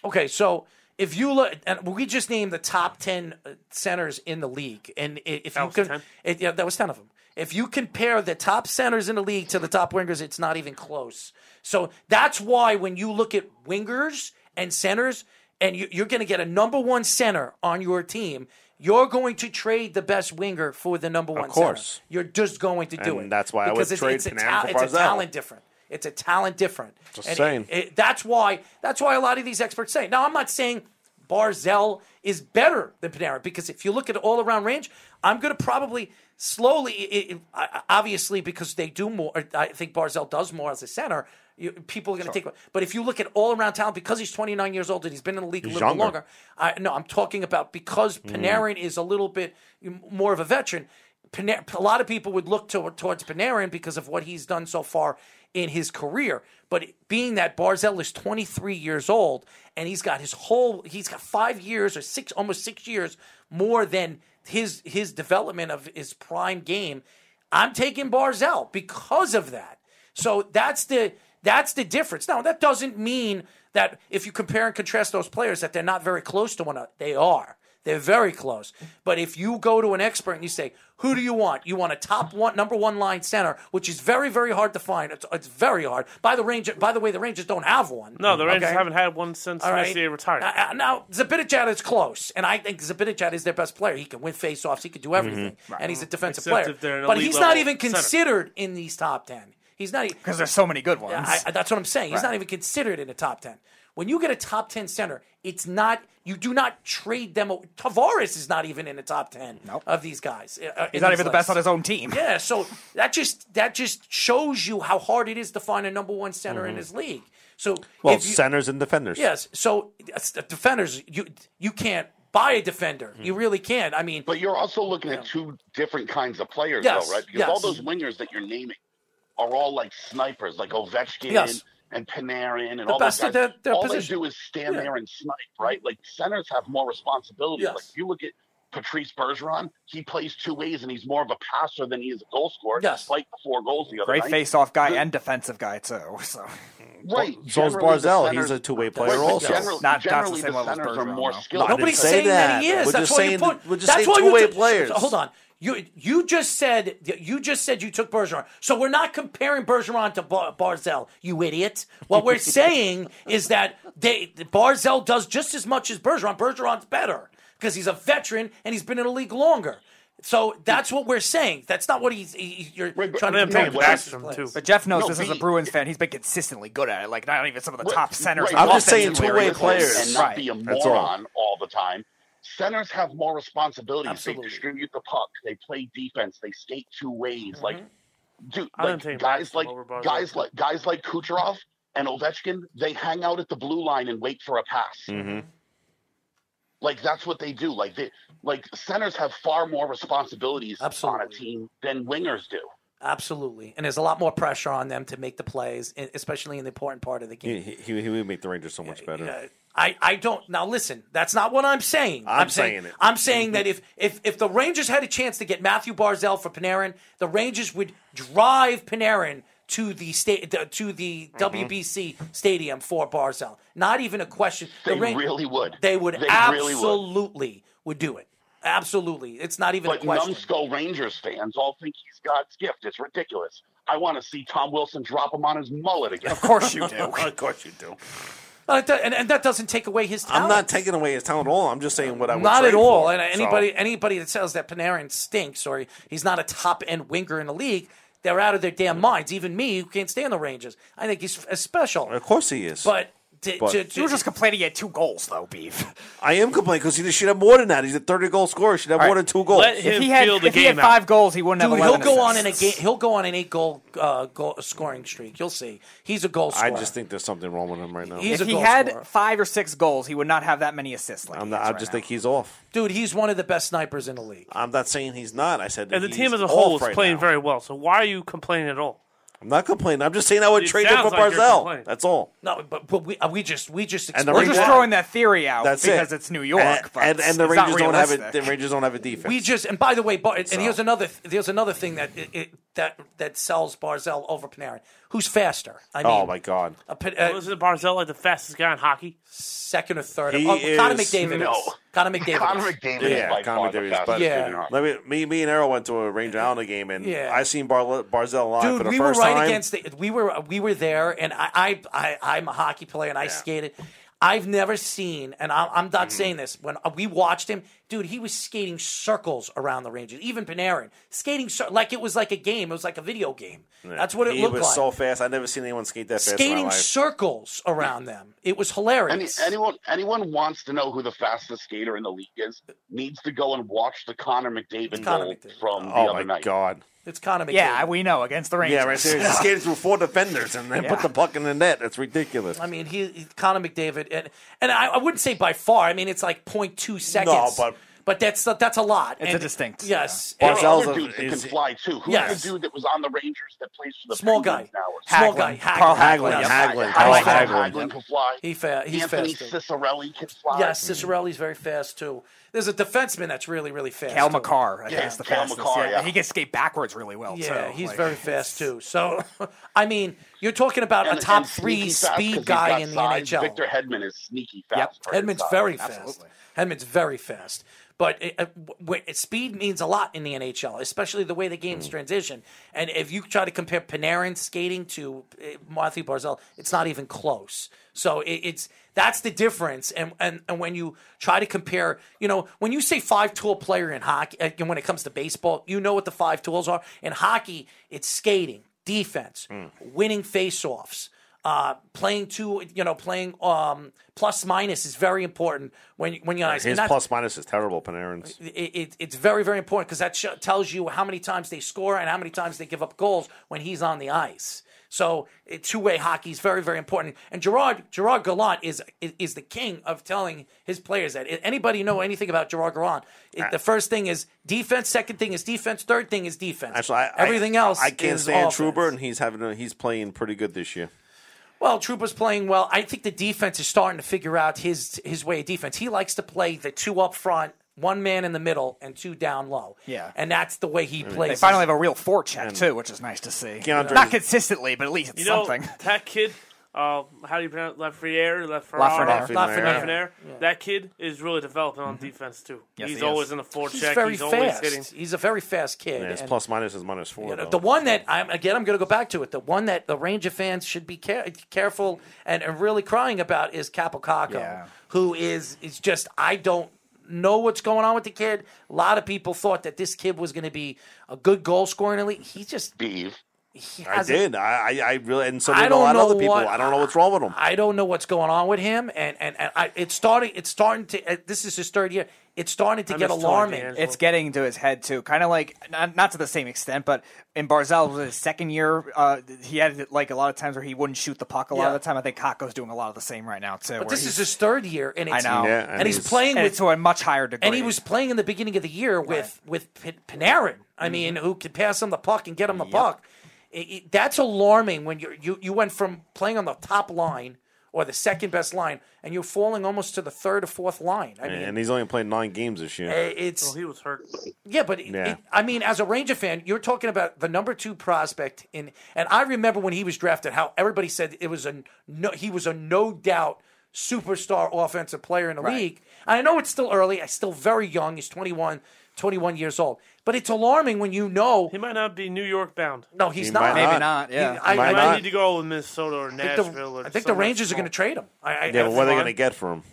Okay, so if you look, and we just named the top ten uh, centers in the league, and i- if you was can, 10? it, yeah, that was ten of them. If you compare the top centers in the league to the top wingers, it's not even close. So that's why when you look at wingers and centers, and you, you're going to get a number one center on your team, you're going to trade the best winger for the number one. course. center. you're just going to do And it. that's why I would Because it's- trade it's a Panarin for ta- It's a Barzal. talent different. It's a talent different. Just And saying. it- it- that's why. That's why a lot of these experts say. Now, I'm not saying Barzell is better than Panarin because if you look at all around range, I'm going to probably slowly, it, it- I- I- obviously, because they do more. I think Barzell does more as a center. You, people are going to take. But if you look at all around talent, because he's 29 years old and he's been in the league a He's little bit younger. longer. I, no, I'm talking about because Panarin is a little bit more of a veteran. Paner, a lot of people would look to, towards Panarin because of what he's done so far in his career. But being that Barzell is 23 years old and he's got his whole, he's got five years or six, almost six years more than his his development of his prime game. I'm taking Barzell because of that. So that's the that's the difference. Now that doesn't mean that if you compare and contrast those players that they're not very close to one another. They are. They're very close. But if you go to an expert and you say, "Who do you want? You want a top one, number one line center, which is very, very hard to find. It's, it's very hard. By the range, by the way, the Rangers don't have one. No, the Rangers Okay? haven't had one since All right. Messier retired. Uh, uh, now Zabinajad is close, and I think Zabinajad is their best player. He can win faceoffs. He can do everything, and he's a defensive Mm-hmm. Except if they're player. an But elite he's not level even center. considered in these top ten. He's not. e- because there's so many good ones. I, I- that's what I'm saying. He's Right. not even considered in the top ten. When you get a top ten center, it's not you do not trade them. o- Tavares is not even in the top ten Nope. of these guys. uh, in He's not these even the lists. best on his own team. Yeah, so that just that just shows you how hard it is to find a number one center Mm-hmm. in this league. So Well, if you- centers and defenders. Yes. So it's the defenders, you you can't buy a defender. Mm-hmm. You really can't. I mean, But you're also looking at two different kinds of players, Yes, though, right? Because yes. all those wingers that you're naming are all like snipers, like Ovechkin Yes. and Panarin, and all best those of guys. their- their all position. they do is stand Yeah. there and snipe, right? Like centers have more responsibility. Yes. Like if you look at Patrice Bergeron, he plays two ways, and he's more of a passer than he is a goal scorer. Yes. He's like four goals the other Great night. face-off guy and defensive guy too. So Right. So is generally the Barzell. He's centers- a two way Right, player but also. generally- Not- that's the generally same the level as centers are Bergeron, more though. skilled. Nobody nobody's say saying that. he that. is. We're That's just why you saying put. that- we're just that's saying why you two-way ju- players. Hold on. You you just said you just said you took Bergeron. So we're not comparing Bergeron to Bar- Barzell. You idiot. What we're saying is that they Barzell does just as much as Bergeron. Bergeron's better because he's a veteran and he's been in the league longer. So that's what we're saying. That's not what he's. He, you're but- trying I to mean, compare I'm taking him to Backstrom, players. too. But Jeff knows No, this as a but he- Bruins fan. He's been consistently good at it. Like not even some of the Right, top centers. right. I'm just saying offensively two-way are Offensively, good. players. and not Right. be a That's all. moron all the time. Centers have more responsibilities. Absolutely. They distribute the puck. They play defense. They skate two ways. Like, dude, I don't like think guys Backstrom like over Barzal. guys like guys like Kucherov and Ovechkin, they hang out at the blue line and wait for a pass. Mm-hmm. Like that's what they do. Like they like centers have far more responsibilities on Absolutely. a team than wingers do. Absolutely. And there's a lot more pressure on them to make the plays, e- especially in the important part of the He, game. he, he would make the Rangers so much better. Uh, I, I don't now listen, that's not what I'm saying. I'm saying it. I'm saying that if, if if the Rangers had a chance to get Matthew Barzell for Panarin, the Rangers would drive Panarin to the state to the WBC stadium for Barzell. Not even a question. They the Ran- really would. They would really would. absolutely would. do it. Absolutely. It's not even a But question. numbskull Rangers fans all think he's God's gift. It's ridiculous. I want to see Tom Wilson drop him on his mullet again. Of course you do. of course you do. But it do- and, and that doesn't take away his talent. I'm not taking away his talent at all. I'm just saying what I would Not trade at all. for, And so. anybody anybody that says that Panarin stinks or he- he's not a top end winger in the league, they're out of their damn minds. Even me, who can't stand the Rangers, I think he's f- special. Of course he is. But To, But- to, to, You were just complaining he had two goals, though, Beef. I am complaining because he should have more than that. He's a 30 goal scorer. Should have more than two goals. if he had, if he had five goals, he wouldn't Dude, have he'll 11 go on in a assists. game. He'll go on an eight goal, uh, goal scoring streak. You'll see. He's a goal I scorer. just think there's something wrong with him right now. He's If a he goal had scorer. five or six goals, he would not have that many assists. Like I'm he not, has I right just now. think he's off. Dude, he's one of the best snipers in the league. I'm not saying he's not. I said And the he's team as a whole off is right playing now. very well. So why are you complaining at all? I'm not complaining. I'm just saying I would It trade him for sounds like you're Barzell. complaining. That's all. No, but but we uh, we just we just And the explored- We're just Rangers- throwing that theory out That's because it. it's New York. And, but and, and the it's not Rangers don't have it. The realistic. Rangers don't have a defense. we just and by the way, Bar, and here's another th- here's another thing that it, it, that that sells Barzell over Panarin. Who's faster? I mean, oh my god, a Pan- uh, Wasn't Barzell like the fastest guy in hockey? second or third. He oh, Connor is- McDavid. No. is. Connor McDavid. Connor is. McDavid yeah, is by Connor far the McDavid is fastest better. Yeah. in our- Let me, me, me and Errol went to a Ranger Islander game, and Yeah. I seen Bar- Barzell live for Dude, the we were first right time. against the. We were we were there, and I I, I I'm a hockey player, and I skated. I've never seen, and I'm, I'm Hmm. not saying this. When we watched him, dude, he was skating circles around the Rangers. Even Panarin skating cir- like it was like a game. It was like a video game. That's what it he looked was like. so fast. I never seen anyone skate that fast in my skating life. circles around them. It was Any, hilarious. anyone anyone wants to know who the fastest skater in the league is needs to go and watch the Connor McDavid Connor goal McDavid. from the oh other my night. god. it's Connor McDavid. Yeah, we know against the Rangers. Yeah, right. Seriously, he skated through four defenders and then put the puck in the net. That's ridiculous. I mean, he, he Connor McDavid, and and I, I wouldn't say by far. I mean, it's like 0.2 seconds. but- but that's that's a lot. It's a And- distinct, Yes, yeah. And- There are Barzell's other a- dudes that can is- fly too. Who's Yes. the dude that was on the Rangers that plays for the small guy, Penguins now? small Hagelin. guy, Hagelin. Carl Hagelin, Yes. Hagelin, I Carl like Hagelin. Hagelin can fly. He fa- he's Anthony fast. Cicerelli can fly. Yes, Cicerelli's very fast too. There's a defenseman that's really really fast. Cal too. McCarr, I think Yeah, is the Cal fastest. McCarr, yeah. yeah. He can skate backwards really well, Yeah, too. he's Like, very fast too. So, I mean, you're talking about And- a top and sneaky three fast 'cause speed he's guy got in the size. NHL. Victor Hedman is sneaky fast. for his Edmund's size. very fast. Absolutely. Edmund's very fast. But it, uh, w- w- speed means a lot in the NHL, especially the way the games transition. And if you try to compare Panarin skating to uh, Matthew Barzell, it's not even close. So it, it's that's the difference. And, and and when you try to compare, you know, when you say five tool player in hockey, uh, when it comes to baseball, you know what the five tools are. In hockey, it's skating, defense, winning faceoffs uh, playing two, you know, playing um, plus minus is very important when when you're on ice. His And that's- plus minus is terrible. Panarin's. it, it, it's very very important because that sh- tells you how many times they score and how many times they give up goals when he's on the ice. So two way hockey is very very important. And Gerard Gerard Gallant is, is is the king of telling his players that. If anybody know anything about Gerard Gallant? It, the first thing is defense. Second thing is defense. Third thing is defense. Actually, I, I- everything else. I can't is stand offense. Truber, and he's having a, he's playing pretty good this year. Well, Trooper's playing well. I think the defense is starting to figure out his his way of defense. He likes to play the two up front, one man in the middle, and two down low. Yeah. and that's the way he plays. They finally have a real forecheck, too, which is nice to see. Keandre- Not consistently, but at least it's You know, something. that kid, uh, how do you pronounce Lafreniere? Lafreniere. Lafreniere. Lafreniere. Lafreniere. That kid is really developing on defense, too. Mm-hmm. Yes, he's he always is. in the forecheck. he's very he's always fast. hitting. He's a very fast kid. Yeah, his And, plus minus is minus four. you know, though. the one that I'm again, I'm going to go back to it. The one that the Ranger fans should be care- careful and, and really crying about is Capocaco, Yeah. who is is just I don't know what's going on with the kid. A lot of people thought that this kid was going to be a good goal scorer in the league. He just Beeve. he I hasn't- did. I, I I really and so I did a don't lot of know other people. what- I don't know what's wrong with him. I don't know what's going on with him, and and, and I, it's starting. It's starting to. Uh, this is his third year. It's starting to I get miss Tony alarming. D'Angelo. It's getting to his head too, kind of like not, not to the same extent, but in Barzell was his second year. Uh, he had like a lot of times where he wouldn't shoot the puck a lot Yeah. of the time. I think Kako's doing a lot of the same right now too. But where this he's- is his third year, and it's, know. Yeah, and and, he's, he's- playing and with. it's to a much higher degree. and he was playing in the beginning of the year with with P- Panarin. I mean, who could pass him the puck and get him the puck. It- it- that's alarming when you you you went from playing on the top line or the second best line, and you're falling almost to the third or fourth line. I mean, and he's only played nine games this year. Eh, it's Well, he was hurt. Yeah, but it- Yeah. it- I mean, as a Ranger fan, you're talking about the number two prospect in, and I remember when he was drafted, how everybody said it was a no, he was a no doubt superstar offensive player in the league. And I know it's still early. He's still very young. He's 21, 21 years old. But it's alarming when you know He might not be New York bound. no, he's He not. might maybe not. not. Yeah, I, He might I I might not. need to go with Minnesota or think Nashville. the, or I think the somewhere Rangers are going to small. trade him. I, I, yeah, but what are they fine. going to get for him?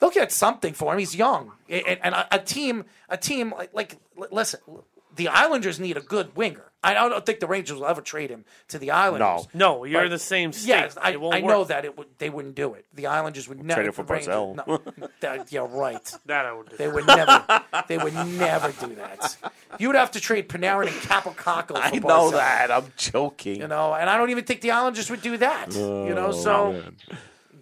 they'll get something for him. He's young, and, and a, a team, a team like, like l- listen, l- the Islanders need a good winger. I don't I don't think the Rangers will ever trade him to the Islanders. No, you're But- in the same state. Yes, I, It won't I know work. that it would. They wouldn't do it. The Islanders would never trade him for the Rangers- Barzell. No, that, yeah, right. That I would. Do. They would never. they would never do that. You would have to trade Panarin and Capocacco. I know that. I'm joking. You know, and I don't even think the Islanders would do that. you know, Oh, so man.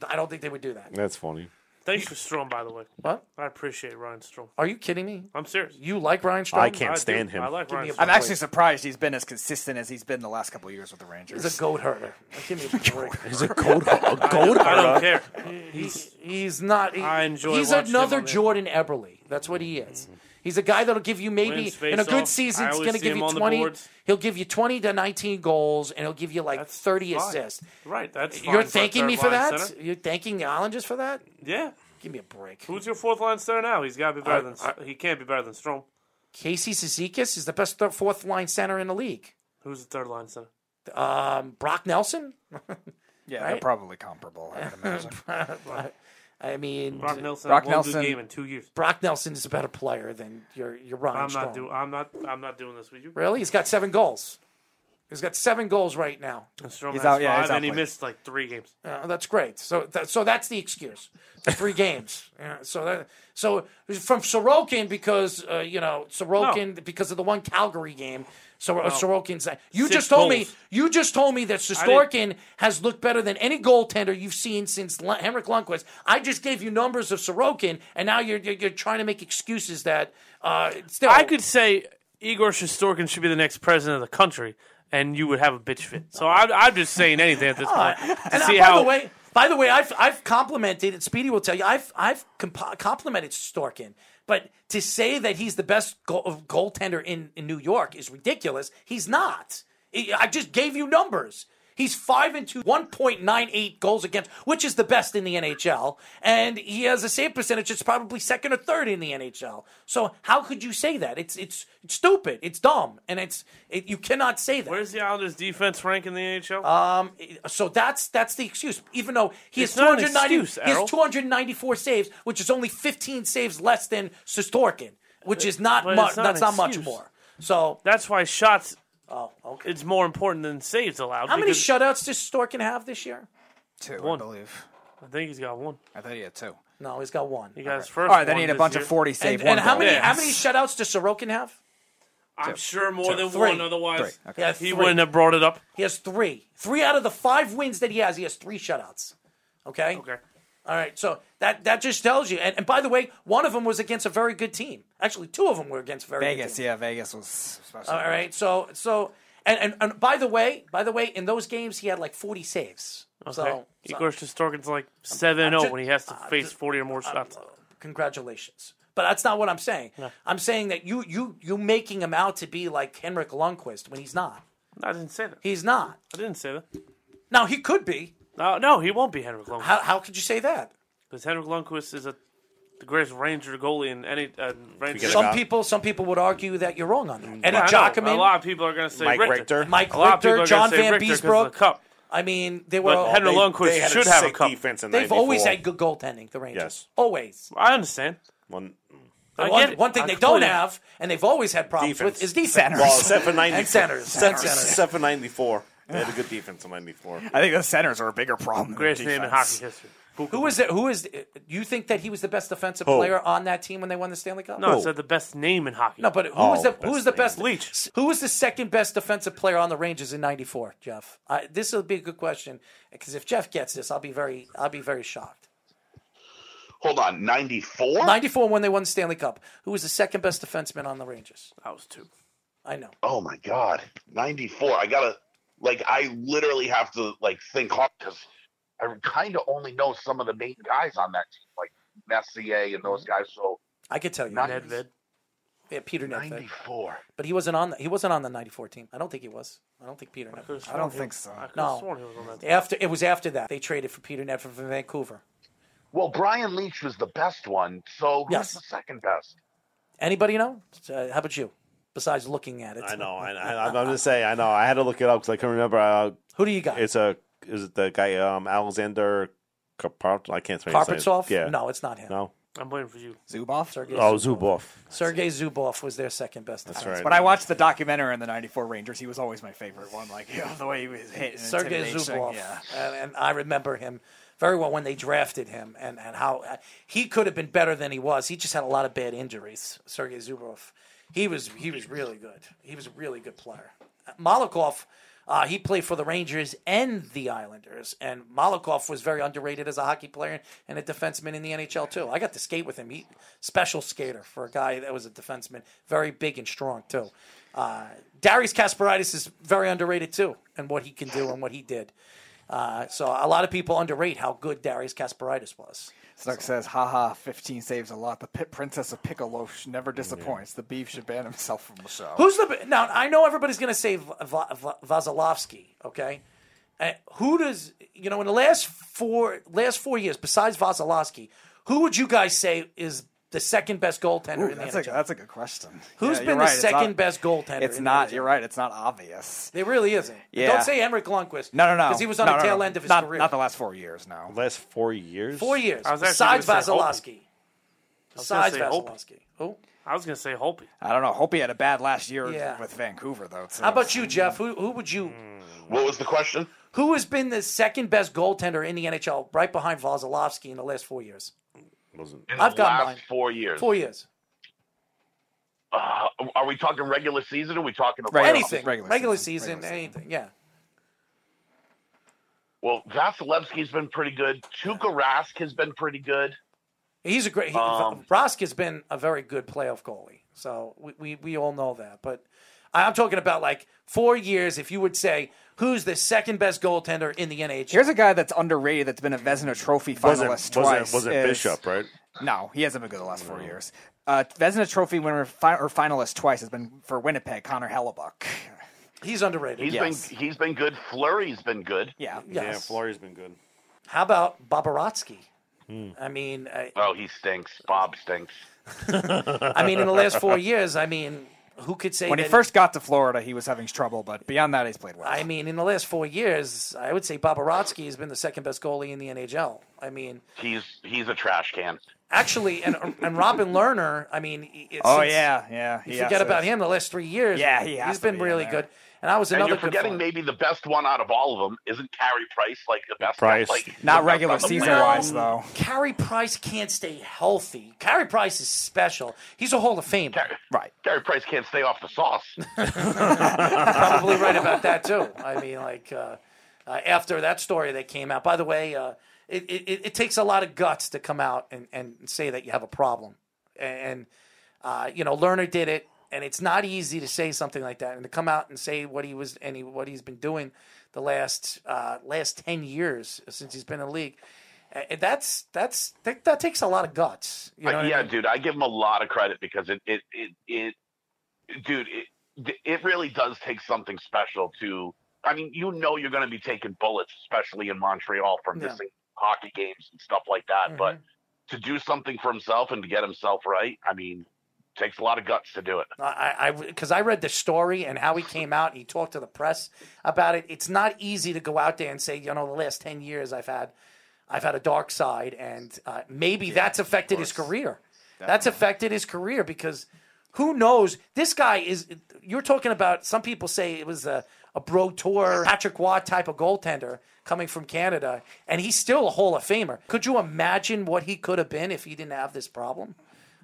I don't think they would do that. That's funny. Thanks for Strom, by the way. What? I appreciate Ryan Strom. Are you kidding me? I'm serious. You like Ryan Strom? I can't do. stand him. I like Ryan. me a Strom. I'm actually surprised he's been as consistent as he's been the last couple of years with the Rangers. He's a goat herder. Give me a break. He's a goat. A goat. I don't care. He's he's not. He, I enjoy He's watching him another on there. Jordan Eberle. That's what he is. He's a guy that'll give you maybe Wins in a good faceoff. season. I He's always going to see give him you on the twenty. boards. He'll give you twenty to nineteen goals, and he'll give you like That's thirty fine. assists. Right. That's fine You're for a thanking me for third-line that? center. You're thanking the Islanders for that? Yeah. Give me a break. Who's your fourth line center now? He's got to be better I- than. he can't be better than Strom. Casey Sezikis is the best thir- fourth line center in the league. Who's the third line center? Um, Brock Nelson. right? yeah, they're probably comparable. I would imagine. I mean, Brock Nelson. Brock won Nelson. Game in two years. Brock Nelson is a better player than your your Ryan I'm Strom. not doing. I'm not. I'm not doing this with you. Really? He's got seven goals. He's got seven goals right now. And Strom He's has out- yeah, five, he's and he outplayed. missed like three games. Uh, that's great. So, that, so that's the excuse. The three games. Yeah, so, that, so from Sorokin because uh, you know Sorokin because of the one Calgary game. So uh, Sorokin's. You Six just told me. goals. You just told me that Sorokin has looked better than any goaltender you've seen since L- Henrik Lundqvist. I just gave you numbers of Sorokin, and now you're you're, you're trying to make excuses that uh, still I could say Igor Shostorkin should be the next president of the country, and you would have a bitch fit. So I'm, I'm just saying anything at this point to And see I, by how. the way, by the way, I've I've complimented, and Speedy will tell you, I've I've comp- complimented Storkin, but to say that he's the best goal, goaltender in in New York is ridiculous. He's not. I I just gave you numbers. He's five and two, one point nine eight goals against, which is the best in the NHL, and he has a save percentage that's probably second or third in the NHL. So how could you say that? It's it's, it's stupid. It's dumb, and it's it, you cannot say that. Where's the Islanders' defense rank in the NHL? So that's that's the excuse. Even though he has It's not an 290 excuse, he Errol. has 294 saves, which is only 15 saves less than Sestorkin, which is not Uh, But much. it's not That's an not much excuse. more. So That's why shots. oh, okay. It's more important than saves allowed. How many because shutouts does Storkin have this year? two, One. I believe. I think he's got one. I thought he had two. No, he's got one. He got his All first. right, then one he had a this bunch year. of forty save. And, and one how goal. many Yeah. how many shutouts does Sorokin have? I'm sure more than Three. one. Otherwise, Three. He Okay. has he three. wouldn't have brought it up. He has three. Three out of the five wins that he has, he has three shutouts. Okay. Okay. All right, so that that just tells you. And, and by the way, one of them was against a very good team. Actually, two of them were against very good teams. Vegas, yeah, Vegas was. Uh, Special. All right. So so and, and and by the way, by the way, in those games he had like 40 saves. okay. So, so Igor Shostorkin's like seven zero just- when he has to I'm face just- uh, forty or more shots. congratulations. But that's not what I'm saying. I'm saying that you you you making him out to be like Henrik Lundqvist when he's not. I didn't say that. He's not. I didn't say that. Now he could be. No, Oh, no, he won't be Henrik Lundqvist. How how could you say that? Because Henrik Lundqvist is a the greatest Ranger goalie in any uh, Ranger. Forget Some about- people some people would argue that you're wrong on that. And I know, Jockerman, A lot of people are going to say Mike Richter. Richter. Mike A lot of people Richter, are John going to say Van Richter 'cause of Beesbrook. the cup. I mean, they were But all, Henrik They- Lundqvist they had should have a sick cup. Defense in they've always 94. had good goaltending, the Rangers. Yes. Always. I understand. One- I one, get it. one thing I they completely- don't have, and they've always had problems with, Defense. is defense. Well, except for 94. And centers. Except, Centers. except for 94. They had a good defense in 94. I think the centers are a bigger problem. than Greatest name in defense. hockey history. Who is it? Who is? You think that he was the best defensive Who? player on that team when they won the Stanley Cup? No, it's uh, the best name in hockey. no. But who Oh, was the who was the best best? Leach. Who was the second best defensive player on the Rangers in '94? Jeff, I, this will be a good question because if Jeff gets this, I'll be very I'll be very shocked. Hold on, 94? '94 when they won the Stanley Cup. Who was the second best defenseman on the Rangers? that was two. I know. oh my god, 94. I gotta, like, I literally have to, like, think hard because I kind of only know some of the main guys on that team, like Messier Mm-hmm. and those guys. So I could tell you. Not- Nedved. Yeah, Peter Nedved, 94. but he wasn't on. The, he wasn't on the '94 team. I don't think he was. I don't think Peter Nedved. I don't think so. I could No. have sworn he was on that. team. After it was after that they traded for Peter Nedved from Vancouver. Well, Brian Leach was the best one. So who's Yes. the second best? Anybody know? Uh, how about you? Besides looking at it, I know. I, I, I'm going to say, I know. I had to look it up because I couldn't remember. Uh, Who do you got? it's a, is it the guy, um, Alexander Karpov? I can't say his name. Carpet Soft? Yeah. No, it's not him. No. I'm waiting for you. Zuboff? Oh, Zuboff. Sergey Zuboff was their second best defense. That's When I watched the documentary on the '94 Rangers, he was always my favorite one. Like you know, the way he was hit. and Sergei intimidating, Zubov. Yeah. And, and I remember him very well when they drafted him and, and how uh, he could have been better than he was. He just had a lot of bad injuries, Sergei Zubov. He was he was really good. He was a really good player. Uh, Malakov, uh, he played for the Rangers and the Islanders, and Malakov was very underrated as a hockey player and a defenseman in the NHL too. I got to skate with him. He special skater for a guy that was a defenseman, very big and strong too. Uh, Darius Kasparaitis is very underrated too, and what he can do and what he did. Uh, so a lot of people underrate how good Darius Kasparaitis was. Snark says, haha, 15 saves a lot. The pit princess of Piccolo sh- never disappoints. The beef should ban himself from the show. Who's the now? I know everybody's going to say Va- Va- Va- Vasilevsky. Okay, Uh, who does you know in the last four last four years besides Vasilevsky, who would you guys say is the second best goaltender Ooh, in the that's, NHL? a, that's a good question. Who's Yeah, been you're right. the It's second not- best goaltender? It's in not. The You're right. It's not obvious. It really isn't. Yeah. Don't say Henrik Lundqvist. No, no, no. Because he was on No, the no, tail no. end of his Not- career. Not the last four years, no. Last four years? Four years. I was actually Besides gonna say Holpe. Vasilevsky. Besides Vasilevsky. Oh. I was going to say Holpe. I don't know. Hope he had a bad last year Yeah. with Vancouver, though. so- How about you, Jeff? Who who would you? Hmm. What was the question? Who has been the second best goaltender in the NHL, right behind Vasilevsky in the last four years? Wasn't. In I've the got last mine. four years. Four years. Uh, are we talking regular season? Or are we talking about Regular anything. season, regular season, season. regular anything. Yeah. Well, Vasilevsky's been pretty good. Tuka Rask has been pretty good. He's a great. He, Um, Rask has been a very good playoff goalie, so we, we, we all know that. But I- I'm talking about like four years. If you would say who's the second best goaltender in the NHL, Here's a guy that's underrated that's been a Vezina Trophy finalist Wasn't, twice. wasn't, wasn't is- Bishop, right? No, he hasn't been good the last four years. Uh, Vezina Trophy winner fi- or finalist twice has been for Winnipeg, Connor Hellebuck. he's underrated. He's Yes. been he's been good. Flurry's been good. Yeah. yes. Yeah, Flurry's been good. How about Bobrovsky? Hmm. I mean, I, Oh, he stinks. Bob stinks. I mean, in the last four years, I mean, who could say When he that- first got to Florida, he was having trouble, but beyond that, he's played well. I mean, in the last four years, I would say Bobrovsky has been the second best goalie in the NHL. I mean, He's he's a trash can. actually, and and Robin Lerner. I mean, it, oh since- yeah, yeah. You he forget has about to- him the last three years. Yeah, he has has to been be in really there. good. And I was And another you're good forgetting find. maybe the best one out of all of them isn't Carey Price, like the best. Price. Like, the Not best regular on the season planet. wise though. Carey Price can't stay healthy. Carey Price is special. He's a Hall of Famer. Right. Carey Price can't stay off the sauce. Probably right about that too. I mean, like uh, uh, after that story that came out. By the way, uh, it, it it- it takes a lot of guts to come out and, and say that you have a problem. And uh, you know, Lerner did it, and it's not easy to say something like that and to come out and say what he was and he, what he's been doing the last uh, last ten years since he's been in the league. Uh, that's that's that, that takes a lot of guts. You know what I Uh, yeah, mean? dude, I give him a lot of credit because it it it, it dude, it it really does take something special to. I mean, you know, you're going to be taking bullets, especially in Montreal from Yeah. missing hockey games and stuff like that. But Mhm. to do something for himself and to get himself right, I mean, takes a lot of guts to do it. I, because I, read the story and how he came out. He talked to the press about it. It's not easy to go out there and say, you know, the last ten years I've had, I've had a dark side, and uh, maybe that's affected his career. That's affected his career because who knows? This guy is. You're talking about. Some people say it was a a Bro Tour Patrick Watt type of goaltender coming from Canada, and he's still a Hall of Famer. Could you imagine what he could have been if he didn't have this problem?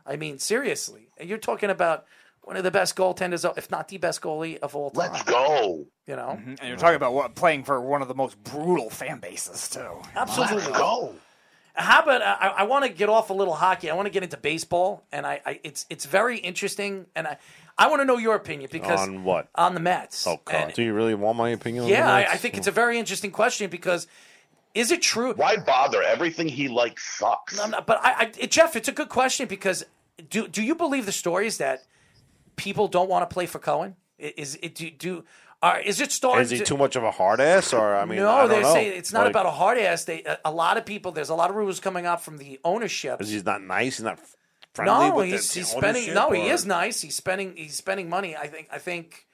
I mean, seriously, you're talking about one of the best goaltenders, if not the best goalie of all time. Let's go. You know, And you're talking about what, playing for one of the most brutal fan bases too. absolutely. Go. How about uh, I, I want to get off a little hockey. I want to get into baseball, and I, I it's it's very interesting, and I I want to know your opinion because On what? on the Mets. Oh, God. And- Do you really want my opinion on yeah, the I, Mets? Hmm. I think it's a very interesting question because is it true? Why bother? Everything he likes sucks. I'm not- but I, I, Jeff, it's a good question because do do you believe the stories that people don't want to play for Cohen? I- Is it do do are is it starting? Is he to- too much of a hard ass? Or, I mean, no, I don't they're know. saying it's not Like, about a hard ass. They a, a lot of people. There's a lot of rumors coming out from the ownership. Is he's not nice? He's not friendly? No, with the he's, he's ownership, spending. No, he or- is nice. He's spending. He's spending money. I think. I think.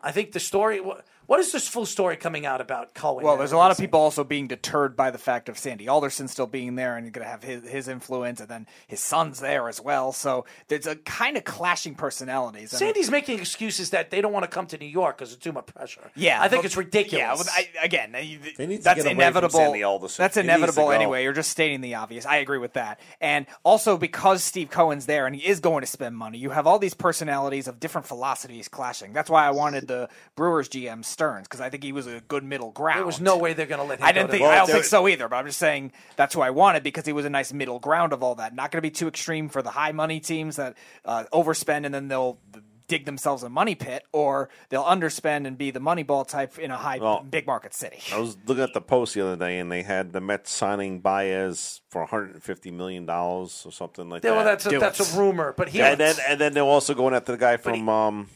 I think the story. wh- What is this full story coming out about Cohen? Well, there's a lot of people also being deterred by the fact of Sandy Alderson still being there and going to have his, his influence, and then his son's there as well. So there's a kind of clashing personalities. and- Sandy's making excuses that they don't want to come to New York because it's too much pressure. Yeah, I think but- it's ridiculous. Yeah, well, I, again, I- to that's get away from inevitable. Sandy Alderson. That's He needs inevitable to go. anyway. You're just stating the obvious. I agree with that. And also because Steve Cohen's there and he is going to spend money, you have all these personalities of different philosophies clashing. That's why I wanted the Brewers GM Stearns because I think he was a good middle ground. There was no way they're going to let him. I go didn't to think. the- I don't think so either. But I'm just saying that's who I wanted because he was a nice middle ground of all that. Not going to be too extreme for the high money teams that uh, overspend and then they'll dig themselves a money pit, or they'll underspend and be the money ball type in a high Well- big market city. I was looking at the post the other day, and they had the Mets signing Baez for 150 million dollars or something like Yeah, that. well, that's a, Do that's it. a rumor, but he and then and then they're also going after the guy from um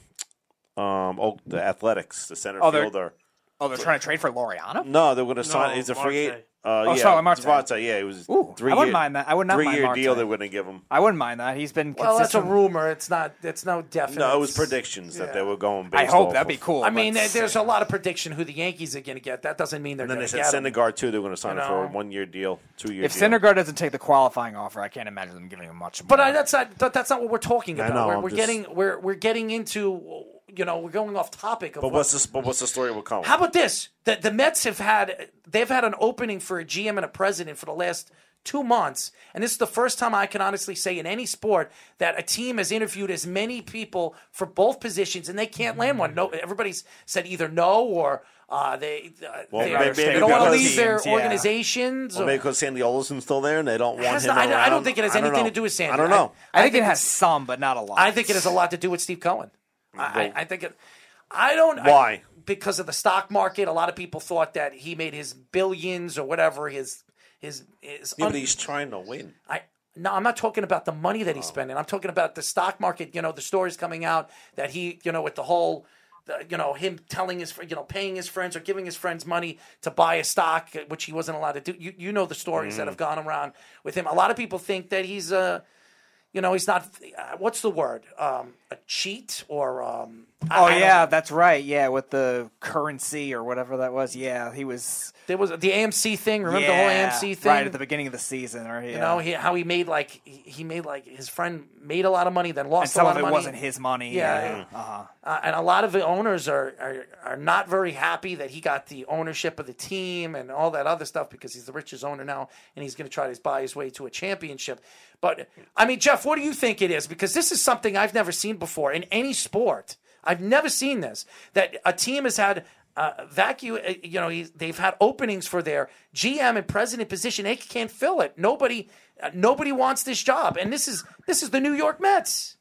um oh, the Athletics, the center Oh, they're- fielder. Oh, they're trying to trade for Loriano. Mm. No, they're going to sign. No, he's a free Marte. agent. Uh, Oh, yeah, sorry, Marte. Marte, Yeah, it was Ooh, three. I wouldn't year- mind that. I would not three mind year Marte. deal. They're going to give him. I wouldn't mind that. He's been consistent. well, that's a rumor. It's not. It's no definite. No, it was predictions that they were going. Based I hope off that'd be of- cool. I mean, but- there- there's a lot of prediction who the Yankees are going to get. That doesn't mean they're And then going they to said get him. Syndergaard too. They're going to sign You him for a know. one year deal, two year. if deal. Syndergaard doesn't take the qualifying offer, I can't imagine them giving him much. But I, that's not that, that's not what we're talking I about. know, we're I'm we're just- getting we're we're getting into you know we're going off topic. Of but what- what's this? But what's the story with Cohen? How about this? The the Mets have had they've had an opening for a GM and a president for the last two months, and this is the first time I can honestly say in any sport that a team has interviewed as many people for both positions and they can't land one. No, everybody's said either no or uh, they uh, Well, they, maybe- they maybe don't want to because- leave their teams, yeah. organizations. Well, or- maybe because Sandy Alderson's still there, and they don't want Has him. not- I don't- I don't around. think it I has don't anything know. to do with Sandy. I don't I- know. I, think, it has some, but not a lot. I think it has a lot to do with Steve Cohen. I, I, I think it. I don't. I- Why? because of the stock market, a lot of people thought that he made his billions or whatever his his his. Yeah, un- but he's trying to win. I no, I'm not talking about the money that Oh. he's spending. I'm talking about the stock market. You know, the stories coming out that he, you know, with the whole. the- You know him telling his, fr- you know, paying his friends or giving his friends money to buy a stock, which he wasn't allowed to do. You, you know the stories that Mm-hmm. Mhm. have gone around with him. A lot of people think that he's a, you know, he's not. Uh, what's the word? Um, a cheat or um, I- Oh I don't yeah, that's right. Yeah, with the currency or whatever that was. Yeah, he was. There was the AMC thing. Remember the Yeah, whole AMC thing? right at the beginning of the season, or yeah. You know he, how he made like he, he made like his friend made a lot of money, then and lost a some lot of it money. wasn't his money. Yeah. uh-huh. Uh, and a lot of the owners are, are are not very happy that he got the ownership of the team and all that other stuff because he's the richest owner now and he's going to try to buy his way to a championship. But I mean, Jeff, what do you think it is? Because this is something I've never seen before in any sport. I've never seen this that a team has had. Uh, vacuum, uh, you know, he's, they've had openings for their GM and president position. They can't fill it. Nobody, uh, nobody wants this job, and this is this is the New York Mets.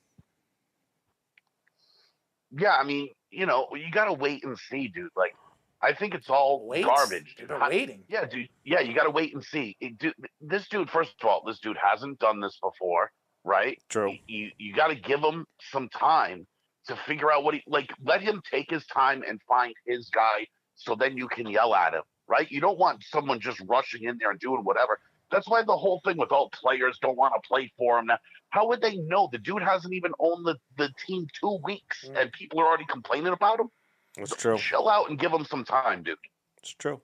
Yeah, I mean, you know, you gotta wait and see, dude. Like, I think it's all Wait? garbage. You've Dude. been How- waiting. Yeah, dude. Yeah, you gotta wait and see. It, dude, this dude, first of all, this dude hasn't done this before, right? True. You you, you gotta give him some time to figure out what he like. Let him take his time and find his guy, so then you can yell at him, right? You don't want someone just rushing in there and doing whatever. That's why the whole thing with all players don't want to play for him now. How would they know? The dude hasn't even owned the, the team two weeks and people are already complaining about him. That's true. Chill out and give him some time, dude. It's true.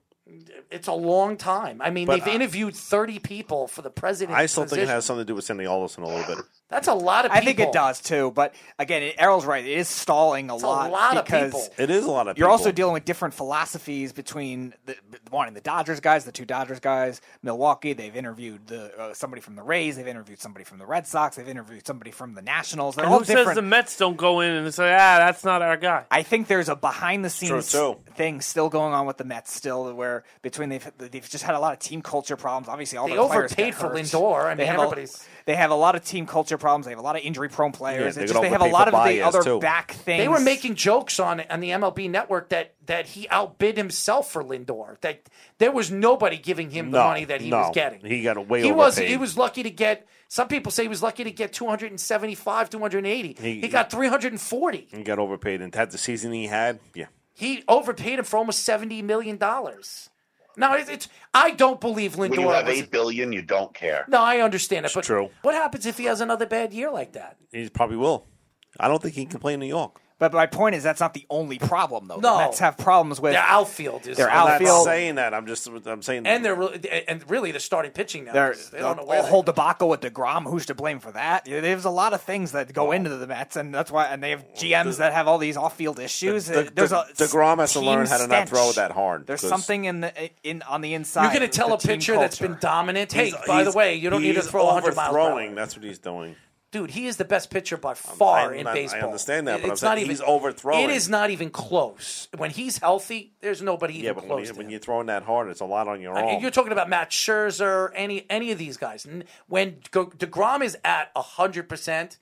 It's a long time. I mean, But they've I- interviewed 30 people for the president. I still think position. it has something to do with Sandy Alderson a little bit. That's a lot of I people. think it does too. But again, it- Errol's right. It is stalling a a lot, lot of because people. It is a lot of. You're also people. dealing with different philosophies between the, wanting the Dodgers guys, the two Dodgers guys, Milwaukee. They've interviewed the uh, somebody from the Rays. They've interviewed somebody from the Red Sox. They've interviewed somebody from the Nationals. They're And all who different. says the Mets don't go in and say, ah, that's not our guy? I think there's a behind the scenes True, thing still going on with the Mets, still where between they've they've just had a lot of team culture problems. Obviously, all They the players overpaid get for hurt. Lindor. I mean, have a- everybody's- they have a lot of team culture problems. They have a lot of injury prone players. they it's could just they have a overpay lot for of the Baez, other too. back things. They were making jokes on on the MLB network that that he outbid himself for Lindor. That there was nobody giving him the No, money that he no. was getting. He got way He was overpaid. he was lucky to get. Some people say he was lucky to get 275, 280. He- He, got 340. He got overpaid and had the season he had. Yeah. He overpaid him for almost 70 million dollars. Now it's, it's I don't believe Lindor. When you have was- eight billion, you don't care. No, I understand it, but true. what happens if he has another bad year like that? He probably will. I don't think he can play in New York. But my point is that's not the only problem though. No. the Mets have problems with Their outfield is- their I'm not outfield. saying that I'm just I'm saying and they're really, and really they're starting pitching now. Their, they don't know the where. whole debacle with Degrom. Who's to blame for that? Yeah, There's a lot of things that go into the Mets, and that's why. And they have GMs that have all these off-field issues. Uh, the, There's the, a Degrom has to team learn how to not stench. throw that hard. There's 'cause- something in the in on the inside. you're going to tell the a team pitcher that's culture. been dominant. Hey, He's- by the he's- way, you don't need to he's throw 100 miles per hour. overthrowing. That's what he's doing. Dude, he is the best pitcher by far I'm in not- I baseball. understand that, but I'm it's saying not even he's overthrowing. It is not even close. When he's healthy, there's nobody even Yeah, but when, close. you, to him. when you're throwing that hard, it's a lot on your I mean, arm. you're talking about Matt Scherzer, any any of these guys. N- When Go- Degrom is at hundred percent,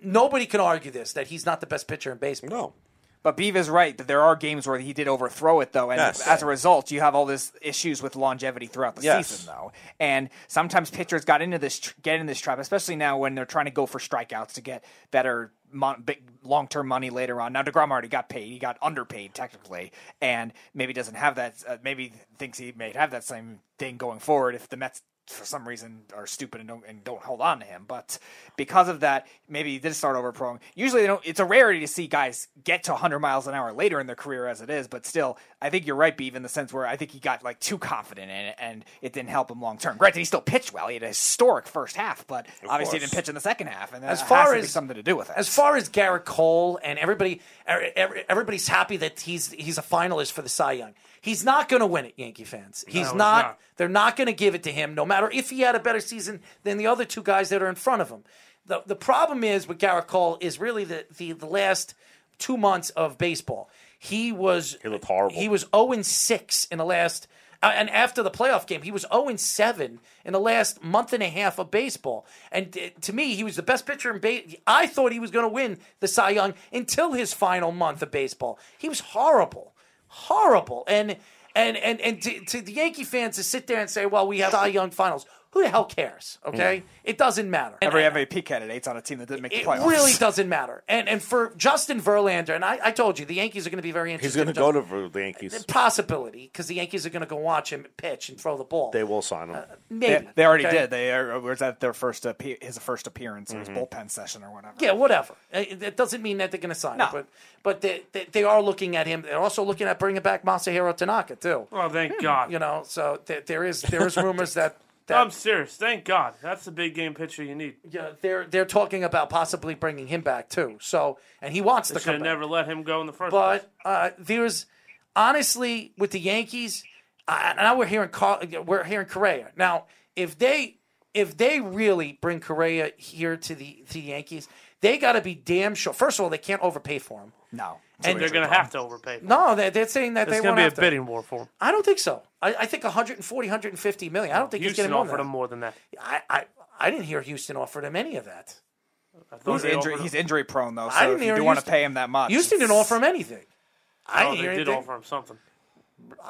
nobody can argue this that he's not the best pitcher in baseball. No, But Beav is right that there are games where he did overthrow it, though, and Yes. as a result, you have all this issues with longevity throughout the Yes. season, though. And sometimes pitchers got into this tr- get in this trap, especially now when they're trying to go for strikeouts to get better mon- big long term money later on. Now Degrom already got paid; he got underpaid technically, and maybe doesn't have that. Uh, maybe thinks he may have that same thing going forward if the Mets. For some reason, are stupid and don't and don't hold on to him, but because of that, maybe he did start over pro. Usually, they don't. It's a rarity to see guys get to 100 miles an hour later in their career, as it is. But still, I think you're right, Beav, in the sense where I think he got like too confident in it, and it didn't help him long term. Granted, he still pitched well. He had a historic first half, but obviously he course. didn't pitch in the second half, and that As has far to be as- something to do with it. As far as Garrett Cole and everybody, er- er- everybody's happy that he's he's a finalist for the Cy Young. He's not going to win it, Yankee fans. He's he's not, not. They're not going to give it to him, no matter if he had a better season than the other two guys that are in front of him. the The problem is with Garrett Cole is really the the, the last two months of baseball. He was He looked horrible. He was zero and six in the last. Uh, and after the playoff game, he was 0 and 7 in the last month and a half of baseball. And uh, to me, he was the best pitcher in baseball. I thought he was going to win the Cy Young until his final month of baseball. He was horrible, horrible. And and and and to, to the Yankee fans to sit there and say, "Well, we have Cy Young finals." Who the hell cares? Okay, it doesn't matter. And- Every and- MVP candidate's on a team that didn't make the it playoffs. really doesn't matter. And and for Justin Verlander, and I, I told you the Yankees are going to be very interesting. he's going to go to the Yankees. possibility because the Yankees are going to go watch him pitch and throw the ball. They will sign him. Oh, Maybe They, they already okay? did. They are, was that their first appe- his first appearance or his bullpen session or whatever. Mm-hmm. Yeah, whatever. Uh, That doesn't mean that they're going to sign him, No. but but they, they they are looking at him. They're also looking at bringing back Masahiro Tanaka too. Oh, thank God. You know, so there, there is there is rumors that. that I'm serious. Thank God. That's the big game pitcher you need. yeah, they're they're talking about possibly bringing him back too. So and he wants to Should come have back. never let him go in the first place. But uh, there's honestly with the Yankees, I, and now we're hearing Car- we're hearing Correa. Now, if they if they really bring Correa here to the to the Yankees, they got to be damn sure. First of all, they can't overpay for him. No, And They're going to have to overpay. no, they, they're saying that It's they going won't to be a have to. bidding war for him. I don't think so. I, I think 140, 150 million. I don't think he's Houston getting more. Than offered him that. more than that. I, I I didn't hear Houston offered him any of that. I thought he's they injury offered he's him- injury prone though. So I didn't if you hear do want to Houston- pay him that much. Houston didn't offer him anything. I Oh, didn't hear Uh, they did anything. offer him something.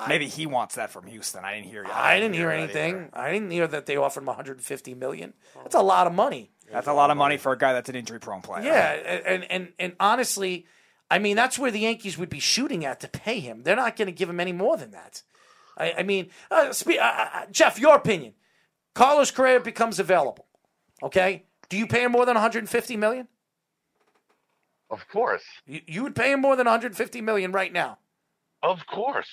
Maybe he wants that from Houston. I didn't hear. I didn't hear that either. anything. I didn't hear that they offered him 150 million. Oh. That's a lot of money. That's a lot of money for a guy that's an injury prone player. Yeah, and and and honestly, I mean that's where the Yankees would be shooting at to pay him. They're not going to give him any more than that. I, I mean, uh, spe- uh, uh, Jeff, your opinion: Carlos Correa becomes available. Okay, do you pay him more than 150 million? Of course. You, you would pay him more than 150 million right now. Of course.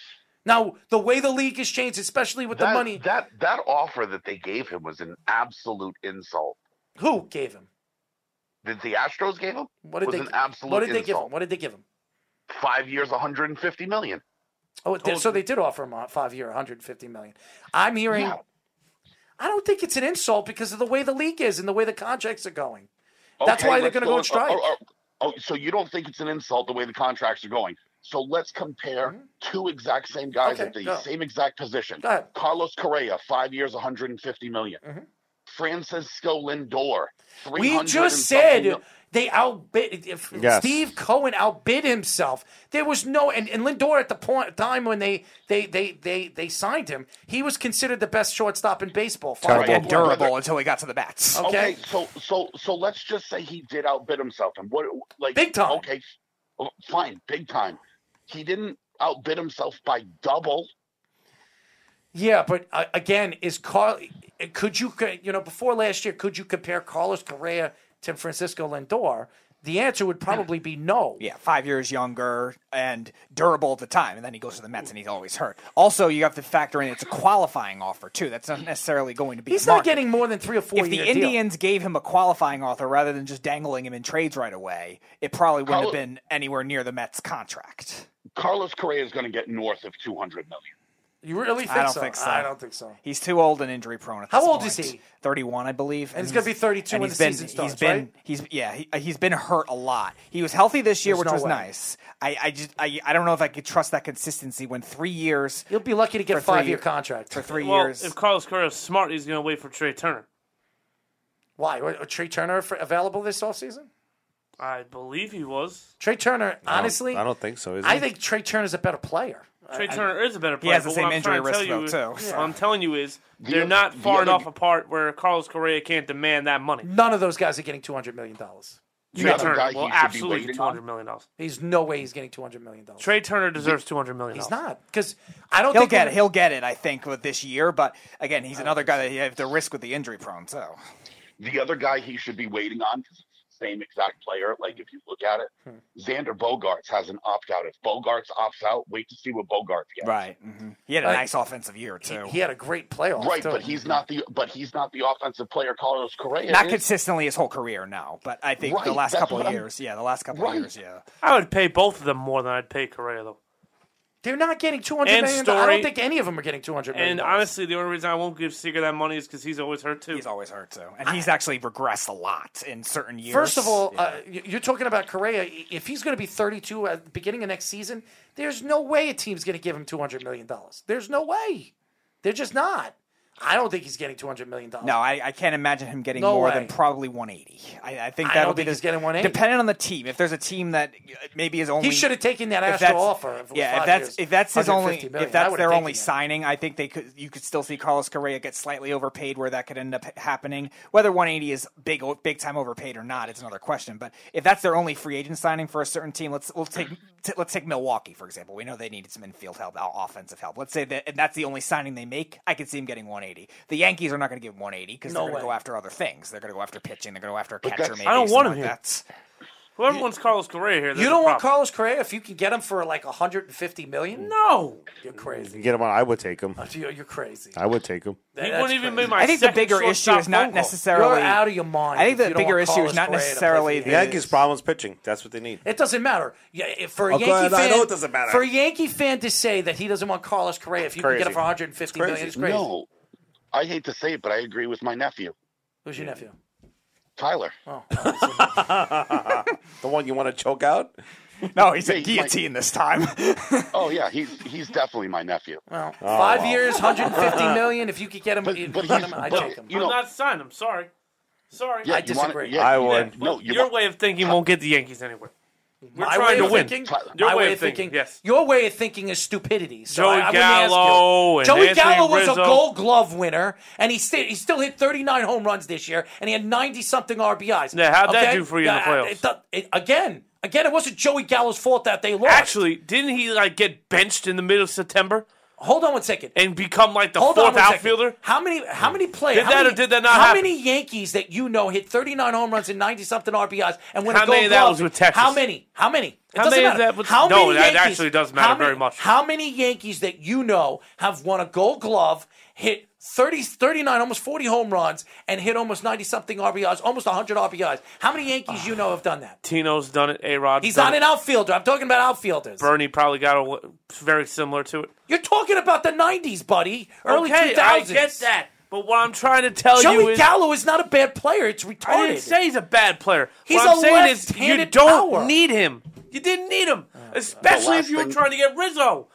Now, the way the league has changed, especially with That, the money, that that offer that they gave him was an absolute insult. who gave him? That the Astros gave him What did was they? an absolute what did they give insult. him? What did they give him? Five years, 150 million. Oh, it did- so they did offer him a five-year, 150 million. I'm hearing. Yeah. I don't think it's an insult because of the way the league is and the way the contracts are going. That's Okay, why they're let's going to go on with- strike. Oh, oh, oh, oh, so you don't think it's an insult the way the contracts are going? So let's compare two exact same guys Mm-hmm. Okay, at the go. same exact position. Go ahead. Mm-hmm. Carlos Correa, five years, 150 million. Francisco Lindor, 300 we oh, and just something said mil- they outbid. If Yes. Steve Cohen outbid himself. There was no and, and Lindor at the point time when they they, they they they signed him, he was considered the best shortstop in baseball. Terrible. and Well, durable brother- until he got to the bats. Okay. Okay, so so so let's just say he did outbid himself, and what like Big time. Okay, f- fine, big time. He didn't outbid himself by double. Yeah, but uh, again, is Carl? uh, Could you co- you know before last year? Could you compare Carlos Correa to Francisco Lindor? the answer would probably be no. Yeah, five years younger and durable at the time, and then he goes to the Mets and he's always hurt. Also, you have to factor in it's a qualifying offer too. That's not necessarily going to be. He's the not market. getting more than three or four. If the year deal. Indians gave him a qualifying offer rather than just dangling him in trades right away, it probably wouldn't Carlo- have been anywhere near the Mets contract. Carlos Correa is going to get north of 200 million. You really I don't think so. I don't think so. He's too old and injury prone. At How this old point. is he? Thirty-one, I believe. And he's gonna be 32 and when he's the been- season starts, He's been, right? he's yeah, he, uh, he's been hurt a lot. He was healthy this year, There's which no was way. nice. I, I just I, I don't know if I could trust that consistency when three years. You'll be lucky to get a five-year contract for three well, years. if Carlos Correa is smart, he's going to wait for Trey Turner. Why? Were- Trey Turner f- available this offseason? I believe he was. Trey Turner, honestly, I don't think so. Is I he? think Trey Turner's a better player. Trey I- Turner is a better He player. has the but same what I'm injury trying to risk, tell you though, is- too, What I'm telling you is The- they're not the far other- enough apart where Carlos Correa can't demand that money. None of those guys are getting two hundred million dollars. The Trey other Turner will guy he should be absolutely waiting get on- $200 million. He's no way he's getting two hundred million dollars. Trey Turner deserves $200 million. He's not because I don't. He'll think get they're- it. He'll get it. I think with this year, but again, he's another guy that he have the risk with the injury prone. So The other guy he should be waiting on, 'cause it's the same exact player. Like if you look at it, Hmm. Xander Bogarts has an opt out. If Bogarts opts out, wait to see what Bogarts gets. right, hmm he had a Uh, nice offensive year too. He had a great playoff. Right, too. but he's not the but he's not the offensive player Carlos Correa. not is. consistently his whole career, no. But I think Right, the last that's couple what of I'm- years, yeah, the last couple Right. of years, yeah. I would pay both of them more than I'd pay Correa, though. They're not getting two hundred And million. I Story- don't think any of them are getting two hundred And million. honestly, the only reason I won't give Seager that money is because he's always hurt, too. He's always hurt too, and he's actually regressed a lot in certain years. First of all, Yeah. uh, y- you're talking about Correa. I- If he's going to be 32 at the beginning of next season, there's no way a team's going to give him 200 million dollars. There's no way. They're just not. I don't think he's getting 200 million dollars. no, I, I can't imagine him getting No more way. than probably 180. I, I think I that'll don't be think he's the- getting 180. Depending on the team, if there's a team that uh, maybe is only he should have taken that if Astro that's- offer. Of yeah, five if that's years, if that's his only 150 million. if I that's would've their taken only that. signing, I think they could you could still see Carlos Correa get slightly overpaid where that could end up happening. Whether 180 is big big time overpaid or not, it's another question. But if that's their only free agent signing for a certain team, let's we'll take t- let's take Milwaukee for example. We know they needed some infield help, o- offensive help. Let's say that and that's the only signing they make. I could see him getting 180. The Yankees are not going to give him 180 because No they're going to way. go after other things. They're going to go after pitching. They're going to go after a catcher. that's- Maybe I don't want something him like here. that. Whoever wants Carlos Correa here, You don't want Carlos Correa if you can get him for like 150 million? No. You're crazy. Get him on. I would take him. You're you're crazy. I would take him. He That's wouldn't even crazy. be my I think the second bigger issue shortstop is not phone call. necessarily. You're out of your mind. I think if the you don't bigger want issue is Carlos not Correa to play for necessarily the The It Yankees' is. problem is pitching. That's what they need. It doesn't matter. Yeah, if- For a Oh, Yankee God, I fan, know it doesn't matter. For a Yankee fan to say that he doesn't want Carlos Correa if you can get crazy. him for 150 It's million, crazy. it's crazy. No, I hate to say it, but I agree with my nephew Who's your nephew? Tyler. The one you want to choke out? No, he's a Yeah, he might- guillotine this time. Oh yeah, he's he's definitely my nephew. Well, five years, 150 million. If you could get him, But- you but could get he's- him, I'd but- take him. you I'm know- not signed. I'm sorry. Sorry. Yeah, I you wanna- disagree. yeah, I you- would. No, you Your want- way of thinking won't get the Yankees anywhere. We're My trying way to of win. Thinking, Your my way of thinking, yes. Your way of thinking is stupidity. So Joey I, I wouldn't ask Gallo you. and Joey Anthony Gallo was Rizzo. a Gold Glove winner, and he, sta- he still hit 39 home runs this year, and he had 90 something RBIs. Yeah, how'd that do for you in the Uh, playoffs? it do- it- again, again, it wasn't Joey Gallo's fault that they lost. Actually, didn't he like get benched in the middle of September hold on one second. and become like the Hold on fourth one second. outfielder? How many? How many players? Did how that or many, did that not How happen? many Yankees that you know hit 39 home runs and 90 something RBIs and win How a Gold many of that Glove? was with Texas? How many? How many? It How doesn't many of matter. that was- how No, many that Yankees- actually doesn't matter how many- very much. How many Yankees that you know have won a Gold Glove, hit 30, 39, almost 40 home runs, and hit almost 90 something RBIs, almost 100 RBIs? How many Yankees you know have done that? Tino's done it. A Rod. He's done not it. an outfielder. I'm talking about outfielders. Bernie probably got a w- very similar to it. You're talking about the 90s, buddy. Early okay, 2000s. I get that. But what I'm trying to tell Oh, you Joey is, Gallo is not a bad player. It's retarded. I didn't say he's a bad player. He's what I'm a saying is, you left-handed don't power. need him. You didn't need him, Uh, especially if you were thing- trying to get Rizzo.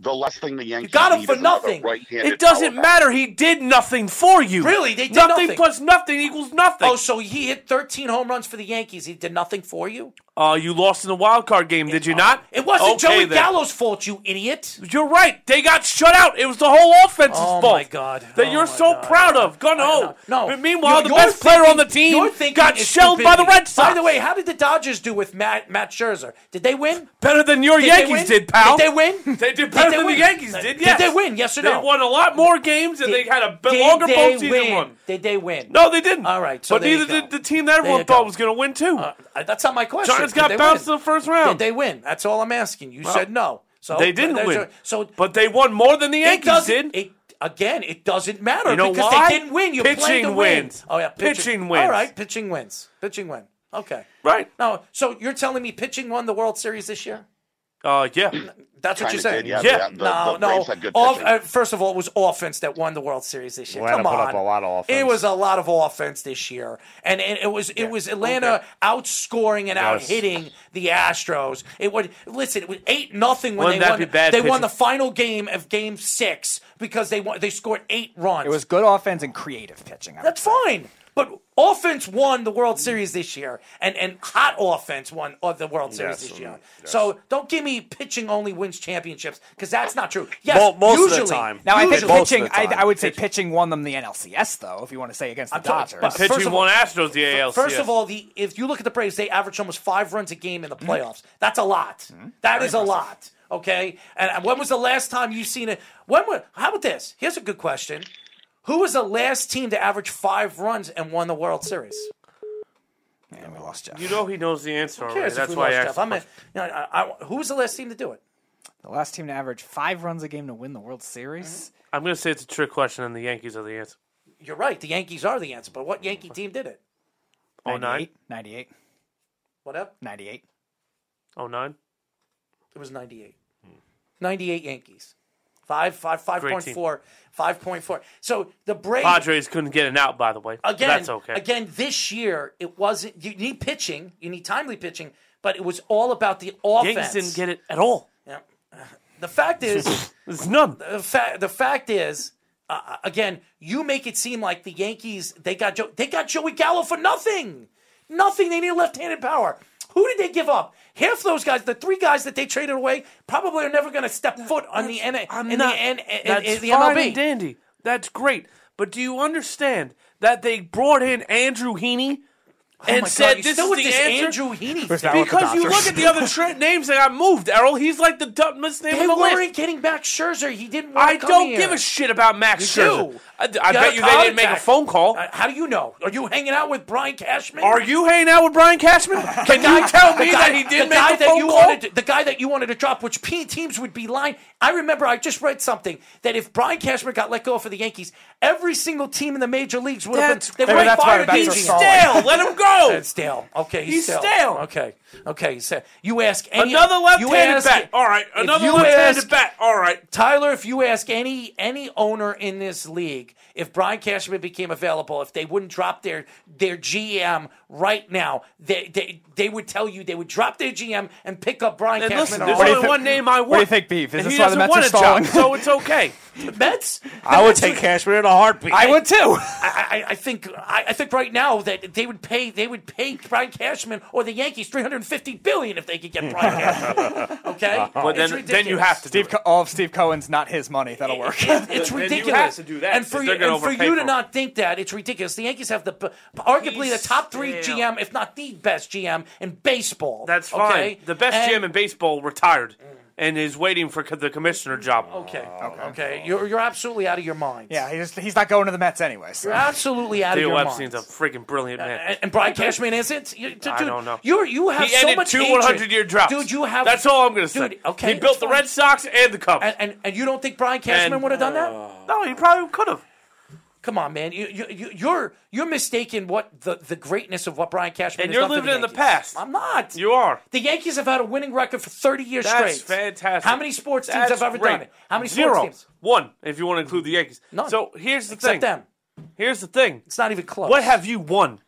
the last thing the Yankees got him need for is another nothing. right-handed It doesn't power matter. He did nothing for you. Really? They did nothing nothing. plus nothing equals nothing. oh, so he hit 13 home runs for the Yankees. He did nothing for you? Uh, you lost in the wild card game, did you not? It wasn't Joey then. Gallo's fault, you idiot. You're right. They got shut out. It was the whole offense's Oh fault. my God. That you're so proud of. Gun home. No. But meanwhile, Your- the your best player on the thinking- team your thinking got is shelled by the stupidity. Red Sox. By the way, how did the Dodgers do with Matt Matt Scherzer? Did they win? Better than your Did they Yankees win? did, pal. Did they win? They did better they than win? the Yankees did. Did Yes. they win? Yes or no? They won a lot more games and they had a bit did longer they postseason win? run. Did they win? No, they didn't. All right, so but there you neither go. did the team that everyone you thought go. was going to win too. Uh, That's not my question. Giants Did got they bounced win? in the first round. Did they win? That's all I'm asking. You Well, said no. So they didn't there's win. your- so but they won more than the it Yankees doesn't. did. It, again, it doesn't matter You know because why? they didn't win. You're playing Pitching to win. wins. Oh yeah, Pitching wins. All right, pitching wins. Pitching win. Okay. Right. No, so you're telling me pitching won the World Series this year? Uh, yeah. That's what Kinda you're saying. did, yeah, Yeah. the- the- no, the no. Braves had good Off- pitching. uh, first of all, it was offense that won the World Series this year. Atlanta Come put on, up a lot of offense. It was a lot of offense this year, and and it was it was Atlanta outscoring and out hitting the Astros. It would listen. It was eight nothing when Wouldn't they that won. be bad they won pitching? the final game of Game Six because they won, they scored eight runs. It was good offense and creative pitching. I would That's fine. But offense won the World Series this year, and, and hot offense won uh, the World Series Yes, this mm, year. yes. So don't give me pitching only wins championships because that's not true. Yes, Mo- most of the usually, time. Now I think Usually- Most of pitching. the I, time, I would say pitching won them the NLCS though, if you want to say against the I'm talking- Dodgers. but Pitching first of won all- Astros the ALCS. First of all, the if you look at the Braves, they average almost five runs a game in Mm-hmm. the playoffs. That's a lot. That is a lot. Okay. And and when was the last time you seen it? When were, how about this? Here's a good question. Who was the last team to average five runs and won the World Series? and we lost Jeff. you know he knows the answer Who already. cares if That's we why lost I asked. Jeff? the I'm a, you question. know, I, I, who was the last team to do it? The last team to average five runs a game to win the World Series. I'm going to say it's a trick question, and the Yankees are the answer. You're right. The Yankees are the answer, but what Yankee team did it? Oh nine, 98, What up? 98. oh nine. It was 98. 98 Yankees. Five, five, five Hmm. Great point team. four, five point four. So the Braves Padres couldn't get it out, by the way. again. that's okay. Again, this year it wasn't. You need pitching. You need timely pitching, but it was all about the offense. Yankees didn't get it at all. The fact is, There's none. the fact the fact is, uh, again, you make it seem like the Yankees they got Joe, they got Joey Gallo for nothing, nothing. They need left-handed power. Who did they give up? Half those guys, the three guys that they traded away, probably are never going to step foot on the N- I'm in not- the N- in- that's in the fine MLB. and dandy. That's great. But do you understand that they brought in Andrew Heaney Oh my and God, said you this still is with the this answer? Andrew Heaney. Where's thing. that? because you Dodgers. look at the other tra- names that got moved, Errol. He's like the dumbest name They on the list. weren't getting back Scherzer. He didn't. wanna I come don't here. give a shit about Max You Scherzer. do. I, I You bet had you a they didn't make a contact. phone call. Uh, How do you know? Are you hanging out with Brian Cashman? Are you hanging out with Brian Cashman? Can you tell me that he did the make guy a that phone you call? Wanted to, the guy that you wanted to drop, which P teams would be lying. I remember I just read something that if Brian Cashman got let go for the Yankees, every single team in the major leagues would That's have been. They great. would have That's why fired the backs Gage are Stale. solid. Stale, let him go. That's Stale. Okay, he's, He's stale. Okay, okay. He's stale. You ask any, Another you left-handed ask- bat. All right, if another you left-handed ask- bat. All right. Tyler, if you ask any any owner in this league, if Brian Cashman became available, if they wouldn't drop their their GM right now, they they, they would tell you they would drop their GM and pick up Brian And Cashman. listen, or there's do you only thi- one name I want. what do you think, Beef? Is and this he why the doesn't Mets want are a job, stalling? so it's okay. Mets. I would take Cashman in a heartbeat. I would too. I, I- I think I, I think right now that they would pay they would pay Brian Cashman or the Yankees 350 billion if they could get Brian Cashman. Okay, But then, then It's you ridiculous. have to do Steve, it. Co- all of Steve Cohen's not his money. That'll work. It- it's Then you ridiculous. have to do that, And for, because you, they're gonna and for overpay you for to him. not think that, it's ridiculous. The Yankees have the b- arguably the top three He's- GM, if not the best GM in baseball. That's fine. okay? The best And- GM in baseball retired and is waiting for co- the commissioner job. Okay, okay, You're you're absolutely out of your mind. yeah, he just, he's not going to the Mets anyway. So. you're absolutely out of Theo your Epstein's mind. a freaking brilliant man. and, and Brian Cashman isn't. You, dude, I don't know. You're, you have he so ended much two hatred. 100 year droughts. dude. You have That's all I'm going to say. Dude, okay, he built it's the fine. Red Sox and the Cubs. And, and and you don't think Brian Cashman And- uh, would have done that? no, he probably could have. Come on, man. You, you, you, you're you're mistaken. What the, the greatness of what Brian Cashman And has you're done for living in the Yankees. past. I'm not. You are. The Yankees have had a winning record for 30 years That's straight. fantastic. How many sports teams That's have ever great. done it? How many Zero. sports teams? One, if you want to include the Yankees. None. So here's the Except thing. them. Here's the thing. It's not even close. What have you won?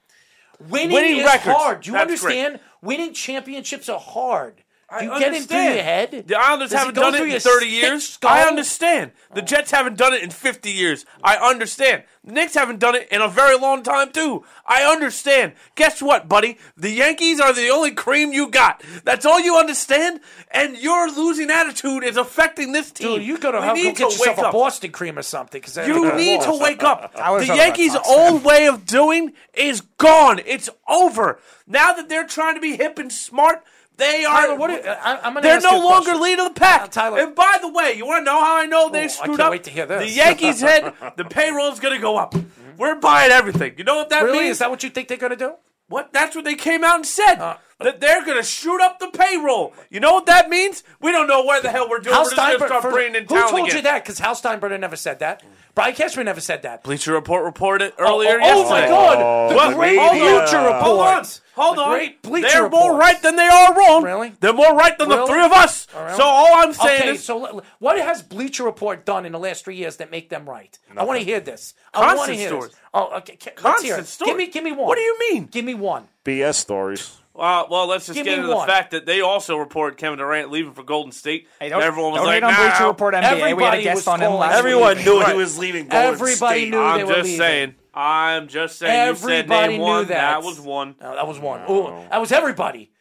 winning, winning is records. hard. Do you That's understand? Winning championships are hard. I you get him through your understand. head? The Islanders Does it haven't go done it through in your 30 thick years. skull? Oh. I understand. The Jets haven't done it in 50 years. I understand. The Knicks haven't done it in a very long time, too. I understand. Guess what, buddy? The Yankees are the only cream you got. That's all you understand? And your losing attitude is affecting this team. Dude, you gotta We have, need go get to yourself wake a up. Boston cream or something. Cause I- You need to wake up. I was The talking about Yankees' Fox, old way of doing is gone. It's over. Now that they're trying to be hip and smart, they are. Tyler, what do you- I- I'm gonna they're ask no you a longer question. Uh, lead of the pack. Tyler- Oh, and by the way, you want to know how I know they I screwed can't up? wait to hear this. The Yankees head. The payroll's going to go up. We're buying everything. You know what that Really? means? Is that what Uh, you think they're going to do? What? That's what they came out and said. that they're going to shoot up the payroll. You know what that means? We don't know where the hell we're doing. Hal we're just going to Steinbrenner. start for- bringing in who talent told again. you that? Because Hal Steinbrenner never said that. Brian Cashman never said that. Bleacher Report reported earlier oh, oh my yesterday. God. The great hold on. Bleacher Report. uh, Hold on. Hold The on. great Bleacher They're more Report. right than they are wrong. Really? They're more right than the Really? three of us. Oh, really? So all I'm saying okay, is so l- l- what has Bleacher Report done in the last three years that make them right? I want to hear this. I want to Constant hear stories. this. Oh, okay. ca- Let's Constant hear it. stories. Give me, give me one. What do you mean? Give me one. BS stories. Uh, well, let's just Give get me into one. the fact that they also reported Kevin Durant leaving for Golden State. don't- and everyone was don't like, hate on Bleacher "Nah." Report NBA. We had a Everybody guest was on him calling last Everyone week. knew Right. he was leaving Golden Everybody State. knew I'm they were just leaving. saying. I'm just saying. you said Everybody name knew one. that. was one. No, that was one. Ooh, that was everybody.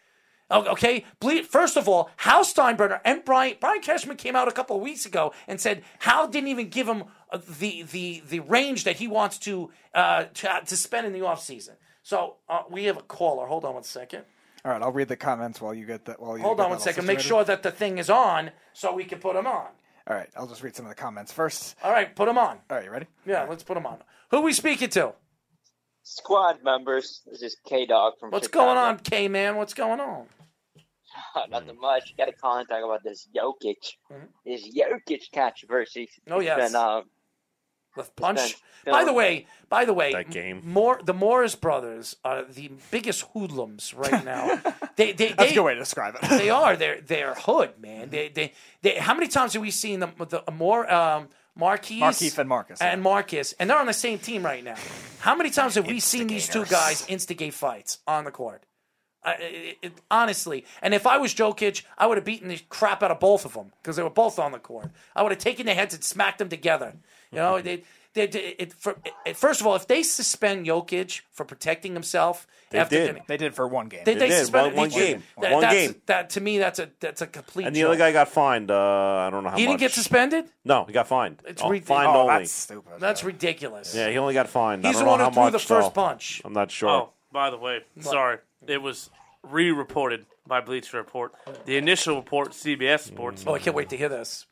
O- Okay. Ble- First of all, Hal Steinbrenner and Brian Brian Cashman came out a couple of weeks ago and said Hal didn't even give him uh, the the the range that he wants to uh, to, to spend in the offseason. So uh, we have a caller. Hold on one second. All right, I'll read the comments while you get that. While you Hold get on that one all second. Make situated. sure that the thing is on so we can put him on. All right, I'll just read some of the comments first. All right, put him on. All right, you ready? Yeah, let's put him on. Who we speaking to? Squad members, this is K Dog from. What's Chicago. going on, K man? What's going on? Nothing much. Got to call and talk about this Jokic, Mhm. this Jokic controversy. Oh, It's yes. been, uh, Left punch. been By film. the way, by the way, that game. More the Morris brothers are the biggest hoodlums right now. they, they, That's they- a good way to describe it. they are. They're they're hood, man. They they, they How many times have we seen the the more um, Marquise, Markieff and Marcus, and Marcus, and they're on the same team right now. How many times have we seen these two guys instigate fights on the court? I, it, it, honestly, and if I was Jokic, I would have beaten the crap out of both of them because they were both on the court. I would have taken their heads and smacked them together. You know, they, they, they, it, for, it, first of all, if they suspend Jokic for protecting himself They after did. getting- They did for one game. they, they did. suspended One- each- one game. That, One that's- game. That to me, that's a that's a complete. And the other joke. guy got fined. Uh, I don't know how he much. didn't get suspended. No, he got fined. It's Oh, ridiculous. fined only. stupid. That's ridiculous. Yeah, he only got fined. I He's don't the know one who how threw the much, first though. punch. I'm not sure. Oh, by the way, sorry. It was re-reported by Bleacher Report. The initial report, CBS Sports. Oh, I can't wait to hear this.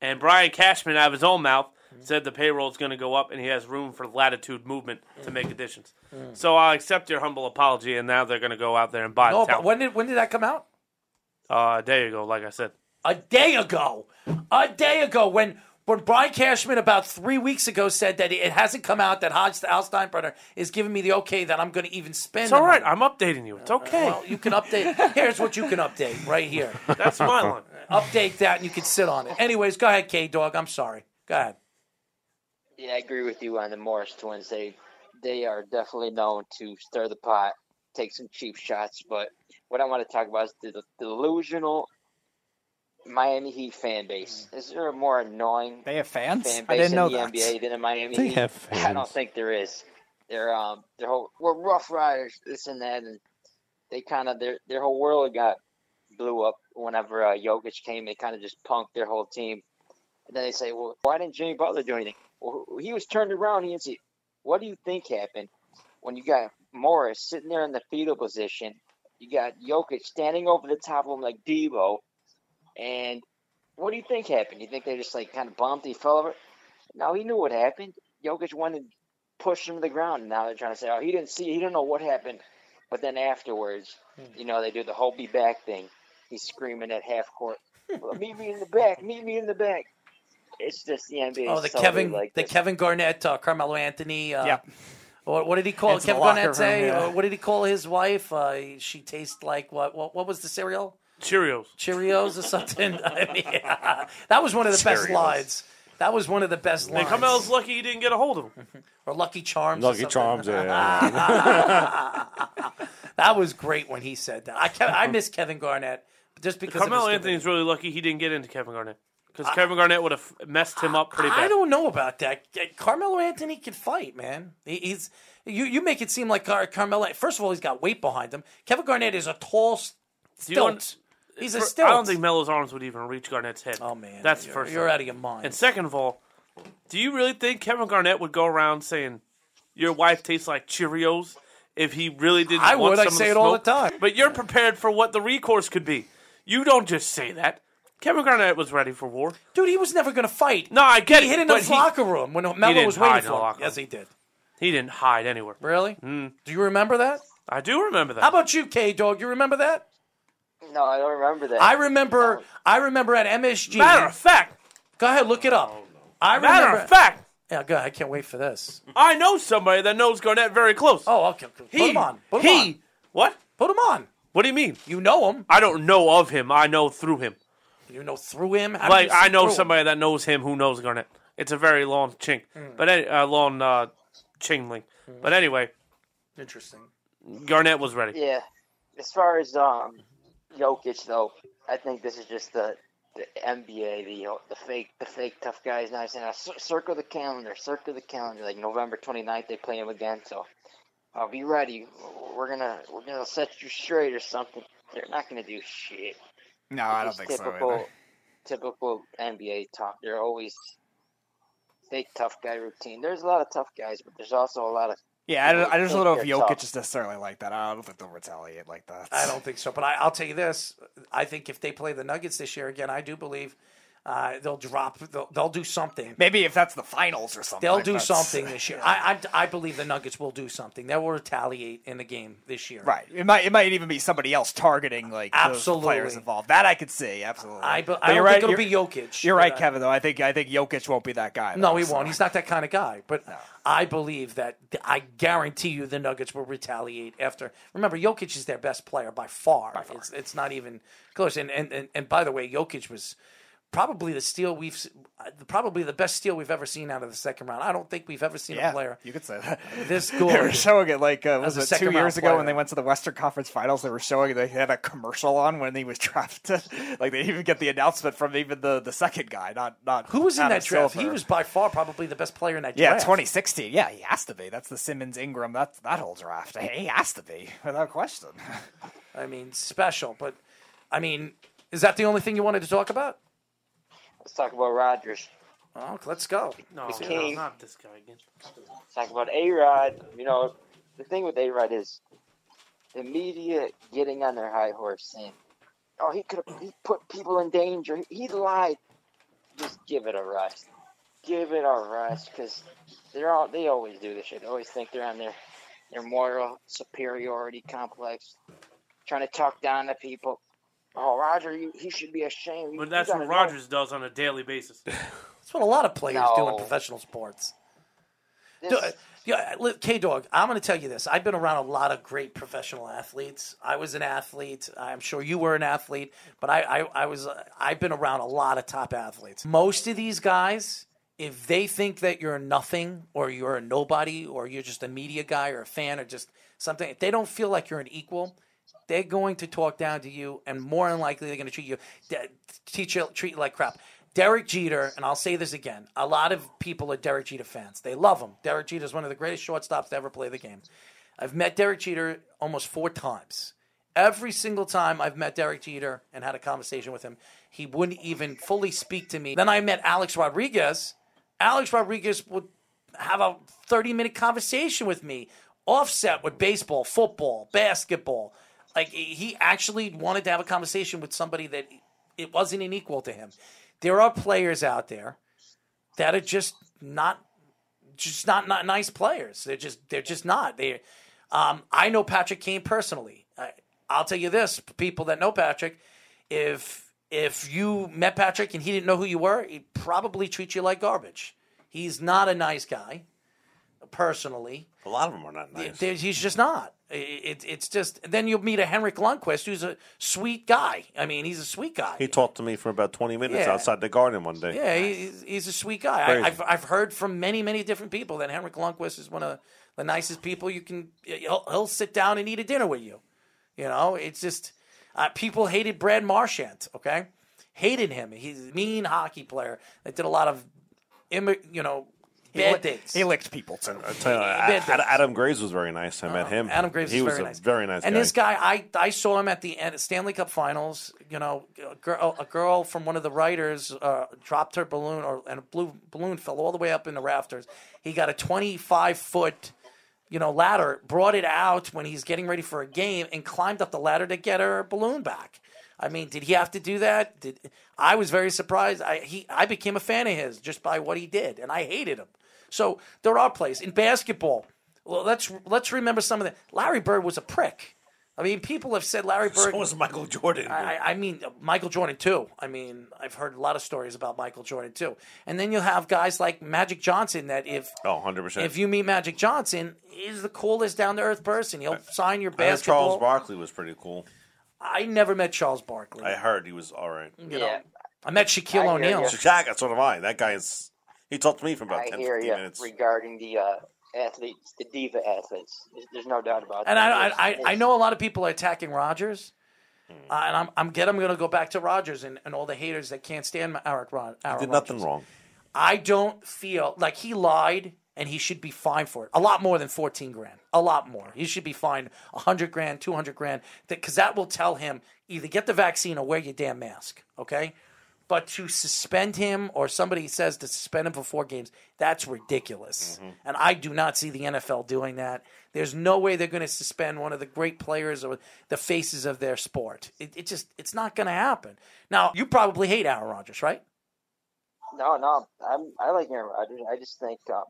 And Brian Cashman, out of his own mouth, Mm-hmm. said the payroll's going to go up and he has room for latitude movement to make additions. Mm. So I'll accept your humble apology, and now they're going to go out there and buy No, the but talent. when did when did that come out? Uh, a day ago, like I said. A day ago, a day ago when. When Brian Cashman about three weeks ago said that it hasn't come out that Hodge Al Steinbrenner is giving me the okay that I'm going to even spend. It's all the right. money. I'm updating you. It's okay. Uh, Well, you can update. Here's what you can update right here. That's my line. Update that, and you can sit on it. Anyways, go ahead, K Dog. I'm sorry. Go ahead. Yeah, I agree with you on the Morris twins. They they are definitely known to stir the pot, take some cheap shots. But what I want to talk about is the delusional Miami Heat fan base. Mm-hmm. Is there a more annoying They have fans? fan I base didn't know in the that. NBA than in Miami? They Heat? have I don't fans. think there is. They're um their whole we're rough riders, this and that, and they kind of their their whole world got blew up whenever uh, Jokic came. They kind of just punked their whole team. And then they say, well, why didn't Jimmy Butler do anything? Well, who- he was turned around. He didn't see. What do you think happened when you got Morris sitting there in the fetal position? You got Jokic standing over the top of him like Debo. And what do you think happened? You think they just like kind of bumped? He fell over? No, he knew what happened. Jokic went and pushed him to the ground. And now they're trying to say, oh, he didn't see. He didn't know what happened. But then afterwards, Hmm. you know, they do the whole be back thing. He's screaming at half court, "Well, meet me in the back, meet me in the back. It's just the NBA. Oh, is the so Kevin, weird like the this. Kevin Garnett, uh, Carmelo Anthony. Uh, Yep. What, what did he call It's Kevin the locker Garnett? Say room, yeah. uh, what did he call his wife? Uh, she tastes like what, what? What was the cereal? Cheerios. Cheerios or something. I mean, that was one of the best Cheerios. lines. That was one of the best And lines. Carmelo's lucky he didn't get a hold of him. or Lucky Charms. or Lucky something. Charms. Yeah. that was great when he said that. I kept, I miss Kevin Garnett. just because of Carmelo his Anthony's really lucky he didn't get into Kevin Garnett because Kevin Garnett would have messed him up pretty bad. I don't know about that. Carmelo Anthony can fight, man. He- He's you. You make it seem like Car- Carmelo. First of all, he's got weight behind him. Kevin Garnett is a tall s- you know stilt. He's a For- stilt. I don't think Melo's arms would even reach Garnett's head. Oh man, that's the you're- first. you're thing. out of your mind. And second of all, do you really think Kevin Garnett would go around saying your wife tastes like Cheerios if he really didn't? I want would. Some I of say the it all smoke? the time. But you're prepared for what the recourse could be. You don't just say that. Kevin Garnett was ready for war. Dude, he was never going to fight. No, I get he it, hit in but his he- locker room when he Melo didn't was waiting hide in the for him. locker Yes, room. Hmm. he did. He didn't hide anywhere. Really? Do you remember that? I do remember that. How about you, K Dog? You remember that? No, I don't remember that. I remember. I remember at MSG. Matter of fact, go ahead, look it up. I Matter remember. of fact, yeah, go. ahead, I can't wait for this. I know somebody that knows Garnett very close. Oh, okay. Put he, him on. Put him he, on. What? Put him on. What do you mean? You know him. I don't know of him. I know through him. You know through him. How do like you see I know through him? somebody that knows him who knows Garnett. It's a very long chink, but any, uh, long uh, chain link. But anyway, Interesting. Garnett was ready. Yeah. As far as um, Jokic though, I think this is just the the NBA, the the fake the fake tough guys. Now saying uh, cir- circle the calendar, circle the calendar. Like November 29th, they play him again. So I'll be ready. We're gonna we're gonna set you straight or something. They're not gonna do shit. No, I don't Just think typical, so. Either. Typical NBA talk. They're always fake tough guy routine. There's a lot of tough guys, but there's also a lot of Yeah, I, don't, I just think don't know if they're tough. Jokic is necessarily like that. I don't think they'll retaliate like that. I don't think so. But I, I'll tell you this: I think if they play the Nuggets this year again, I do believe uh, they'll drop. They'll, they'll do something. Maybe if that's the finals or something. They'll do that's- something this year. I, I I believe the Nuggets will do something. They will retaliate in the game this year. Right. It might. It might even be somebody else targeting like Absolutely. those players involved. That I could see. Absolutely. I be- I But don't you're think it'll you're- be Jokic, You're but uh, right, I- Kevin. Though I think I think Jokic won't be that guy. No, though, he so. won't. He's not that kind of guy. But I believe that th- I guarantee you the Nuggets will retaliate after. Remember, Jokic is their best player by far. It's, it's not even close. And, and and and by the way, Jokic was probably the steal we've s- uh, probably the best steal we've ever seen out of the second round. I don't think we've ever seen a Yeah, player you could say that. this They were good. showing it like uh, As was a it two second-round years ago player. when they went to the Western Conference Finals? They were showing they had a commercial on when he was drafted. like they didn't even get the announcement from even the, the second guy. Not not Who was in Adam that draft? He Silver. was by far probably the best player in that yeah draft. 2016. Yeah, he has to be. That's the Simmons Ingram. That's that whole draft. He has to be without question. I mean, special. But I mean, is that the only thing you wanted to talk about? Let's talk about Rodgers. Oh, let's go. No, The no, king. not this guy again. talk about A Rod. You know, the thing with A Rod is the media getting on their high horse saying, "Oh, he could have he put people in danger. He lied." Just give it a rest. Give it a rest, because they're all they always do this shit. They always think they're on their their moral superiority complex, trying to talk down to people. Oh, Roger, you, he should be ashamed. You- But you that's gotta what know." Rogers does on a daily basis. That's what a lot of players do in No. professional sports. This- Do- Yeah, K Dog, I'm going to tell you this. I've been around a lot of great professional athletes. I was an athlete. I'm sure you were an athlete, but I, I, I was. uh, I've been around a lot of top athletes. Most of these guys, if they think that you're nothing or you're a nobody or you're just a media guy or a fan or just something, if they don't feel like you're an equal, they're going to talk down to you, and more than likely they're going to treat you, de- teach you, treat you like crap. Derek Jeter, and I'll say this again: a lot of people are Derek Jeter fans. They love him. Derek Jeter is one of the greatest shortstops to ever play the game. I've met Derek Jeter almost four times. Every single time I've met Derek Jeter and had a conversation with him, he wouldn't even fully speak to me. Then I met Alex Rodriguez. Alex Rodriguez would have a 30 minute conversation with me, offset with baseball, football, basketball. Like he he actually wanted to have a conversation with somebody that it wasn't an equal to him. There are players out there that are just not just not not nice players. They're just they're just not. They um I know Patrick Kane personally. I, I'll tell you this, people that know Patrick, if if you met Patrick and he didn't know who you were, he'd probably treat you like garbage. He's not a nice guy personally. A lot of them are not nice. There- He's just not. It, it's just then you'll meet a Henrik Lundqvist who's a sweet guy. I mean, he's a sweet guy. He talked to me for about 20 minutes Yeah. outside the garden one day. Yeah, he- he's, he's a sweet guy. Crazy. I, I've I've heard from many many different people that Henrik Lundqvist is one of the nicest people you can. He'll, he'll sit down and eat a dinner with you. You know, it's just Uh, people hated Brad Marchant. Okay, hated him. He's a mean hockey player that did a lot of, immi- you know, He bad licked- things. He licked people too. I tell you, Bad Ad- Adam Graves was very nice. I met him. Uh, Adam Graves he is was very a nice. very nice And guy. this guy, I, I saw him at the end, Stanley Cup Finals. You know, a girl, a girl from one of the writers uh, dropped her balloon, or and a blue balloon fell all the way up in the rafters. He got a 25 foot, you know, ladder, brought it out when he's getting ready for a game, and climbed up the ladder to get her balloon back. I mean, did he have to do that? Did I was very surprised. I he I became a fan of his just by what he did, and I hated him. So there are plays in basketball. Well, let's let's remember some of that. Larry Bird was a prick. I mean, people have said Larry Bird. So was Michael Jordan. I, I- I mean, uh, Michael Jordan too. I mean, I've heard a lot of stories about Michael Jordan too. And then you'll have guys like Magic Johnson that if oh, 100 percent. if you meet Magic Johnson, he's the coolest down to earth person. He'll sign your I heard Charles basketball. Barkley was pretty cool. I never met Charles Barkley. I heard he was all right. You know, I met Shaquille O'Neal. Shaq, so did I. That guy is. He talked to me for about I 10, hear 15 you minutes. regarding the uh, athletes, the diva athletes. There's- There's no doubt about And that. I, I, It's- I, I know a lot of people are attacking Rogers, Hmm. uh, and I'm, I'm get I'm going to go back to Rogers and, and all the haters that can't stand Eric Rod. He Aaron did Rodgers. nothing wrong. I don't feel like he lied and he should be fined for it. A lot more than 14 grand. A lot more. He should be fined 100 grand, 200 grand, because that will tell him either get the vaccine or wear your damn mask, okay? But to suspend him or somebody says to suspend him for four games, that's ridiculous. And I do not see the NFL doing that. There's no way they're going to suspend one of the great players or the faces of their sport. It, it just, it's not going to happen. Now, you probably hate Aaron Rodgers, right? No, no, I'm, I like Aaron Rodgers. I just think, um,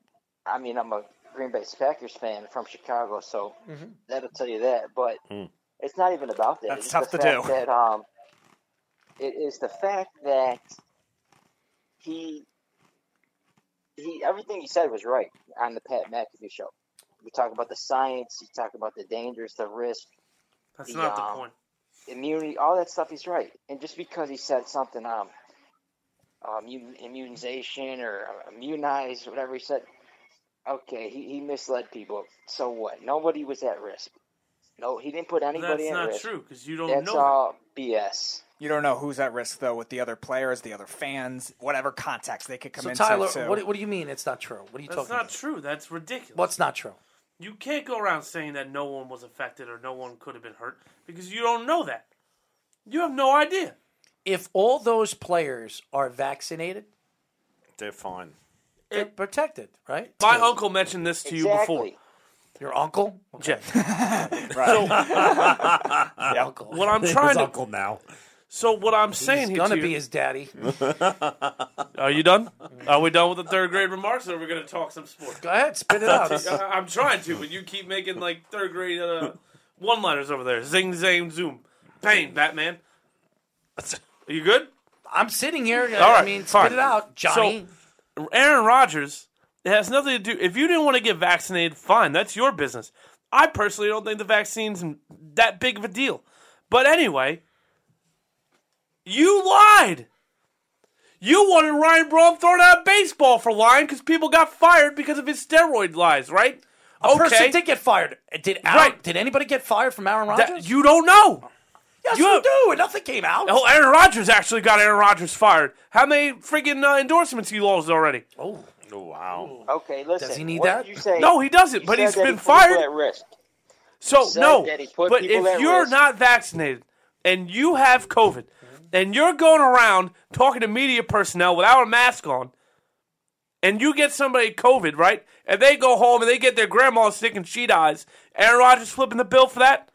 I mean, I'm a Green Bay Packers fan from Chicago, so Mhm. that'll tell you that. But Mm. it's not even about that. That's It's tough the to fact do. That, um, it is the fact that he he everything he said was right on the Pat McAfee show. We talk about the science. You talk about the dangers, the risk. That's not the um, point. immunity, all that stuff. He's right. And just because he said something, um, uh, immun- immunization or uh, immunize, whatever he said, okay, he, he misled people. So what? Nobody was at risk. No, he didn't put anybody That's at not risk. true, 'cause you don't That's know them. all BS. You don't know who's at risk though, with the other players, the other fans, whatever context they could come So into. Tyler, too. what, what do you mean it's not true? What are you That's talking not about? true. That's ridiculous. What's not true? You can't go around saying that no one was affected or no one could have been hurt because you don't know that. You have no idea. If all those players are vaccinated, They're fine. they're protected, right? My uncle mentioned this to you before. Your uncle? So, Your uncle. What I'm trying to now. So what I'm saying He's here gonna to be you- his daddy. Are you done? Are we done with the third grade remarks, or we're gonna talk some sports? Go ahead, spit it out. I- I'm trying to, but you keep making like third grade uh, one liners over there. Zing, zang, zoom, bang, Batman. Are you good? I'm sitting here. I All right, mean, spit fine. it out, Johnny. So, Aaron Rodgers. It has nothing to do. If you didn't want to get vaccinated, fine. That's your business. I personally don't think the vaccine's that big of a deal. But anyway, you lied. You wanted Ryan Braun thrown out of baseball for lying because people got fired because of his steroid lies, right? A person did get fired. Did Al, Right. Did anybody get fired from Aaron That- Rodgers? you don't know. yes, you you, have- do. And nothing came out. Oh, Aaron Rodgers actually got Aaron Rodgers fired. How many friggin' uh, endorsements he lost already? Oh, Oh, wow. Okay, listen. he need what that? Did you say? No, he doesn't, You but said he's that been he put people fired. At risk. So said no, that he put but people if at you're risk. not vaccinated and you have COVID and you're going around talking to media personnel without a mask on, and you get somebody COVID, right? And they go home and they get their grandma sick and she dies. Aaron Rodgers flipping the bill for that.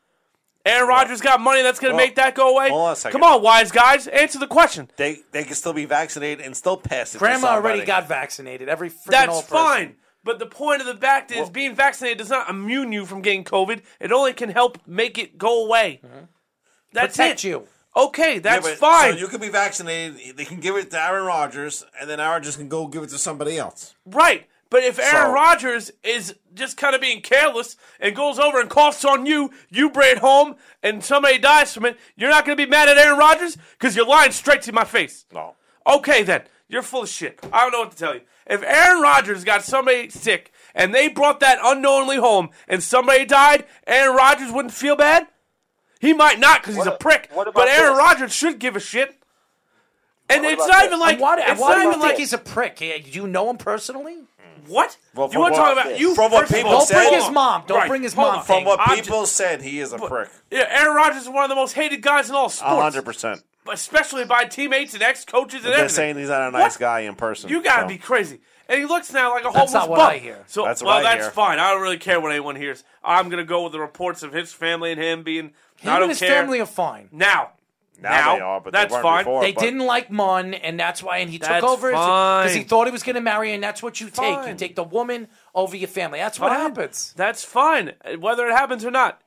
Aaron Rodgers got money that's going to well, make that go away. hold on a second. Come on, wise guys, answer the question. They they can still be vaccinated and still pass it. to Grandma already somebody. got vaccinated. Every freaking That's old person. fine. But the point of the fact is, being vaccinated does not immune you from getting COVID. It only can help make it go away. That's Mm-hmm. Protect it. you. Okay, Yeah, that's but- fine. So you could be vaccinated. They can give it to Aaron Rodgers, and then Aaron just can go give it to somebody else. right. But if Aaron So- Rodgers is just kind of being careless and goes over and coughs on you, you bring it home, and somebody dies from it, you're not going to be mad at Aaron Rodgers because you're lying straight to my face. No. Okay, then. You're full of shit. I don't know what to tell you. If Aaron Rodgers got somebody sick and they brought that unknowingly home and somebody died, Aaron Rodgers wouldn't feel bad? He might not because he's a prick. what about But Aaron this? Rodgers should give a shit. And What it's about not this? even like And why, and it's why not do you even think like he's a prick? Eh, Do you know him personally? What? Well, you want to talk about you? From what first of people all- said, Hold Hold on. on. Right, hold on. From what I'm ju- people said, he is a prick. yeah, Aaron Rodgers is one of the most hated guys in all A sports, hundred percent. especially by teammates and ex coaches and They're everything. saying he's not a nice guy in person. You gotta so. be crazy. And he looks now like a homeless That's not what bum. I hear. So That's what well, I that's hear. fine. I don't really care what anyone hears. I'm gonna go with the reports of his family and him being. Him I don't and his care. family are fine. Now, Now they are, but they that's weren't fine. before, They didn't like Munn, and that's why. And he took That's over because he fine. thought he was going to marry, her, and that's what you take. You Fine. take the woman over your family. That's what Fine. happens. That's fine, whether it happens or not.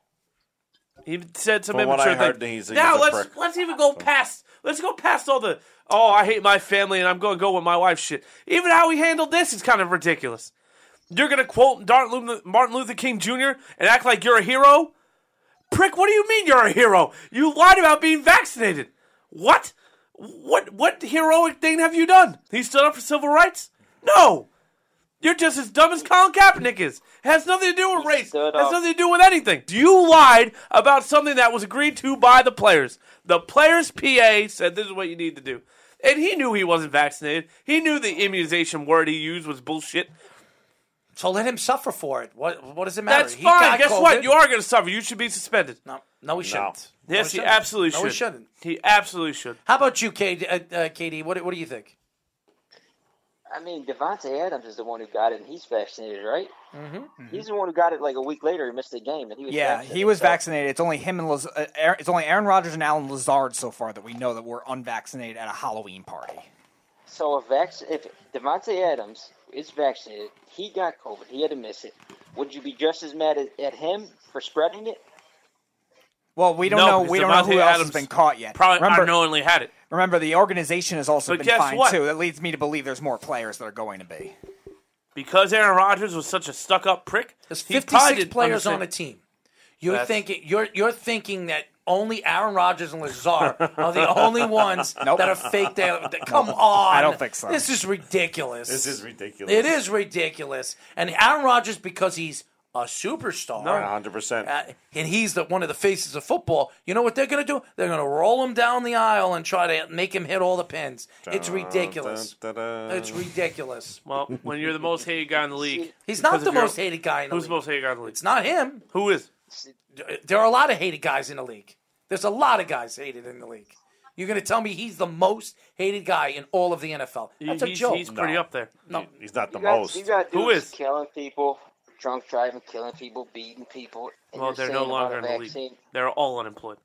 He said some From what immature I heard, thing. he's a- he's now a let's prick. let's even go past let's go past all the oh I hate my family and I'm going to go with my wife shit. Even how he handled this is kind of ridiculous. You're going to quote Dart Lu- Martin Luther King Jr. and act like you're a hero, prick. What do you mean you're a hero? You lied about being vaccinated. What? What? What heroic thing have you done? He stood up for civil rights. No. You're just as dumb as Colin Kaepernick is. Has nothing to do with race. up. Has nothing to do with anything. You lied about something that was agreed to by the players. The players' PA said this is what you need to do. And he knew he wasn't vaccinated. He knew the immunization word he used was bullshit. So let him suffer for it. What What does it matter? That's He fine. got Guess COVID. what? You are going to suffer. You should be suspended. No, no, he shouldn't. No, Yes, he he, shouldn't. absolutely No, should. he shouldn't. He absolutely should. How about you, Kate, uh, uh, Katie? What What do you think? I mean, Devonte Adams is the one who got it, and he's vaccinated, right? Mm-hmm. He's the one who got it like a week later. He missed the game, and he was Yeah, he was vaccinated. It's only him and Laz- uh, Aaron, it's only Aaron Rodgers and Alan Lazard so far that we know that were unvaccinated at a Halloween party. So if vac- if Devonte Adams is vaccinated, he got COVID. He had to miss it. Would you be just as mad at, at him for spreading it? Well, we don't No, know. because We don't know Devontae who else Adams has been caught yet. Probably Remember- unknowingly had it. Remember, the organization has also But been guess fined what? too. That leads me to believe there's more players that are going to be. Because Aaron Rodgers was such a stuck up prick. There's Fifty six players on a team. You're That's- thinking you're you're thinking that only Aaron Rodgers and Lazar are the only ones Nope. that are fake. They, come Nope. on, I don't think so. This is ridiculous. This is ridiculous. It is ridiculous. And Aaron Rodgers, because he's a superstar, No, 100%. uh, and he's the one of the faces of football. You know what they're going to do? They're going to roll him down the aisle and try to make him hit all the pins. It's ridiculous. It's ridiculous. Well, when you're the most hated guy in the league, He's not because the of your- most hated guy in the Who's league. the most hated guy in the league? It's not him. Who is? There are a lot of hated guys in the league. There's a lot of guys hated in the league. You're going to tell me he's the most hated guy in all of the NFL? That's a he's, joke. He's pretty up there. No. He's not the You got- most. You got Who dudes is? killing people, drunk driving, killing people, beating people. and Well, you're they're saying no about longer a in the league. vaccine. They're all unemployed.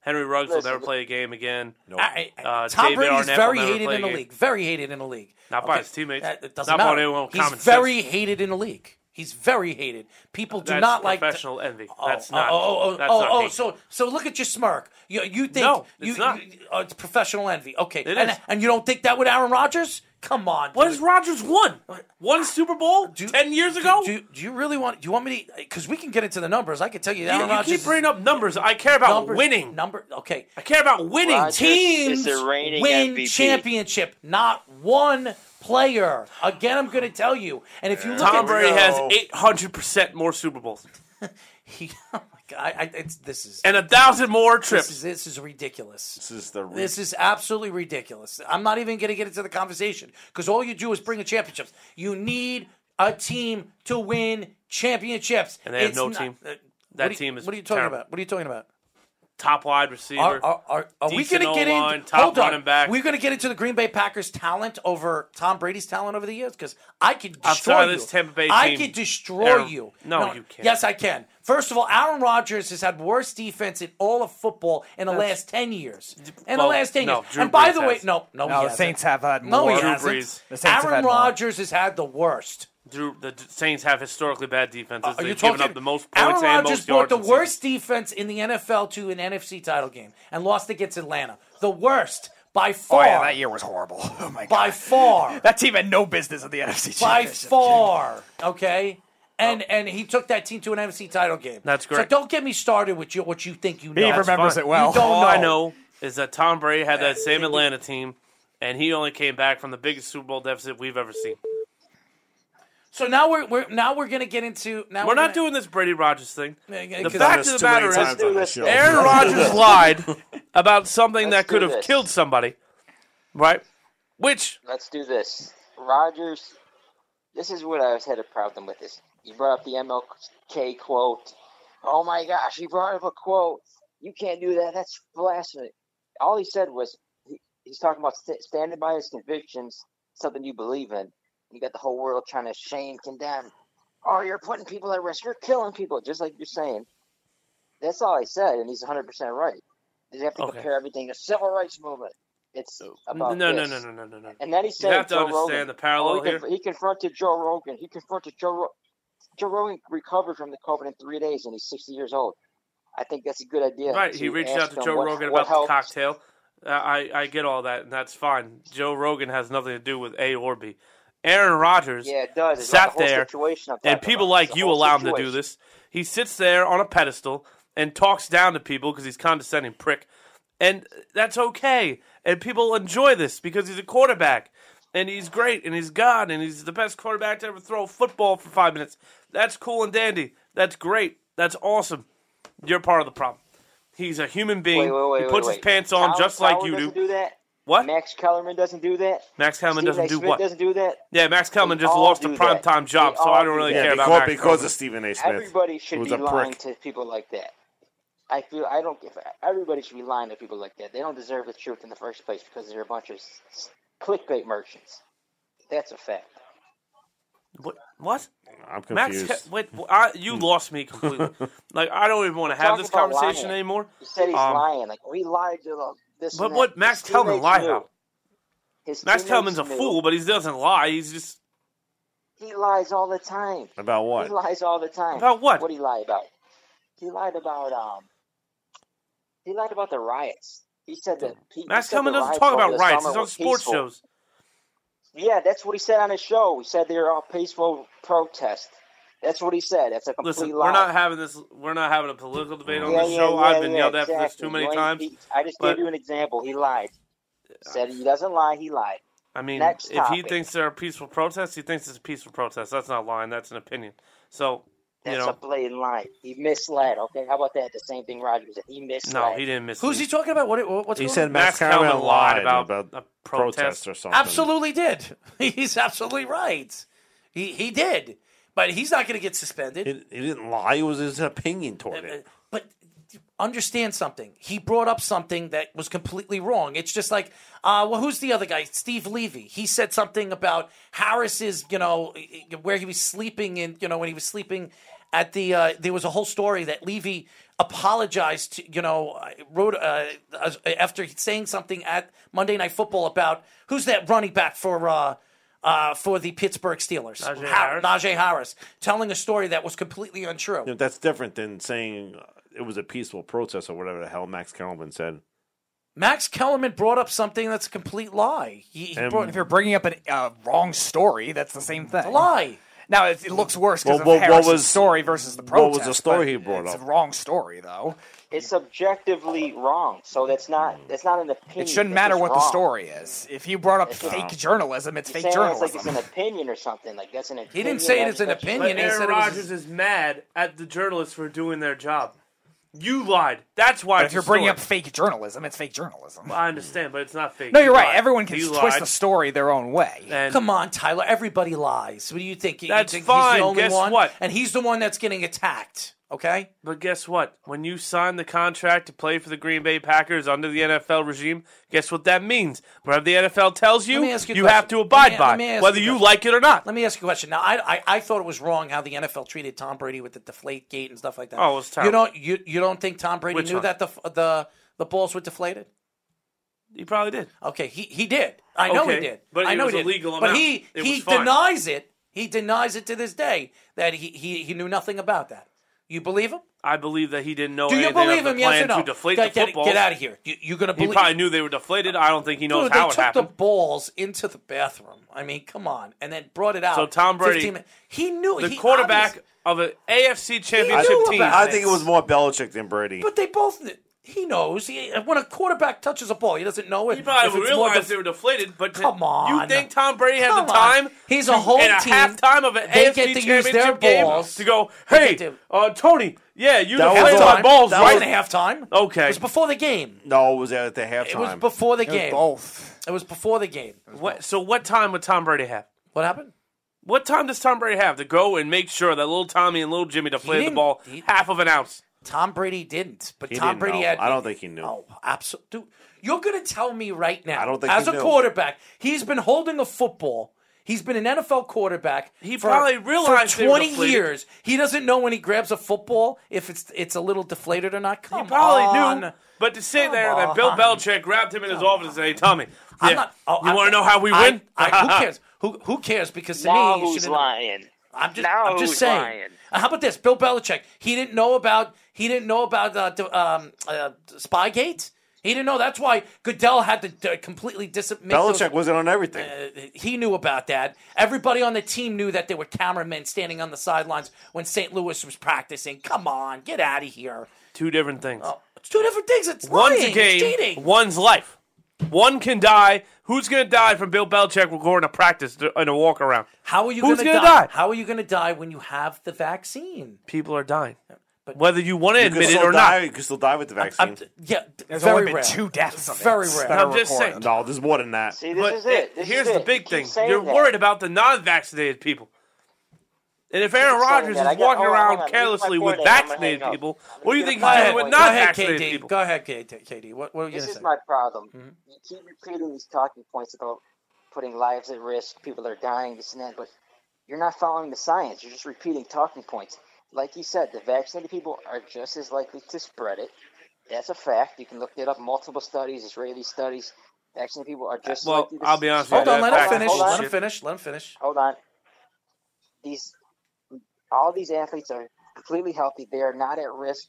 Henry Ruggs will Listen, never the- play a game again. No. I- I- Uh, Tom Brady is very hated in the league. Very hated in the league. Not by his teammates. That- it doesn't Not by matter. anyone with He's common very hated in the league. He's very hated. People do That's not like. professional envy. Oh, that's oh, not. Oh, oh, that's oh, not oh, hate. so so look at your smirk. You, you think No, you, it's not. you- oh, it's professional envy. Okay, It and, is. and you don't think that with Aaron Rodgers? Come on. What dude. has Rodgers won? One Super Bowl ten years ago. Do, do you really want? Do you want me to? Because we can get into the numbers. I can tell you. Aaron you, you Rodgers keep bringing up numbers. I care about Numbers- winning. Number. Okay. I care about winning. Rodgers teams is the reigning win MVP. championship, not one player. Again, I'm going to tell you. And if you look Tom at Brady has eight hundred percent more Super Bowls He, oh my God, I, I, it's, this is and a thousand more This is, trips. this is ridiculous. This is the. This is absolutely ridiculous. I'm not even going to get into the conversation because all you do is bring in championships. You need a team to win championships. And they have It's no not- team. uh, That what are you- team is What are you talking terrible. about? What are you talking about? Top wide receiver. Are, are, are, are we going decent to get O-line, in? top hold on. running back. We're going to get into the Green Bay Packers' talent over Tom Brady's talent over the years because I could I'm destroy sorry, you. this Tampa Bay I team- could destroy Aaron- you. No, you can't. Yes, I can. First of all, Aaron Rodgers has had worse defense in all of football in the That's- last ten years. In well, the last ten no, years. Drew and by Brees the way, has. no, no, he No, the hasn't. Saints have had no, more. he Drew hasn't. Brees. The Saints have Aaron had more. Rodgers has had the worst. Drew, the d- Saints have historically bad defenses. Are you They've given talking- up the most points Aaron and Rodgers most brought yards. the in season. worst defense in the NFL to an NFC title game and lost against Atlanta. The worst by Oh far. yeah, that year was horrible. Oh my god, by far. that team had no business in the NFC. by Championship. far. Okay? And and he took that team to an NFC title game. Oh. That's So great. don't get me started with you, what you think you know. He remembers it well. You don't All know. I know is that Tom Brady had that same Atlanta team, and he only came back from the biggest Super Bowl deficit we've ever seen. So now we're, we're now we're gonna get into now We're we're not gonna- doing this Brady Rogers thing. yeah, The fact 'cause- Done of this the too many matter times on this is, show. Aaron Let's do Rodgers this. lied about something that Let's could do have this. killed somebody, right? Which Let's do this. Rogers, this is what I was had a problem with this. You brought up the MLK quote. Oh my gosh, you brought up a quote. You can't do that. That's blasphemy. All he said was he, he's talking about st- standing by his convictions, something you believe in. You got the whole world trying to shame, condemn. Oh, you're putting people at risk. You're killing people, just like you're saying. That's all he said, and he's 100% right. You have to Okay. compare everything to civil rights movement. It's about no, no, this. no, no, no, no, no. And then he said, you have to Joe understand Rogan. the parallel Oh, he, here. conf- he confronted Joe Rogan. He confronted Joe Rogan. Joe Rogan recovered from the COVID in three days, and he's 60 years old. I think that's a good idea. Right, he reached out ask to him Joe what- Rogan what about helped. the cocktail. Uh, I I get all that, and that's fine. Joe Rogan has nothing to do with A or B. Aaron Rodgers Yeah, it does. It's sat about the whole there, situation I'm and talking people about. like It's the you whole allow him to do situation. this. He sits there on a pedestal and talks down to people because he's a condescending prick, and that's okay. And people enjoy this because he's a quarterback, and he's great, and he's God, and he's the best quarterback to ever throw a football for five minutes. That's cool and dandy. That's great. That's awesome. You're part of the problem. He's a human being. Wait, wait, wait, he puts wait, his wait. pants on Tyler just like Coward you do. doesn't that. What? Max Kellerman doesn't do that. Max Kellerman Stephen doesn't A. do Smith what? doesn't do that. Yeah, Max Kellerman They just all lost a do prime that. time job, They so all I don't do really that. care about because, Max because Kellerman. of Stephen A. Smith. Everybody should who's be a lying prick. to people like that. I feel I don't. If everybody should be lying to people like that, they don't deserve the truth in the first place because they're a bunch of s- s- clickbait merchants. That's a fact. What? What? I'm Max, confused. Hmm. Ke- wait, wh- I, you lost me completely. like I don't even want to have Talk this about conversation lying. anymore. You said he's Um, lying. Like we lied to the, this. But and what that. Max His Kellerman teammates lied knew. about? His Max teammates Kellerman's a knew. fool, but he doesn't lie. He's just He lies all the time. About He lies all the time. About what? What he lie about? He lied about um. He lied about the riots. He said that. He, he Max said the Kellerman doesn't riots talk over about the riots. summer He's on were sports peaceful. shows. Yeah, that's what he said on his show. He said they were all peaceful protest. That's what he said. That's a complete Listen, lie. we're not having this. We're not having a political debate on Yeah, this yeah, show. yeah, I've been yeah, yelled at for this exactly. too many You ain't- times. he- I just but- gave you an example. He lied. Said he doesn't lie. He lied. I mean, Next if he topic. thinks there are peaceful protests, he thinks it's a peaceful protest. That's not lying. That's an opinion. So That's you know, a blatant lie. He misled. Okay, how about that? The same thing Rogers did. He misled. no, he didn't miss. Who's he talking about? What? what what's He going said on? Max Max Kellerman Kellerman lied lied about about a protest. protest or something. Absolutely did. He's absolutely right. He he did, but he's not going to get suspended. He, he didn't lie. It was his opinion toward it. understand something. He brought up something that was completely wrong. It's just like, uh, well, who's the other guy? Steve Levy. He said something about Harris's, you know, where he was sleeping in, you know, when he was sleeping at the. Uh, there was a whole story that Levy apologized to, you know, wrote uh, as- after saying something at Monday Night Football about who's that running back for. Uh, uh, for the Pittsburgh Steelers, Najee Har- Harris? Najee Harris telling a story that was completely untrue. You know, that's different than saying uh, it was a peaceful protest or whatever the hell Max Kellerman said. Max Kellerman brought up something that's a complete lie. He, he And- brought, If you're bringing up a uh, wrong story, that's the same thing. lie. Now it, it looks worse because Well, what- of what Harris's was- story versus the what protest. was the story but he brought it's up? a wrong story though. It's objectively wrong. So that's not. That's not an opinion. It shouldn't That's matter just what the wrong. story is. If you brought up It's just- fake journalism, it's fake You're saying it's like journalism. it's an opinion or something. Like that's an opinion. didn't say it that's is an such- opinion. But he said Aaron it was- Rodgers is mad at the journalists for doing their job. You lied. That's why. But it's if you're a bringing up story. fake journalism, it's fake journalism. I understand, but it's not fake. No, you're He right. lied. Everyone can He twist lied. the story their own way. Come on, Tyler. Everybody lies. What do you think? You That's think He's fine. the only Guess one? what? And he's the one that's getting attacked. Okay. But guess what? When you sign the contract to play for the Green Bay Packers under the NFL regime, guess what that means? Whatever the NFL tells you, Let me ask you a you question. have to Let abide me- by, let me ask whether you a you question. like it or not. Let me ask you a question. Now, I, I I thought it was wrong how the NFL treated Tom Brady with the Deflate Gate and stuff like that. Oh, it was You terrible. don't you you don't think Tom Brady Which knew one? that the the the balls were deflated? He probably did. Okay, he he did. I know he Okay, did. but I it know was he a did. legal But amount. he It he was fine. denies it. He denies it to this day that he he, he knew nothing about that. You believe him? I believe that he didn't know Do you anything believe of the him, yes or plan no? to deflate Get- the get- football. get outta here. You, you're gonna He believe- probably knew they were deflated. I don't think he knows Dude, how they it took happened. the balls into the bathroom. I mean, come on, and then brought it out. So Tom Brady, 15 min- he knew the he quarterback obviously- of an AFC knew championship team. about I think it was more Belichick than Brady. But they both. He knows. He, when a quarterback touches a ball, he doesn't know it. He I realized they were deflated, but to- Come on. you think Tom Brady has Come the on. time? He's a whole at team. a halftime of an They AFC get to use championship their game balls. to go, hey, uh, Tony, yeah, you That deflated was my halftime. balls, That right? was- halftime. Okay, it was before the game. No, it was at the halftime. It was before the It was game. both. It was before the game. What, so what time would Tom Brady have? What happened? What time does Tom Brady have to go and make sure that little Tommy and little Jimmy deflated the didn't- ball half of an ounce? Tom Brady didn't, but He Tom didn't Brady know. had. I don't think he knew. Oh, absolutely. You're going to tell me right now. I don't think as he a knew. quarterback, he's been holding a football. He's been an NFL quarterback. He for, probably for realized they were 20 deflated. years. He doesn't know when he grabs a football if it's it's a little deflated or not. Come He probably on. knew. But to sit there that Bill on. Belichick grabbed him in his office and say, Tommy, yeah, I'm not. Oh, you I'm- want to know how we I- win? I- who cares? Who who cares? Because to Now me, you who's shouldn't- lying? I'm just, Now I'm just who's saying. lying? Uh, How about this? Bill Belichick. He didn't know about. He didn't know about uh, d- um, uh, Spygate. He didn't know. That's why Goodell had to d- completely dis- make those- Belichick wasn't on Uh, everything. he knew about that. Everybody on the team knew that there were cameramen standing on the sidelines when St. Louis was practicing. Come on, get out of here. Two different things. It's two different things. It's One's lying. a It's cheating. game, one's life. One can die. Who's going to die from Bill Belichick going to practice and a walk around? How are you Who's gonna gonna die? die? How are you going to die when you have the vaccine? People are dying. Whether you want to You could admit it still or die, not. You can still die with the vaccine. Yeah, There's very only been rare. two deaths of it. Very It's rare. not a I'm just record. saying. No, there's more than that. But it- here's the big thing. You're that. worried about the non-vaccinated people. And if Aaron saying Rodgers that. I is got- walking hold on, hold around on. Leave my carelessly with point there. I'm gonna vaccinated hang up. people, what do you think Go he's doing ahead. with Go ahead, non-vaccinated KD. people? Go ahead, KD. KD. What, what are you going This to say? is my problem. Mm-hmm. You keep repeating these talking points about putting lives at risk, people are dying, this and that, but you're not following the science. You're just repeating talking points. Like you said, the vaccinated people are just as likely to spread it. That's a fact. You can look it up. Multiple studies, Israeli studies. Vaccinated people are just as Well, likely to I'll be honest with Hold you. on, that let him fact is finish. Let him bullshit. finish. Let him finish. hold on. These all these athletes are completely healthy. They are not at risk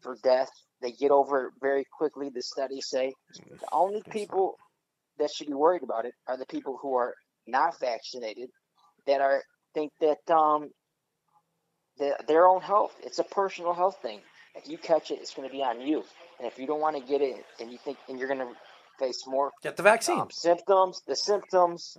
for death. They get over it very quickly. The studies say the only people that should be worried about it are the people who are not vaccinated that are think that um that their own health. It's a personal health thing. If you catch it, it's going to be on you. And if you don't want to get it, and you think and you're going to face more get the vaccine Um, symptoms, the symptoms,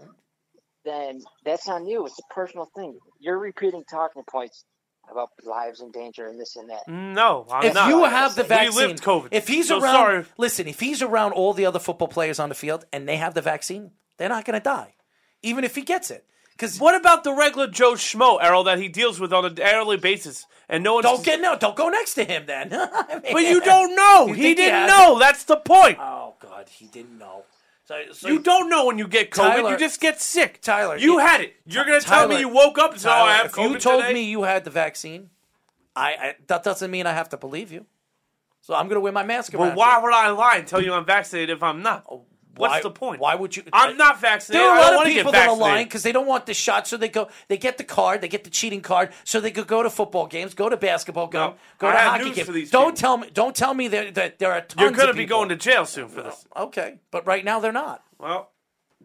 then that's on you. It's a personal thing. You're repeating talking points about lives in danger and this and Mm-hmm. that. No, I'm if not. you have the vaccine, we lived COVID. if he's so around, sorry. listen, if he's around all the other football players on the field and they have the vaccine, they're not going to die, even if he gets it. Because what about the regular Joe Schmo, Errol, that he deals with on a daily basis, and no one Don't get no. Don't go next to him then. I mean- But you don't know. he You think he didn't has know. That's the point. Oh God, he didn't know. So, so you don't know when you get COVID. Tyler- you just get sick. Tyler, you it- had it. You're gonna tell me Tyler- you woke up and said, "Oh, Tyler, I have if COVID you told today?" me you had the vaccine, I, I that doesn't mean I have to believe you. So I'm going to wear my mask around. Well, why would I lie and tell you I'm vaccinated if I'm not? What's Oh, Why- the point? Why would you? I'm not vaccinated. There are I a don't lot wanna of get people that are lying vaccinated. because they don't want the shot, so they go, they get the card, they get the cheating card, so they could go to football games, go to basketball, go, go I to have hockey news games. for these don't people. tell me, don't tell me that, that there are tons. You're gonna of be people. going to jail soon for this. Okay, but right now they're not. Well,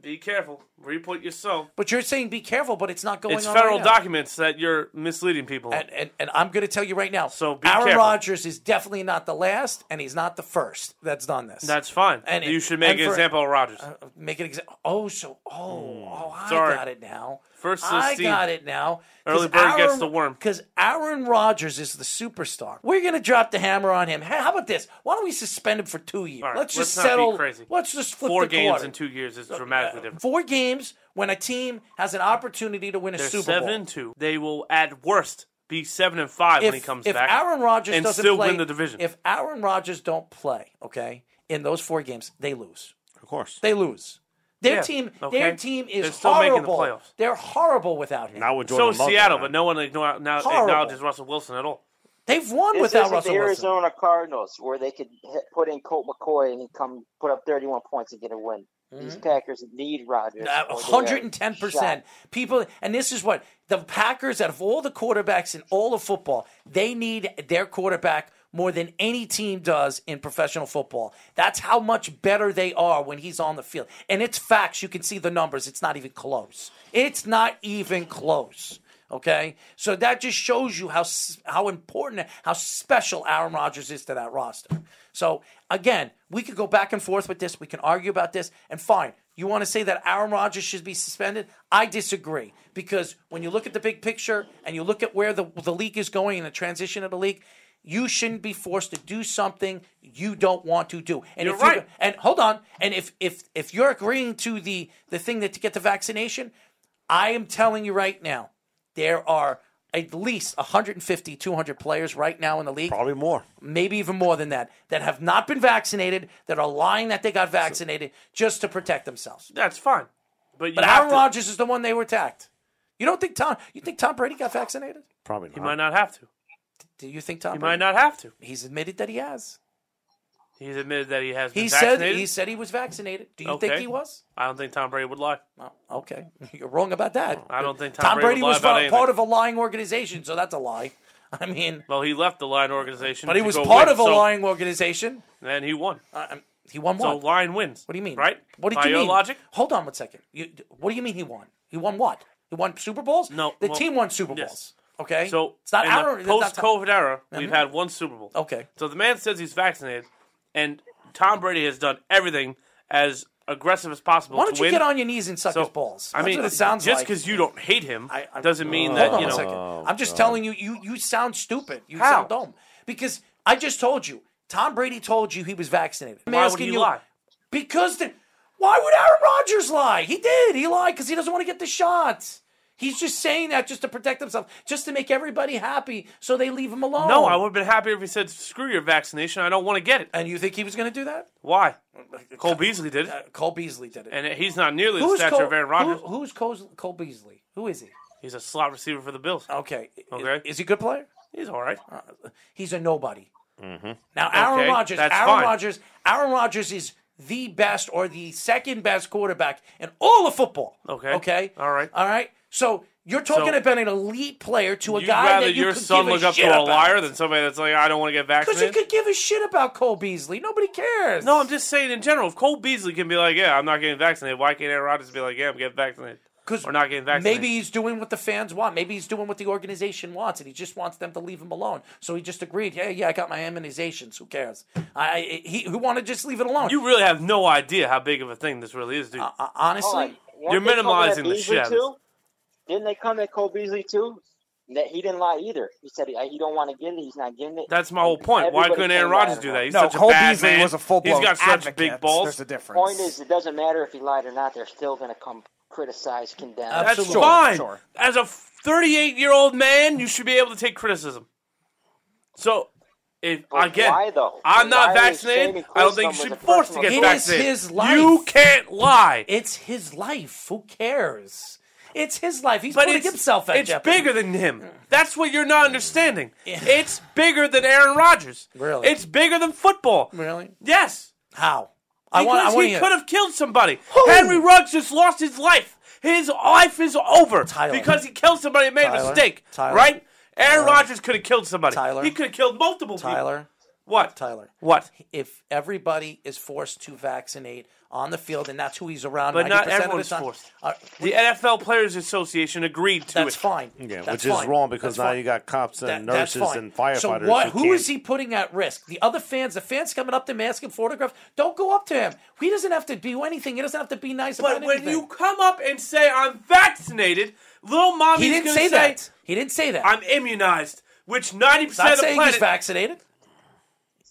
be careful. Report yourself. But you're saying be careful, but it's not going It's on. federal right now. documents that you're misleading people. And, and, and I'm going to tell you right now. So be Aaron careful. Rodgers is definitely not the last, and he's not the first that's done this. That's fine. And you it- should make and an for- Uh, example of Rogers. Make an example. Oh, so oh oh, I Hmm. Sorry. got it now. First to I see. got it now. Early bird gets the worm. Because Aaron Rodgers is the superstar. We're gonna drop the hammer on him. Hey, how about this? Why don't we suspend him for two years? let's just not be settle. crazy. Let's just flip Four the games quarter. in two years is dramatically different. uh, Four games when a team has an opportunity to win a They're Super seven Bowl. and two. They will at worst be seven and five when he comes if back. Aaron Rodgers and doesn't still play, win the division. If Aaron Rodgers don't play, okay, in those four games, they lose. Of course. They lose. Their Yeah, team, okay. their team is They're still making the horrible. playoffs. They're horrible without him. Now with so Jordan is Love, Seattle, man. but no one ignore, now Horrible. acknowledges Russell Wilson at all. They've won This without isn't Russell the Wilson. Arizona Cardinals where they could hit, put in Colt McCoy and come put up 31 points and get a win. These Packers need Rodgers. or they are Hundred and ten percent people, and this is what the Packers, out of all the quarterbacks in all of football, they need their quarterback more than any team does in professional football. That's how much better they are when he's on the field, and it's facts. You can see the numbers. It's not even close. It's not even close. Okay, so that just shows you how s- how important, how special Aaron Rodgers is to that roster. So again, we could go back and forth with this. We can argue about this, and fine. You want to say that Aaron Rodgers should be suspended? I disagree because when you look at the big picture and you look at where the the league is going and the transition of the league, you shouldn't be forced to do something you don't want to do. And You're if you- right. and hold on, and if if if you're agreeing to the the thing that to get the vaccination, I am telling you right now, there are at least 150, 200 players right now in the league. Probably more. Maybe even more than that, that have not been vaccinated, that are lying that they got vaccinated just to protect themselves. That's fine. But, you But have Aaron to- Rodgers is the one they were attacked. You don't think Tom? You think Tom Brady got vaccinated? Probably He might not have to. Do you think Tom? He Brady- might not have to. He's admitted that he has. He's admitted that he has. Been He vaccinated. said he said he was vaccinated. Do you think Okay. he was? I don't think Tom Brady would lie. okay, you're wrong about that. I don't think Tom, Tom Brady would lie was about part, anything. part of a lying organization, so that's a lie. I mean, Well, he left the line organization, but he to was go part win, of a so- lying organization. Uh, um, and he won. he won So what? line wins. What do you mean? Right? What did By you your mean? logic? Hold on one second. You, what do you mean he won? He won what? He won Super Bowls? No, the well, team won Super yes. Bowls. Okay, So it's not in our the it's not Tom- post-COVID era, we've Mhm. had one Super Bowl. Okay. So the man says he's vaccinated, and Tom Brady has done everything as aggressive as possible. Why don't to you win. get on your knees and suck So, his balls? I That's mean, what it sounds just like. because you don't hate him doesn't mean that Hold on you a know. second. I'm just telling you, you you sound stupid. You How? sound dumb because I just told you. Tom Brady told you he was vaccinated. I'm Why would asking he you, lie? Because the, why would Aaron Rodgers lie? He did. He lied because he doesn't want to get the shot. He's just saying that just to protect himself, just to make everybody happy, so they leave him alone. No, I would have been happier if he said, "Screw your vaccination. I don't want to get it." And you think he was going to do that? Uh, Why? Cole Beasley did it. Cole Beasley did it. And he's not nearly Who the is stature Cole- of Aaron Rodgers. Who, who's Cole, Cole Beasley? Who is he? He's a slot receiver for the Bills. Okay. Okay. Is, he a good player? He's all right. He's a nobody. Mm-hmm. Now Aaron Okay, Rodgers, that's Aaron fine. Rodgers, Aaron Rodgers is the best or the second best quarterback in all of football. Okay. Okay. All right. All right. So you're talking So- about an elite player to a You'd guy rather that you your could son give look a up shit to a about. liar than somebody that's like, I don't want to get Because you vaccinated. could give a shit about Cole Beasley. Nobody cares. No, I'm just saying in general. If Cole Beasley can be like, yeah, I'm not getting vaccinated, why can't Aaron Rodgers be like, yeah, I'm getting vaccinated? Because we're not getting vaccinated. Maybe he's doing what the fans want. Maybe he's doing what the organization wants, and he just wants them to leave him alone. So he just agreed. Yeah, yeah, I got my immunizations. Who cares? I, I he who want to just leave it alone. Uh, you really have no idea how big of a thing this really is, dude. honestly, Hold on. Weren't you're Uh, they coming at minimizing the Beasley shit. out of too? Didn't they come at Cole Beasley too? That he didn't lie either. He said he, he don't want to get it. He's not getting it. this. That's my whole point. Why Everybody couldn't Aaron came at Rodgers him. do that? He's No, such Cole a bad Beasley man. was a full-blown He's got such advocate. big balls. There's a difference. Point is, it doesn't matter if he lied or not. They're still going to come criticize, condemn. That's fine. As a 38 year old man, you should be able to take criticism. So, if But again, why, though? I'm not Why are you vaccinated. shaming I don't think you Chris should be Dunn was forced a to get It is vaccinated. his life. You can't lie. It's his life. Who cares? It's his life. He's But putting it's- himself at it's jeopardy. bigger than him. That's what you're not understanding. It's bigger than Aaron Rodgers. Really? It's bigger than football. Really? Yes. How? I Because want. I want he to could have killed somebody. Henry Ruggs just lost his life. His life is over because he killed somebody and made a Tyler. mistake. Tyler. right? Aaron Tyler. Rodgers could have killed somebody. Tyler. He could have killed multiple Tyler. What? Tyler. What? If everybody is forced to vaccinate on the field, and that's who he's around, But 90% not of the everyone's time- forced. Uh, people. The NFL Players Association agreed to that's it. fine. Yeah, That's which is fine. wrong because That's now fine. you got cops and That- that's nurses fine. and firefighters. So what? who Who can't- is he putting at risk? The other fans, the fans coming up to him asking for autographs. Don't go up to him. He doesn't have to do anything. He doesn't have to be nice But about when anything. you come up and say I'm vaccinated, little mommy's He didn't gonna say say that. He didn't say that. I'm immunized, which ninety It's percent not of the saying he's planet. vaccinated.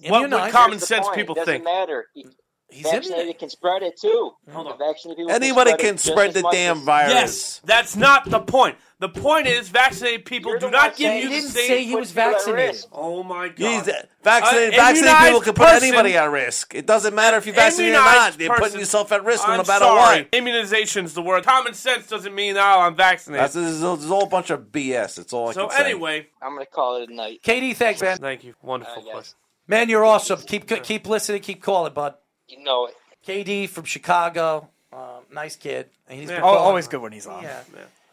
What would Immunized. common That's the sense point. people it doesn't think? matter. He, He's vaccinated can spread it too. Hold on. Vaccinated people Anybody can can spread, spread it just the as much damn as- virus. Yes, that's not the point. The point is vaccinated people do not give saying- you He the didn't same. say he was put you at vaccinated. risk. Oh my god! He's- An vaccinated, vaccinated immunized people can put person- anybody at risk. It doesn't matter if you're vaccinated or Immunized not. You're putting person- yourself at risk I'm no matter sorry. what. Immunization's the word. Common sense doesn't mean oh I'm vaccinated. That's this is all- this is all a bunch of BS. It's all I so can say. anyway, I'm gonna call it a night. Katie, thanks, man. Thank you. Uh, Wonderful question. Man, you're awesome. Keep keep listening. Keep calling, bud. You know it. KD from Chicago, uh, nice kid. And he's been Al- Oh, calling- always good when he's on. Yeah.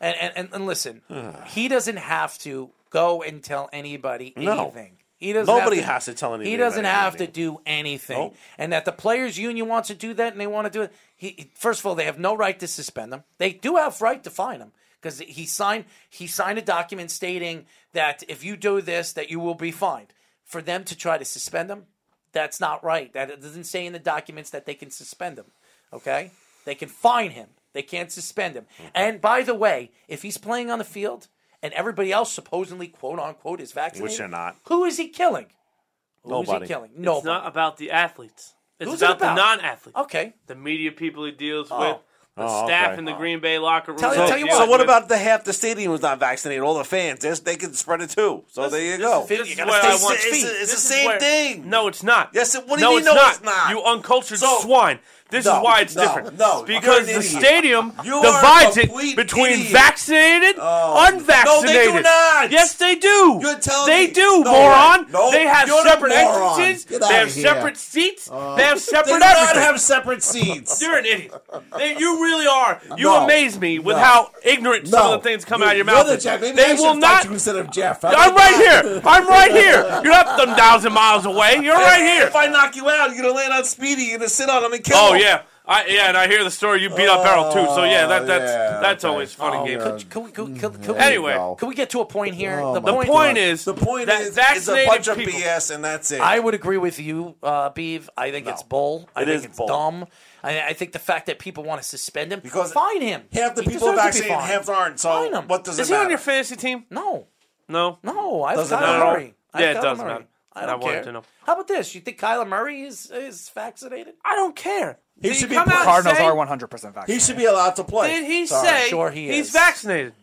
And, and and and listen, he doesn't have to go and tell anybody No. anything. He doesn't Nobody have to, has to tell anybody He doesn't anything. have to do anything. Nope. And that the players' union wants to do that and they want to do it. He, he- first of all, they have no right to suspend him. They do have right to fine him because he signed he signed a document stating that if you do this, that you will be fined. For them to try to suspend him, that's not right. That it doesn't say in the documents that they can suspend him. Okay, they can fine him. They can't suspend him. And by the way, if he's playing on the field and everybody else supposedly quote unquote is vaccinated, Which they're not. Who is he killing? Who's Nobody. he killing? It's Nobody. not about the athletes. It's Who's it about, about? the non-athletes. Okay. The media people he deals Oh. with, the Oh, staff okay. in the Green Bay locker room. so, he deals so what with. about the half the stadium was not vaccinated? All the fans, There's- they can spread it too. So there you go. This is You gotta where stay I want- six feet. It's, This the is same where- thing. No, it's not. Yes, it, what do no, you mean? it's No, not. it's not. You uncultured So- swine. This No, is why it's no, different. no, because you're an the idiot. stadium You are a divides it complete between idiot. Oh. vaccinated, No, unvaccinated. they do not. Yes, they do. You're telling they me- do, No, moron. no, they have you're the separate moron. entrances. Get They outta have here. Uh, separate seats. they have separate They do not everything. have separate seats. You're an idiot. They- you really are. You No. amaze me with No. how ignorant some of the things come out of your mouth. is. they will not. instead of Jeff. I'm right here. I'm right here. You're not some thousand miles away. You're right here. If I knock you out, you're gonna land on Speedy. You're gonna sit on him and kill Oh him. yeah, I yeah, and I hear the story. You beat up Errol too. So Oh, yeah, Oh, that that's that's always funny game. Can Oh, we, can, we- can, can we- Anyway. can we get to a point here? The point is, the point that is, It's a bunch of BS, and that's it. I would agree with you, uh, Beav. I think it's bull. I It think is it's bull. dumb. I, I think the fact that people want to suspend him, Because fine him. half the He people deserves to be vaccinated, fined. half aren't. So what does it Is he matter? on your fantasy team? No, No, no. I've Doesn't Kyler matter. Murray. I've Yeah, it Kyler does Murray. matter. I And don't I wanted care. to know. How about this? You think Kyler Murray is is vaccinated? I don't care. He Did should be come out and Cardinals say- are 100% vaccinated. He should be allowed to play. Did he Sorry. say Sure he he's is. vaccinated?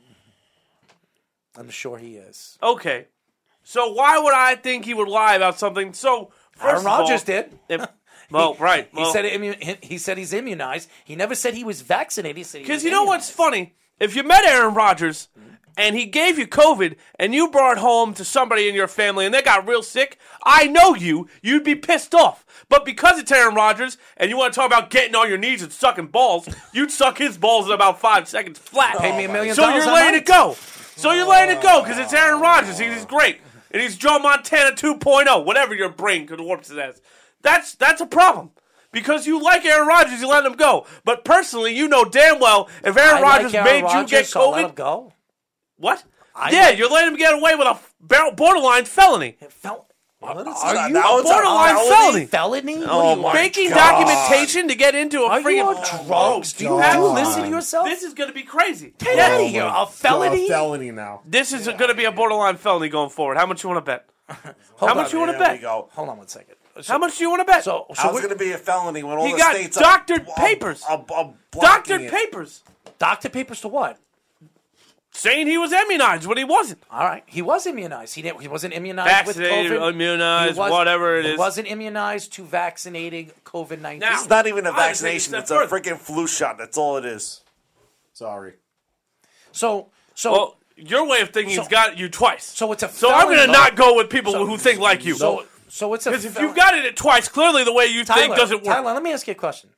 I'm sure he is. Okay, so why would I think he would lie about something? So first Aaron of all- Rodgers did. If- well, right. he well- said immu- he- he said he's immunized. He never said he was vaccinated. He said he Because was you know what's funny? If you met Aaron Rodgers and he gave you COVID and you brought it home to somebody in your family and they got real sick, I know you, you'd be pissed off. But because it's Aaron Rodgers and you want to talk about getting on your knees and sucking balls, you'd suck his balls in about five seconds flat. Pay me a million Oh, so dollars, you're I letting might. it go. So you're letting it go because it's Aaron Rodgers. and He's great. And he's Joe Montana 2.0, whatever your brain could warp to that. That's, that's a problem. Because you like Aaron Rodgers, you let him go. But personally, you know damn well if Aaron I like Rodgers Aaron made Rodgers, you get so let him COVID, go. what? yeah, like- you're letting him get away with a f- bar- borderline felony. Fel- Are you a borderline felony? Felony? Oh my Making God. documentation to get into a Are freaking you on drugs? Do you have to listen to yourself? This is going to be crazy. Get Oh Yeah. out of here. A felony? felony now. This is going to be a borderline felony going forward. How much you want to bet? Hold How on, much you want to there bet? we go. Hold on one second. How much do you want to bet? So, so How's it gonna be a felony when all He the got states doctored are, papers. Are, are, are blocking doctored it? papers doctor papers to what? saying he was immunized when he wasn't. All right, he was immunized. He didn't. He wasn't immunized with Vaccinated, COVID. immunized, He was- whatever it he is. wasn't immunized to vaccinating COVID nineteen. It's not even a I was vaccination. thinking It's a freaking flu shot. That's all it is. Sorry. So, so Well, your way of thinking has got you twice. So it's a. Oh, So I'm felony. going to not go with people who think like you. So, so it's a. Because if fel- you've got it at twice, clearly the way you think Tyler, doesn't work. Tyler, let me ask you a question.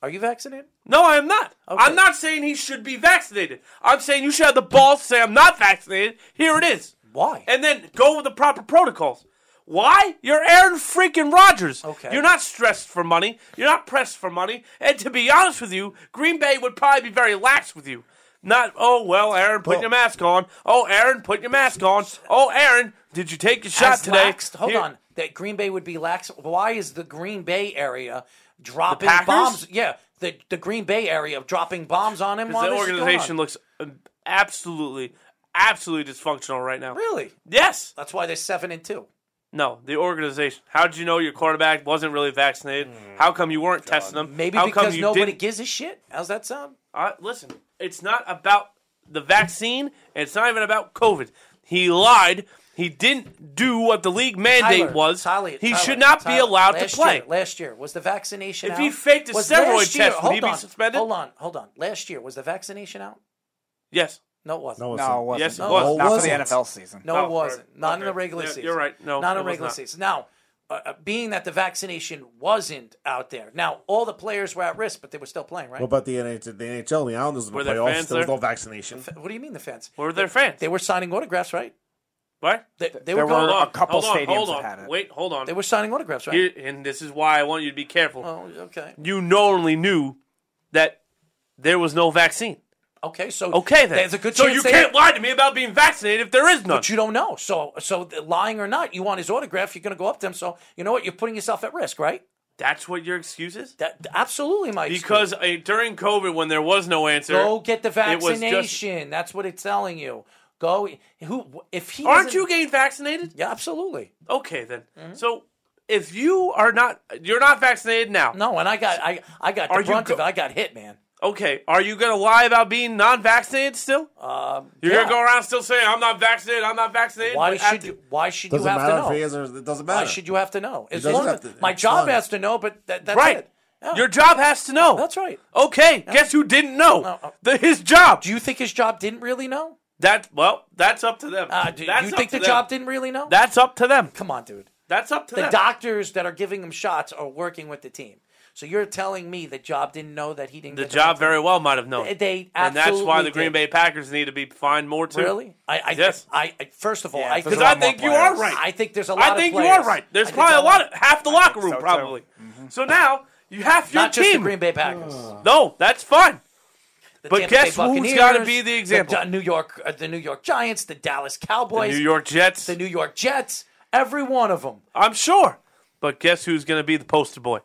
Are you vaccinated? No, I am not. I'm not saying he should be vaccinated. I'm saying you should have the balls to say I'm not vaccinated. Here it is. Why? And then go with the proper protocols. Why? You're Aaron freaking Rodgers. Okay. You're not stressed for money. You're not pressed for money. And to be honest with you, Green Bay would probably be very lax with you. Not, oh, well, Aaron, put your mask on. Oh, Aaron, put your mask on. Oh, Aaron, did you take your shot As today? laxed- hold Here- on. That Green Bay would be lax. Why is the Green Bay area dropping Packers? bombs? Yeah, the the Green Bay area dropping bombs on him. Because that While this is going organization on? looks um, absolutely, absolutely dysfunctional right now. really. Yes. That's why they're seven and two. No, the organization. How did you know your quarterback wasn't really vaccinated? How come you weren't testing him? Maybe How come because you nobody didn't? gives a shit. How's that sound? Uh, listen, it's not about the vaccine. and It's not even about COVID. He lied. He didn't do what the league mandate Tyler, was. Tyler, he Tyler, should not Tyler. be allowed to Last play. year- last year was the vaccination. If out? he faked a Was steroid last year- test, would hold he be on, suspended? Hold on, hold on. Last year was the vaccination out? Yes. No, it wasn't. No, it wasn't. Yes, it No, was. Not No, it for the wasn't. NFL season. No, Oh, it wasn't. right. Not in Okay. the regular Yeah, season. you're right. No, not it in was regular not. season. Now, uh, uh, being that the vaccination wasn't out there, now all the players were at risk, but they were still playing, right? What about the NHL? The NHL, the Islanders in the Were there playoffs. fans There was there? no vaccination. F- what do you mean the fans? Were there fans? They were signing autographs, right? What? They, they There were going, were Hold a on, couple hold on, stadiums hold that on. had it. Wait, hold on. They were signing autographs, right? Here- and this is why I want you to be careful. oh, okay. you knowingly knew that there was no vaccine. Okay, so Okay, then. there's a good so chance you they- can't lie to me about being vaccinated if there is none. But you don't know. So, so th- lying or not, you want his autograph. You're going to go up to him. So, you know what? You're putting yourself at risk, right? That's what your excuse is. That absolutely, my because uh, during COVID, when there was no answer, go get the it was just- vaccination. That's what it's telling you. Go. Who? If he Aren't doesn't- Mm-hmm. you getting vaccinated? Yeah, absolutely. Okay, then. So if you are not, you're not vaccinated now. No, and I got, I, I got the brunt of it. I got hit, man. Okay, are you gonna lie about being non-vaccinated still? Um, you're yeah. gonna go around still saying I'm not vaccinated. I'm not vaccinated. Why but should after- you? Why should Doesn't you have matter to know? if he is or it doesn't Why matter. should you have to know? It As doesn't long have as- to- my it's job fun. has to know, but that, that's right. it. Your job has to know. That's right. uh, Okay. Guess who didn't know? the, his job. Do you think his job didn't really know? That well, that's up to them. Uh, do That's you up think to the them. job didn't really know? That's up to them. Come on, dude. That's up to the them. doctors that are giving him shots are working with the team. So you're telling me the job didn't know that he didn't. The get job vaccine? very well might have known. They- they and that's why absolutely the Green did. Bay Packers need to be fined more too. Really? I, I yes. I, I first of all, I because I think you are right. I think there's a lot. I think of you are players. right. There's I think probably a there's lot of half the locker room probably. So now you have your Mm-hmm. Not team. just the Green Bay Packers. No, that's fine. The but Tampa guess Bay who's Buccaneers, got to be the example? Gi- New York, uh, the New York Giants, the Dallas The Cowboys, New York Jets. the New York Jets. Every one of them. I'm sure. But guess who's going to be the poster boy?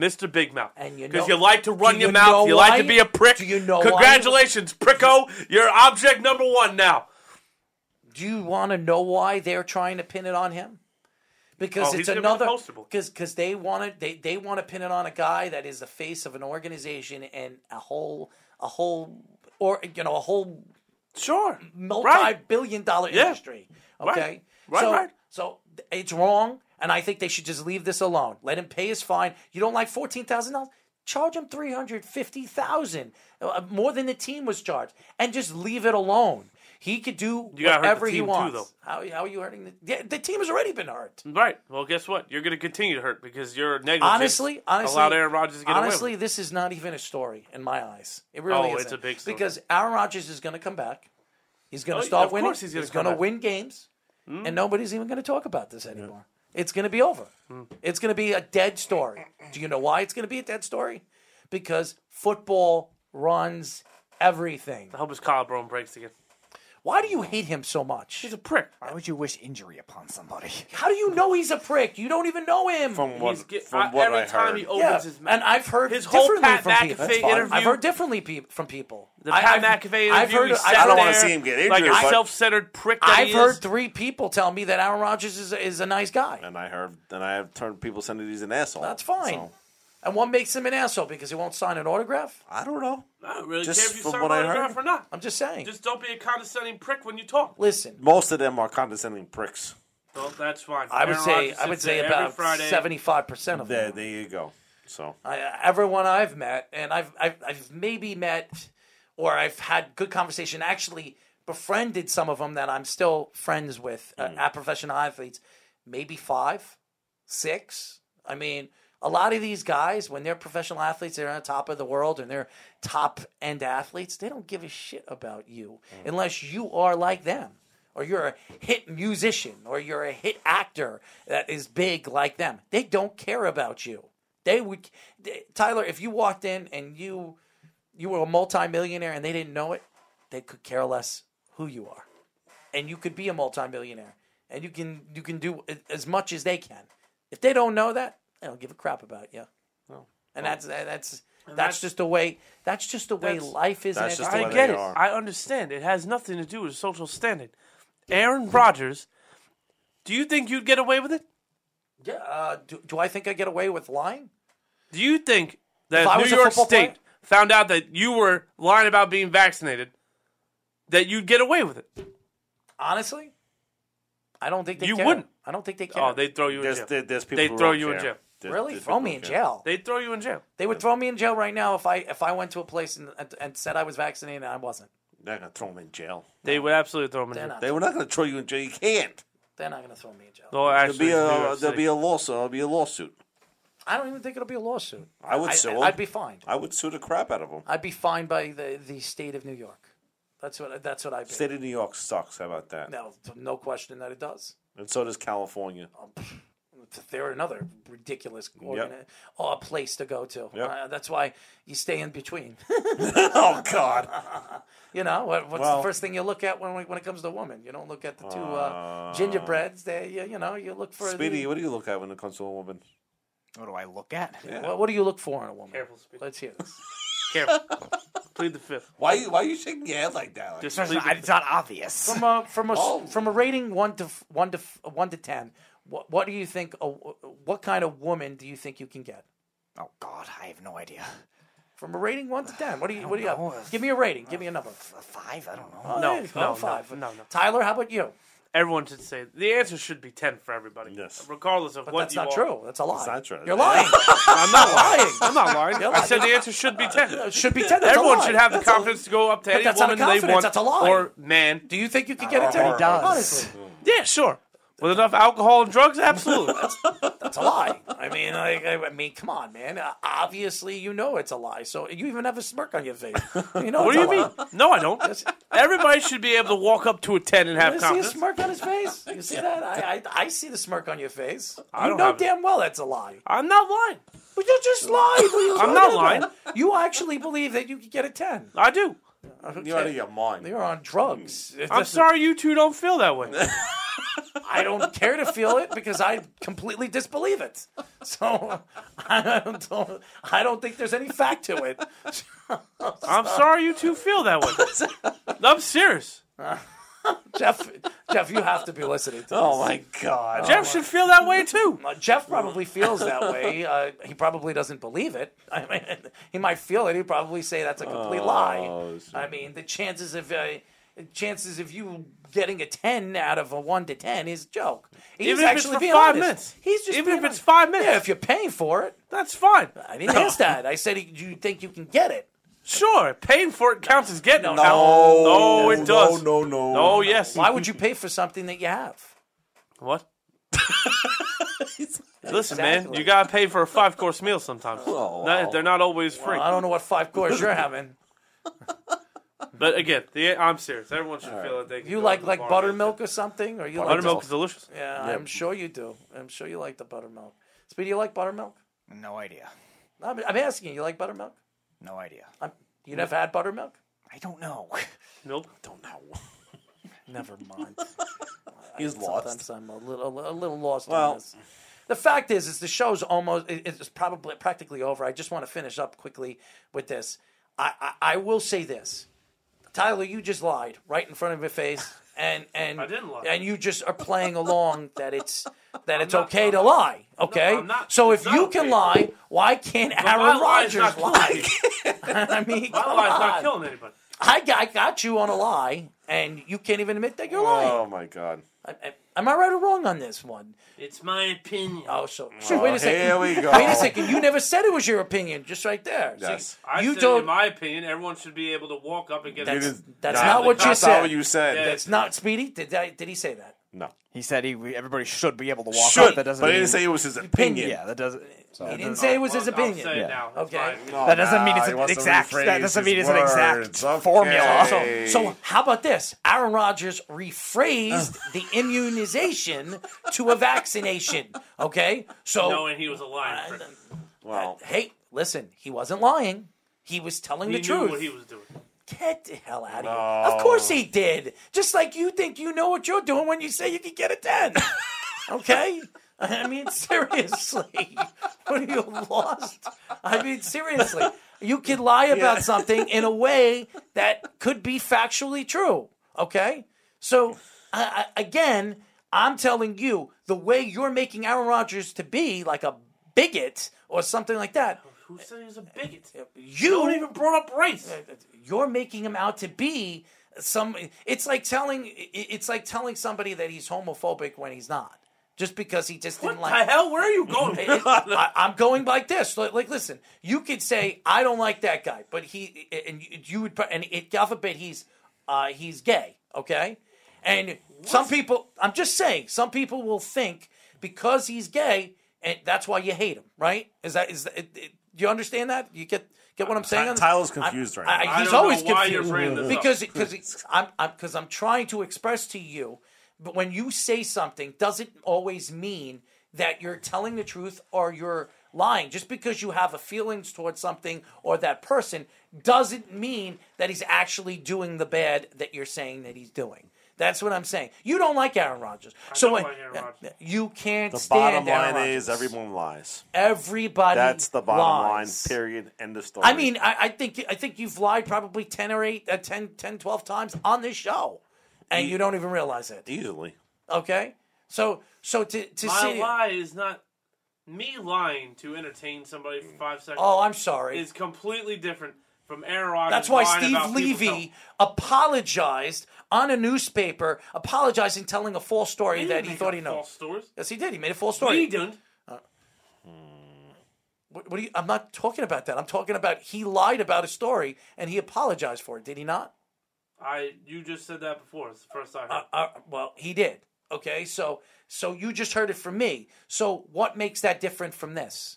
Mr. Big Mouth. And you Because know- you like to run Do your you mouth. know You like to why? be a prick. Do you know why? Congratulations, pricko. You're object number one now. Do you want to know why they're trying to pin it on him? Because Oh, he's it's gonna be another the poster boy. because because they want to they, they want to pin it on a guy that is the face of an organization and a whole a whole or you know a whole sure multi-billion dollar Yeah. industry. Right. Okay, Right, so right. so it's wrong, and I think they should just leave this alone. Let him pay his fine. You don't like fourteen thousand dollars? Charge him three hundred fifty thousand, uh, more than the team was charged, and just leave it alone. He could do You gotta hurt the whatever he team too, wants. though. How, how are you hurting the? Yeah, the team has already been hurt. Right. Well, guess what? You're going to continue to hurt because you're negligent. Honestly, honestly, allowed Aaron Rodgers to get away. honestly, with this is not even a story in my eyes. It really Oh, is. it's a big story. because Aaron Rodgers is going to come back. He's going Oh, to start of winning. course he's gonna come going to back. Hmm. win games, and nobody's even going to talk about this anymore. It's going to be over. Hmm. It's going to be a dead story. Do you know why it's going to be a dead story? Because football runs everything. it. I hope his collarbone breaks again. Why do you hate him so much? He's a prick. Why would you wish injury upon somebody? How do you know he's a prick? You don't even know him. From what- He's get- from I- what every I time heard. he opens his mouth- and I've heard His whole differently Pat from McAfee people. That's fine. interview- I've heard differently peop from people. The I- Pat I've- McAfee interview. I've heard. he I've sat heard- there Like a I- self-centered prick. That I've he heard Is. three people tell me that Aaron Rodgers is, is a nice guy, And I heard, and I have turned people sending these an asshole. That's fine. So, and what makes him an asshole because he won't sign an autograph? I don't know. I don't really Just care if you from sign what I autograph heard. or not. I'm just saying. Just don't be a condescending prick when you talk. Listen, most of them are condescending pricks. Well, that's fine. I would Aaron say Rodgers I would sits say there every about Friday. seventy five percent of them. Mm-hmm. There, there you go. So I, everyone I've met, and I've, I've I've maybe met, or I've had good conversation. Actually, befriended some of them that I'm still friends with uh, at professional athletes. Maybe five, six. I mean, a lot of these guys, when they're professional athletes, they're on top of the world, and they're top end athletes. They don't give a shit about you unless you are like them. Or you're a hit musician, or you're a hit actor that is big like them. They don't care about you. They would, they- Tyler. If you walked in and you you were a multimillionaire and they didn't know it, they could care less who you are, and you could be a multimillionaire, and you can you can do a- as much as they can. If they don't know that, they don't give a crap about you. and that's that's that's, that's- just the way. That's just the way That's- life is. and it's- I get it. I understand. It has nothing to do with social standing. Aaron Rodgers, do you think you'd get away with it? Yeah. Uh, do, do I think I get away with lying? Do you think that If if I was New a York football State player- found out that you were lying about being vaccinated, that you'd get away with it? Honestly, I don't think they You care. wouldn't. I don't think they care. Oh, they'd throw you in There's- jail. there- there's people they'd who throw don't you in care. jail. There's- Really? there's Throw people me who in care. jail. They'd throw you in jail. They would throw me in jail right now if I if I went to a place and and, and said I was vaccinated and I wasn't. They're gonna throw them in jail. They would absolutely throw him in They're jail. not. They were not gonna throw you in jail. You can't. They're not going to throw me in jail. They'll There'll actually be do a uh, it. there'll be a lawsuit. There'll be a lawsuit. I don't even think it'll be a lawsuit. I would sue 'em. I'd be fined. I would sue the crap out of them. I'd be fined by the, the state of New York. That's what that's what I'd be. State of New York sucks. How about that? No, no question that it does. Oh, And so does California. they're another ridiculous organ- Yep. uh, place to go to. Yep. Uh, that's why you stay in between. oh God! You know what, what's Well- the first thing you look at when we- when it comes to women? You don't look at the two uh, gingerbreads. They you, you know you look for Speedy, The, what do you look at when it comes to a woman? What do I look at? What, what do you look for in a woman? Careful, Speedy. Let's hear this. Careful. Plead the fifth. Why you why you shaking your head like that? Like, Just leave it. it's not obvious. From a from a Oh. from a rating one to f- one to f- one to ten, what, what do you think? A, what kind of woman do you think you can get? Oh God, I have no idea. From a rating one to ten, what do you what do you know. have? Give me a rating. Give me a number. Five? I don't know. Oh, no, yeah, no, five. no, no, no. Tyler, how about you? Everyone should say the answer should be ten for everybody. Yes, regardless of But what. that's you not are. true. That's a lie. That's It's not not true. true. You're lying. I'm not lying. I'm not lying. You're I said lying. the answer should be ten. It should be 10. That's a everyone lie. should have the That's a- confidence to go up to But any that's not a woman they confidence, want that's a lie. or man. Do you think you could get a 10? Honestly. Yeah, sure. With enough alcohol and drugs, absolutely. That's a lie. I mean, like, I I mean, come on, man. Uh, Obviously, you know it's a lie. So you even have a smirk on your face. You know what it's do a you mean? lie. No, I don't. Everybody should be able to walk up to a ten and have You see a confidence. smirk on his face? You see that? I, I, I see the smirk on your face. I you don't know have it. damn well that's a lie. I'm not lying. But you just lied. What are you I'm talking not about? lying. You actually believe that you could get a 10. I do. You're out of your mind. You're on drugs. I'm sorry you two don't feel that way. I don't care to feel it because I completely disbelieve it. So I don't, I don't think there's any fact to it. I'm sorry you two feel that way. I'm serious. Jeff, Jeff, you have to be listening to this. Oh, my God. Jeff should feel that way too. Uh, Jeff probably feels that way. Uh, he probably doesn't believe it. I mean, he might feel it. He'd probably say that's a Oh, complete lie. I mean, the chances of uh, chances of you getting a ten out of a one to ten is a joke. He's Even if it's actually for being five honest. minutes. He's just Even being if it's honest. five minutes. Yeah, if you're paying for it, that's fine. I didn't ask that. I said, do you think you can get it? Sure, paying for it counts as getting it. no, it does. No, no, no. No, yes. Why would you pay for something that you have? What? Listen, man, Exactly. you gotta pay for a five course meal sometimes. No, They're not always free. Well, I don't know what five course you're having. But again, the, I'm serious. Everyone should feel that they can You go like to the like bar. buttermilk or something, or you like Buttermilk the- is delicious. Yeah, Yeah. I'm sure you do. I'm sure you like the buttermilk. Speedy, you like buttermilk? No idea. I'm, I'm asking you. You like buttermilk? No idea. I'm, you never had buttermilk? I don't know. Nope. Don't know. Never mind. He's lost. Sometimes I'm a little a little lost. Well- on this. the fact is, is the show's almost it- it's probably practically over. I just want to finish up quickly with this. I, I I will say this, Tyler, you just lied right in front of your face, and and I didn't lie. and you just are playing along that it's that it's not- okay to I'm- lie. No, Okay, I'm not- so if it's not you can okay. lie, why can't But my Aaron lie is Rodgers not lie? killing I mean, My come life's on. not killing anybody. I got, I got you on a lie, and you can't even admit that you're lying. Oh my God! I, I, am I right or wrong on this one? It's my opinion. Oh, so Sure, wait a second. here we go. Wait a second. You never said it was your opinion, just right there. So Yes. I you said, don't. in my opinion, everyone should be able to walk up and get That's, a that's Nah, not what you that's said. not what you said. That's not Speedy. Did I, did he say that? No. He said he everybody should be able to walk Should, up. That doesn't. but he mean, didn't say it was his opinion. Yeah, that doesn't. he didn't say it was his opinion. say it Yeah. now. Okay. That doesn't mean it's an exact. That doesn't mean it's an exact formula. So, so how about this? Aaron Rodgers rephrased the immunization to a vaccination. Okay, so knowing he was a Uh, lying prick. Well, hey, listen, he wasn't lying. He was telling he the knew truth. what he was doing. Get the hell out of here. Of course he did. Just like you think you know what you're doing when you say you can get a 10. okay? I mean, seriously. what are you lost? I mean, seriously. You can lie about something in a way that could be factually true. Okay? So, I, I, again, I'm telling you, the way you're making Aaron Rodgers to be like a bigot or something like that, Who said he was a bigot? you don't even brought up race. uh, you're making him out to be some it's like telling it- it's like telling somebody that he's homophobic when he's not just because he just didn't What like the hell? Where are you going? It- it- I, am going like this like, like, listen you could say i don't like that guy but he and you- you would pro- and it god forbid he's uh he's gay okay and some people i'm just saying some people will think because he's gay and that's why you hate him right is that is that, it, it- do you understand that you get get what i'm saying on this? Tyler's I- confused right I- now. I he's don't always know why confused you're bringing this up. because because I'm because I'm, trying to express to you, but when you say something, doesn't always mean that you're telling the truth or you're lying. Just because you have a feelings towards something or that person doesn't mean that he's actually doing the bad that you're saying that he's doing. That's what I'm saying. You don't like Aaron Rodgers, so when- you can't The bottom stand Aaron line Rodgers. is everyone lies. Everybody That's the bottom lies. line. Period. End of story. I mean, I, I think I think you've lied probably 10 or 8, uh, 10, 10, 12 times on this show, and you don't even realize it. Easily. Okay, so so to to My see. lie is not me lying to entertain somebody for five seconds. Oh, I'm sorry. Is completely different from Aaron Rodgers. That's why lying Steve about people's health. Levy apologized on a newspaper, apologizing, telling a false story He that didn't he make thought up he knows. false stories. Yes, he did. He made a false story. We didn't. Uh, what, what do you? I'm not talking about that. I'm talking about he lied about a story and he apologized for it. Did he not? I you just said that before. It's the first I heard. Uh, well, he did. Okay, so so you just heard it from me. So what makes that different from this?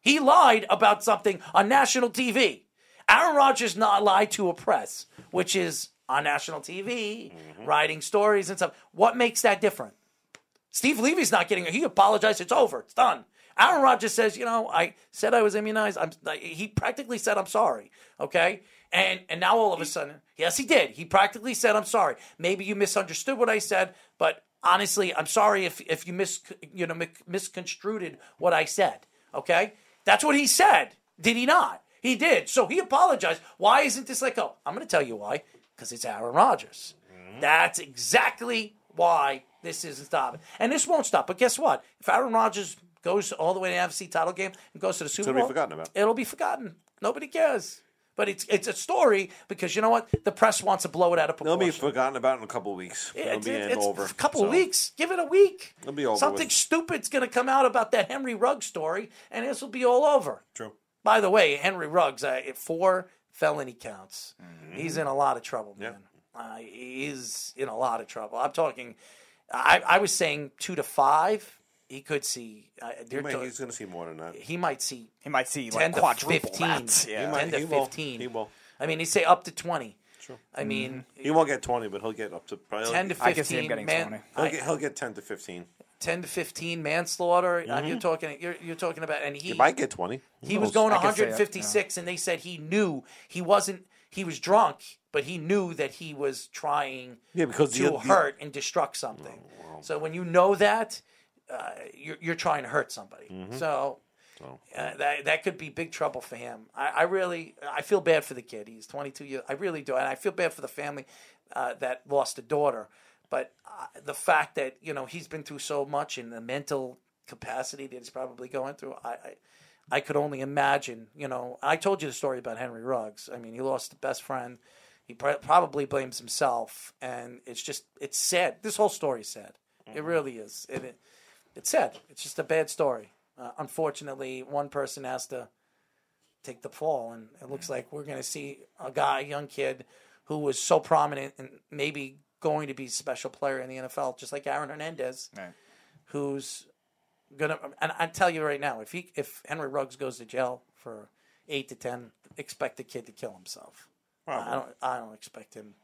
He lied about something on national TV. Aaron Rodgers not lied to a press, which is on national TV, writing stories and stuff. What makes that different? Steve Levy's not getting. He apologized. It's over. It's done. Aaron Rodgers says, you know, I said I was immunized. I'm. He practically said I'm sorry. Okay. And and now all of a sudden, yes, he did. He practically said I'm sorry. Maybe you misunderstood what I said, but honestly, I'm sorry if if you mis you know mic- misconstrued what I said. Okay. That's what he said. Did he not? He did. So he apologized. Why isn't this like, oh, I'm going to tell you why? Because it's Aaron Rodgers. That's exactly why this isn't stopping. And this won't stop. But guess what? If Aaron Rodgers goes all the way to the NFC title game and goes to the Super gonna be Bowl, forgotten about. it'll be forgotten. Nobody cares. But it's it's a story because you know what? The press wants to blow it out of They'll proportion. be forgotten about in a couple of weeks. It'll It's, be it's, in it's over. a couple so. weeks. Give it a week. It'll be over. Something with. stupid's going to come out about that Henry Rugg story, and this will be all over. True. By the way, Henry Ruggs, uh, four felony counts. Mm-hmm. He's in a lot of trouble, man. Uh, he is in a lot of trouble. I'm talking. I, I was saying two to five. He could see. Uh, He they're might- talk- he's going to see more than that. he might see. He might see ten like to quadruple fifteen. that. Ten Yeah. He might- to he will. fifteen. He will. I mean, he say up to twenty. Sure. I mean, he won't get twenty, but he'll get up to probably 10 to Mm-hmm. I can see him 15, getting man. 20. He'll I- get, he'll get ten to fifteen. ten to fifteen manslaughter. uh, Mhm. you're talking. You're, you're talking about. And he He might get twenty. Who He was knows? going 156, and they said he knew he wasn't. He was drunk, but he knew that he was trying Yeah, because to the- the- Oh, hurt and destruct something. So when you know that, uh, you're, you're trying to hurt somebody. Mhm. So So. uh, that that could be big trouble for him. I, I really I feel bad for the kid. He's 22 years. I really do, and I feel bad for the family uh, that lost a daughter. But uh, the fact that you know he's been through so much and the mental capacity that he's probably going through, I. I I could only imagine, you know. I told you the story about Henry Ruggs. I mean, he lost the best friend. He pr- probably blames himself, and it's just it's sad. This whole story is sad. It really is. And it, it's sad. It's just a bad story. Uh, unfortunately, one person has to take the fall, and it looks like we're going to see a guy, a young kid, who was so prominent and maybe going to be a special player in the NFL, just like Aaron Hernandez, who's gonna. And I tell you right now, if he, if Henry Ruggs goes to jail for eight to ten, expect the kid to kill himself. Probably. I don't. I don't expect him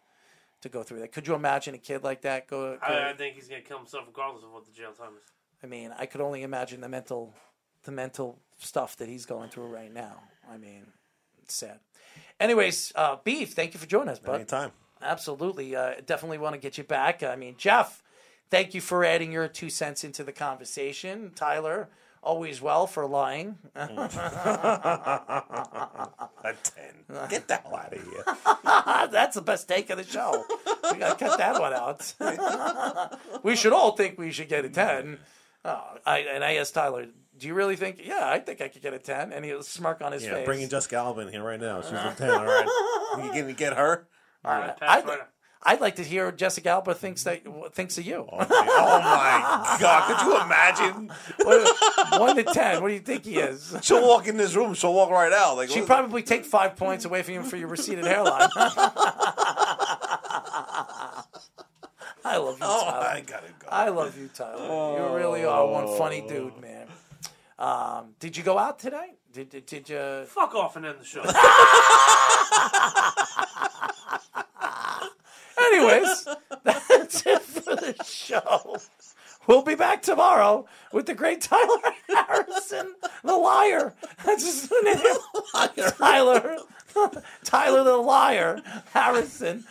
to go through that. Could you imagine a kid like that go? go I, I think he's gonna kill himself regardless of what the jail time is. I mean, I could only imagine the mental, the mental stuff that he's going through right now. I mean, it's sad. Anyways, uh, Beef, thank you for joining us, bud. Anytime. Absolutely. Uh, definitely want to get you back. I mean, Jeff, thank you for adding your two cents into the conversation. Tyler, always well for lying. a ten. Get the hell out of here. Ah, That's the best take of the show. We got to cut that one out. we should all think we should get a 10. Oh, I, and I asked Tyler, do you really think? Yeah, I think I could get a 10. And he was smirk on his Yeah, face. bringing Jessica Alba in here right now. She's Uh-huh. a ten. All right. You gonna get her? All right. Mm-hmm. I'd, I'd like to hear what Jessica Alba thinks that what thinks of you. Oh, my God! Could you imagine? One to ten. What do you think he is? She'll walk in this room. She'll walk right out. Like She'd what- probably take five points away from you for your receded hairline. I love you, Oh, Tyler. I gotta go. I love you, Tyler. You really are one funny dude, man. Um, did you go out tonight? Did did, did you? Fuck off and end the show. Anyways, that's it for the show. We'll be back tomorrow. tomorrow with the great Tyler Harrison, the liar. That's his name. Tyler. Tyler the liar, Harrison.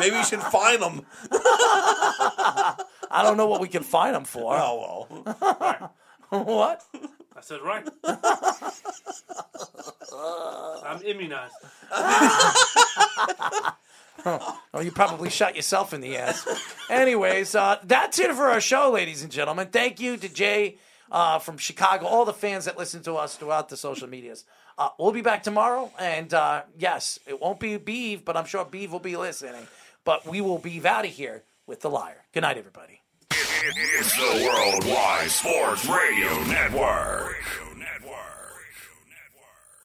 Maybe you should find him. I don't know what we can find him for. Oh well. what? I said right. I'm immunized. Huh. Oh, you probably shot yourself in the ass. Anyways, uh, that's it for our show, ladies and gentlemen. Thank you to Jay uh, from Chicago, all the fans that listen to us throughout the social medias. Uh, we'll be back tomorrow, and uh, yes, it won't be Beeve, but I'm sure Beeve will be listening. But we will be out of here with the liar. Good night, everybody. It's the Worldwide Sports Radio Network.